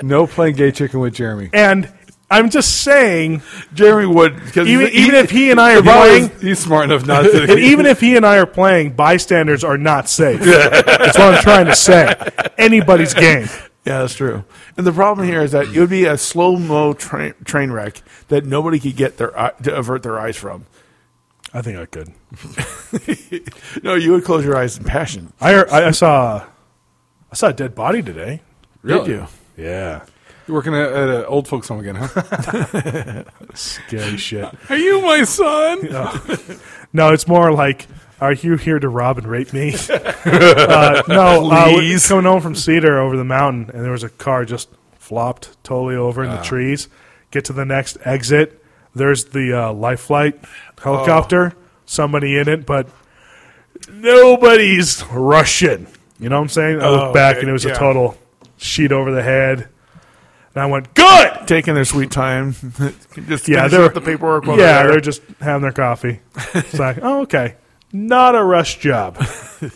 A: No playing gay chicken with Jeremy.
B: And I'm just saying,
C: Jeremy would because
B: even, even if he and I are playing,
A: He's smart enough not to.
B: and even if he and I are playing, bystanders are not safe. That's what I'm trying to say. Anybody's game.
C: yeah, that's true. And the problem here is that it would be a slow mo tra- train wreck that nobody could get their eye, to avert their eyes from.
B: I think I could.
C: No, you would close your eyes in passion.
B: I I, I saw I saw a dead body today.
C: Did you?
B: Yeah,
A: You're working at, at an old folks home again, huh?
B: scary shit.
A: Are you my son?
B: No, it's more like, are you here to rob and rape me? uh, no, uh, we- coming home from Cedar over the mountain, and there was a car just flopped totally over
C: Ah.
B: in the trees. Get to the next exit. There's the uh, life flight helicopter.
C: Oh.
B: Somebody in it, but nobody's Russian. You know what I'm saying? I looked back,
C: Oh, okay,
B: and it was
C: yeah.
B: a total sheet over the head. And I went, good.
C: Taking their sweet time, just
B: Yeah,
C: yeah,
B: they're-
C: up the paperwork. While
B: yeah,
C: they're,
B: they're just having their coffee. It's like, oh, okay, not a rush job.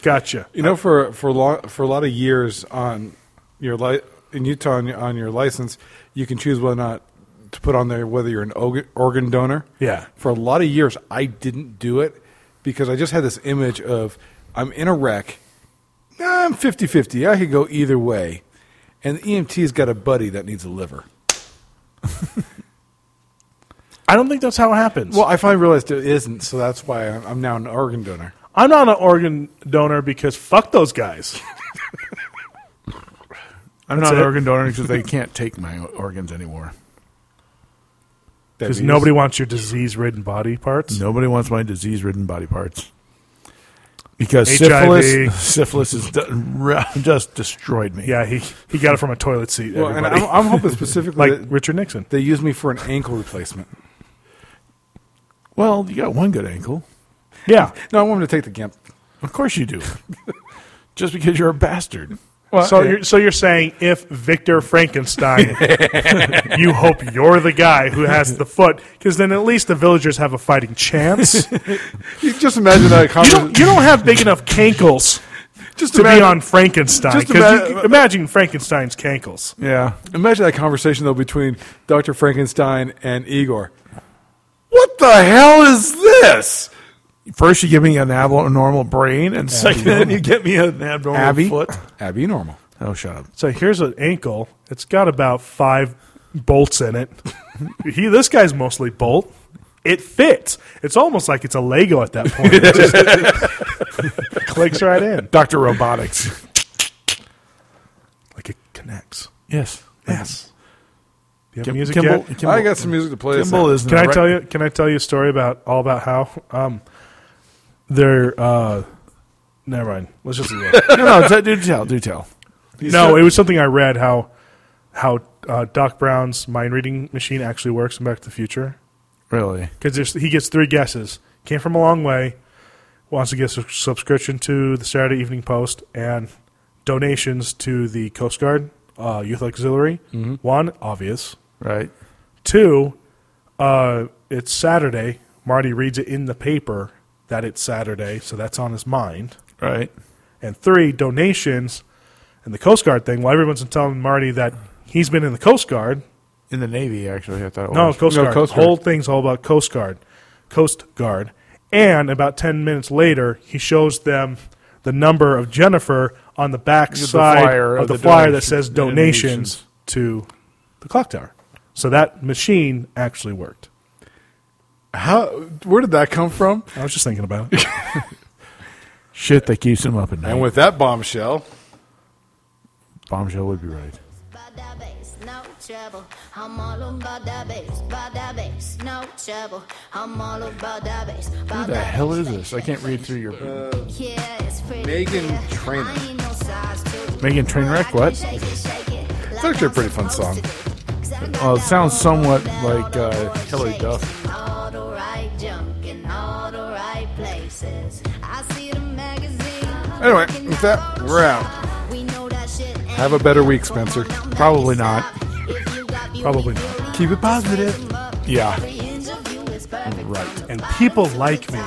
B: Gotcha.
A: You know, for for lo- for a lot of years on your li- in Utah on your, on your license, you can choose whether or not to put on there whether you're an organ, organ donor.
B: Yeah.
A: For a lot of years, I didn't do it because I just had this image of I'm in a wreck. I'm 50 50. I could go either way. And the EMT's got a buddy that needs a liver.
B: I don't think that's how it happens.
A: Well, I finally realized it isn't, so that's why I'm, I'm now an organ donor.
B: I'm not an organ donor because fuck those guys.
C: I'm not an
B: it.
C: organ donor because they can't take my organs anymore.
B: Because nobody wants your disease-ridden body parts.
C: Nobody wants my disease-ridden body parts because
B: HIV.
C: syphilis syphilis has d- just destroyed me.
B: Yeah, he he got it from a toilet seat.
A: Well, and
B: everybody.
A: I'm, I'm hoping specifically
B: like
A: that
B: Richard Nixon.
A: they use me for an ankle replacement.
C: Well, you got one good ankle.
B: Yeah.
A: No, I want them to take the GIMP.
C: Of course you do. just because you're a bastard.
B: so you're so you're saying if Victor Frankenstein, you hope you're the guy who has the foot, because then at least the villagers have a fighting chance.
A: You just imagine that
B: You
A: conversation.
B: don't, you don't have big enough cankles
A: just
B: to be
A: imagine-
B: on Frankenstein.
A: just
B: 'cause
A: ima-
B: you- imagine Frankenstein's cankles.
C: Yeah.
A: Imagine that conversation though between Dr. Frankenstein and Igor. What the hell is this?
C: First, you give me an abnormal brain, and second, you get me an abnormal
A: Abby,
C: foot.
A: Abby, normal.
C: Oh, shut up.
B: So here's an ankle. It's got about five bolts in it. he, this guy's mostly bolt. It fits. It's almost like it's a Lego at that point. It just clicks right in.
C: Doctor Robotics.
B: Like it connects.
C: yes.
B: Yes. Do you have
C: Kim-
B: music
C: Kimball-
B: yet?
C: Kimball-
A: I got some music to play. us
C: Kimball
A: out.
C: is
B: Can I tell you? Can I tell you a story about all about how um, they're uh, never mind. Let's just leave it.
C: no, no, t- do tell, do tell.
B: no, it was something I read how how uh, Doc Brown's mind reading machine actually works in Back to the Future
C: Really?
B: because he gets three guesses. Came from a long way, wants to get a subscription to the Saturday Evening Post and donations to the Coast Guard uh, Youth Auxiliary. One obvious.
C: Right.
B: Two, uh, it's Saturday. Marty reads it in the paper that it's Saturday, so that's on his mind
C: Right.
B: and three donations and the Coast Guard thing. Well, everyone's been telling Marty that he's been in the Coast Guard.
C: In the Navy, actually, I thought. It
B: Oh, No,
C: was.
B: Coast
A: No,
B: Guard.
A: Coast
B: The Whole thing's all about Coast Guard. Coast Guard. And about ten minutes later, he shows them the number of Jennifer on the back side
C: flyer
B: of
C: of
B: the,
C: the
B: flyer
C: donation-
B: that says donations to the clock tower. So that machine actually worked.
A: How? Where did that come from?
D: I was just thinking about it.
C: Shit that keeps him up at night.
A: And with that bombshell,
C: Bombshell would be right.
F: by that bass, no trouble. I'm all about that bass, by that bass, no trouble. I'm all about that bass. Who
C: What the hell is this? I can't read through your.
F: Yeah, it's pretty
A: Megan
F: clear.
A: Trainor.
F: I ain't no size two.
C: Megan Trainwreck, what?
F: It's
A: actually a pretty fun song.
C: Oh, it sounds somewhat like, uh, Hillary Duff.
F: All the right junk in all the right places. I see the magazine.
A: Anyway, with that, we're out.
F: We know that shit ain't
A: Have a better week, Spencer.
C: Probably not. Probably
F: not.
A: Keep it positive.
C: Yeah.
F: Right.
B: And people like me.
F: me.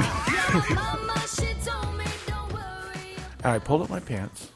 C: I pulled up my pants.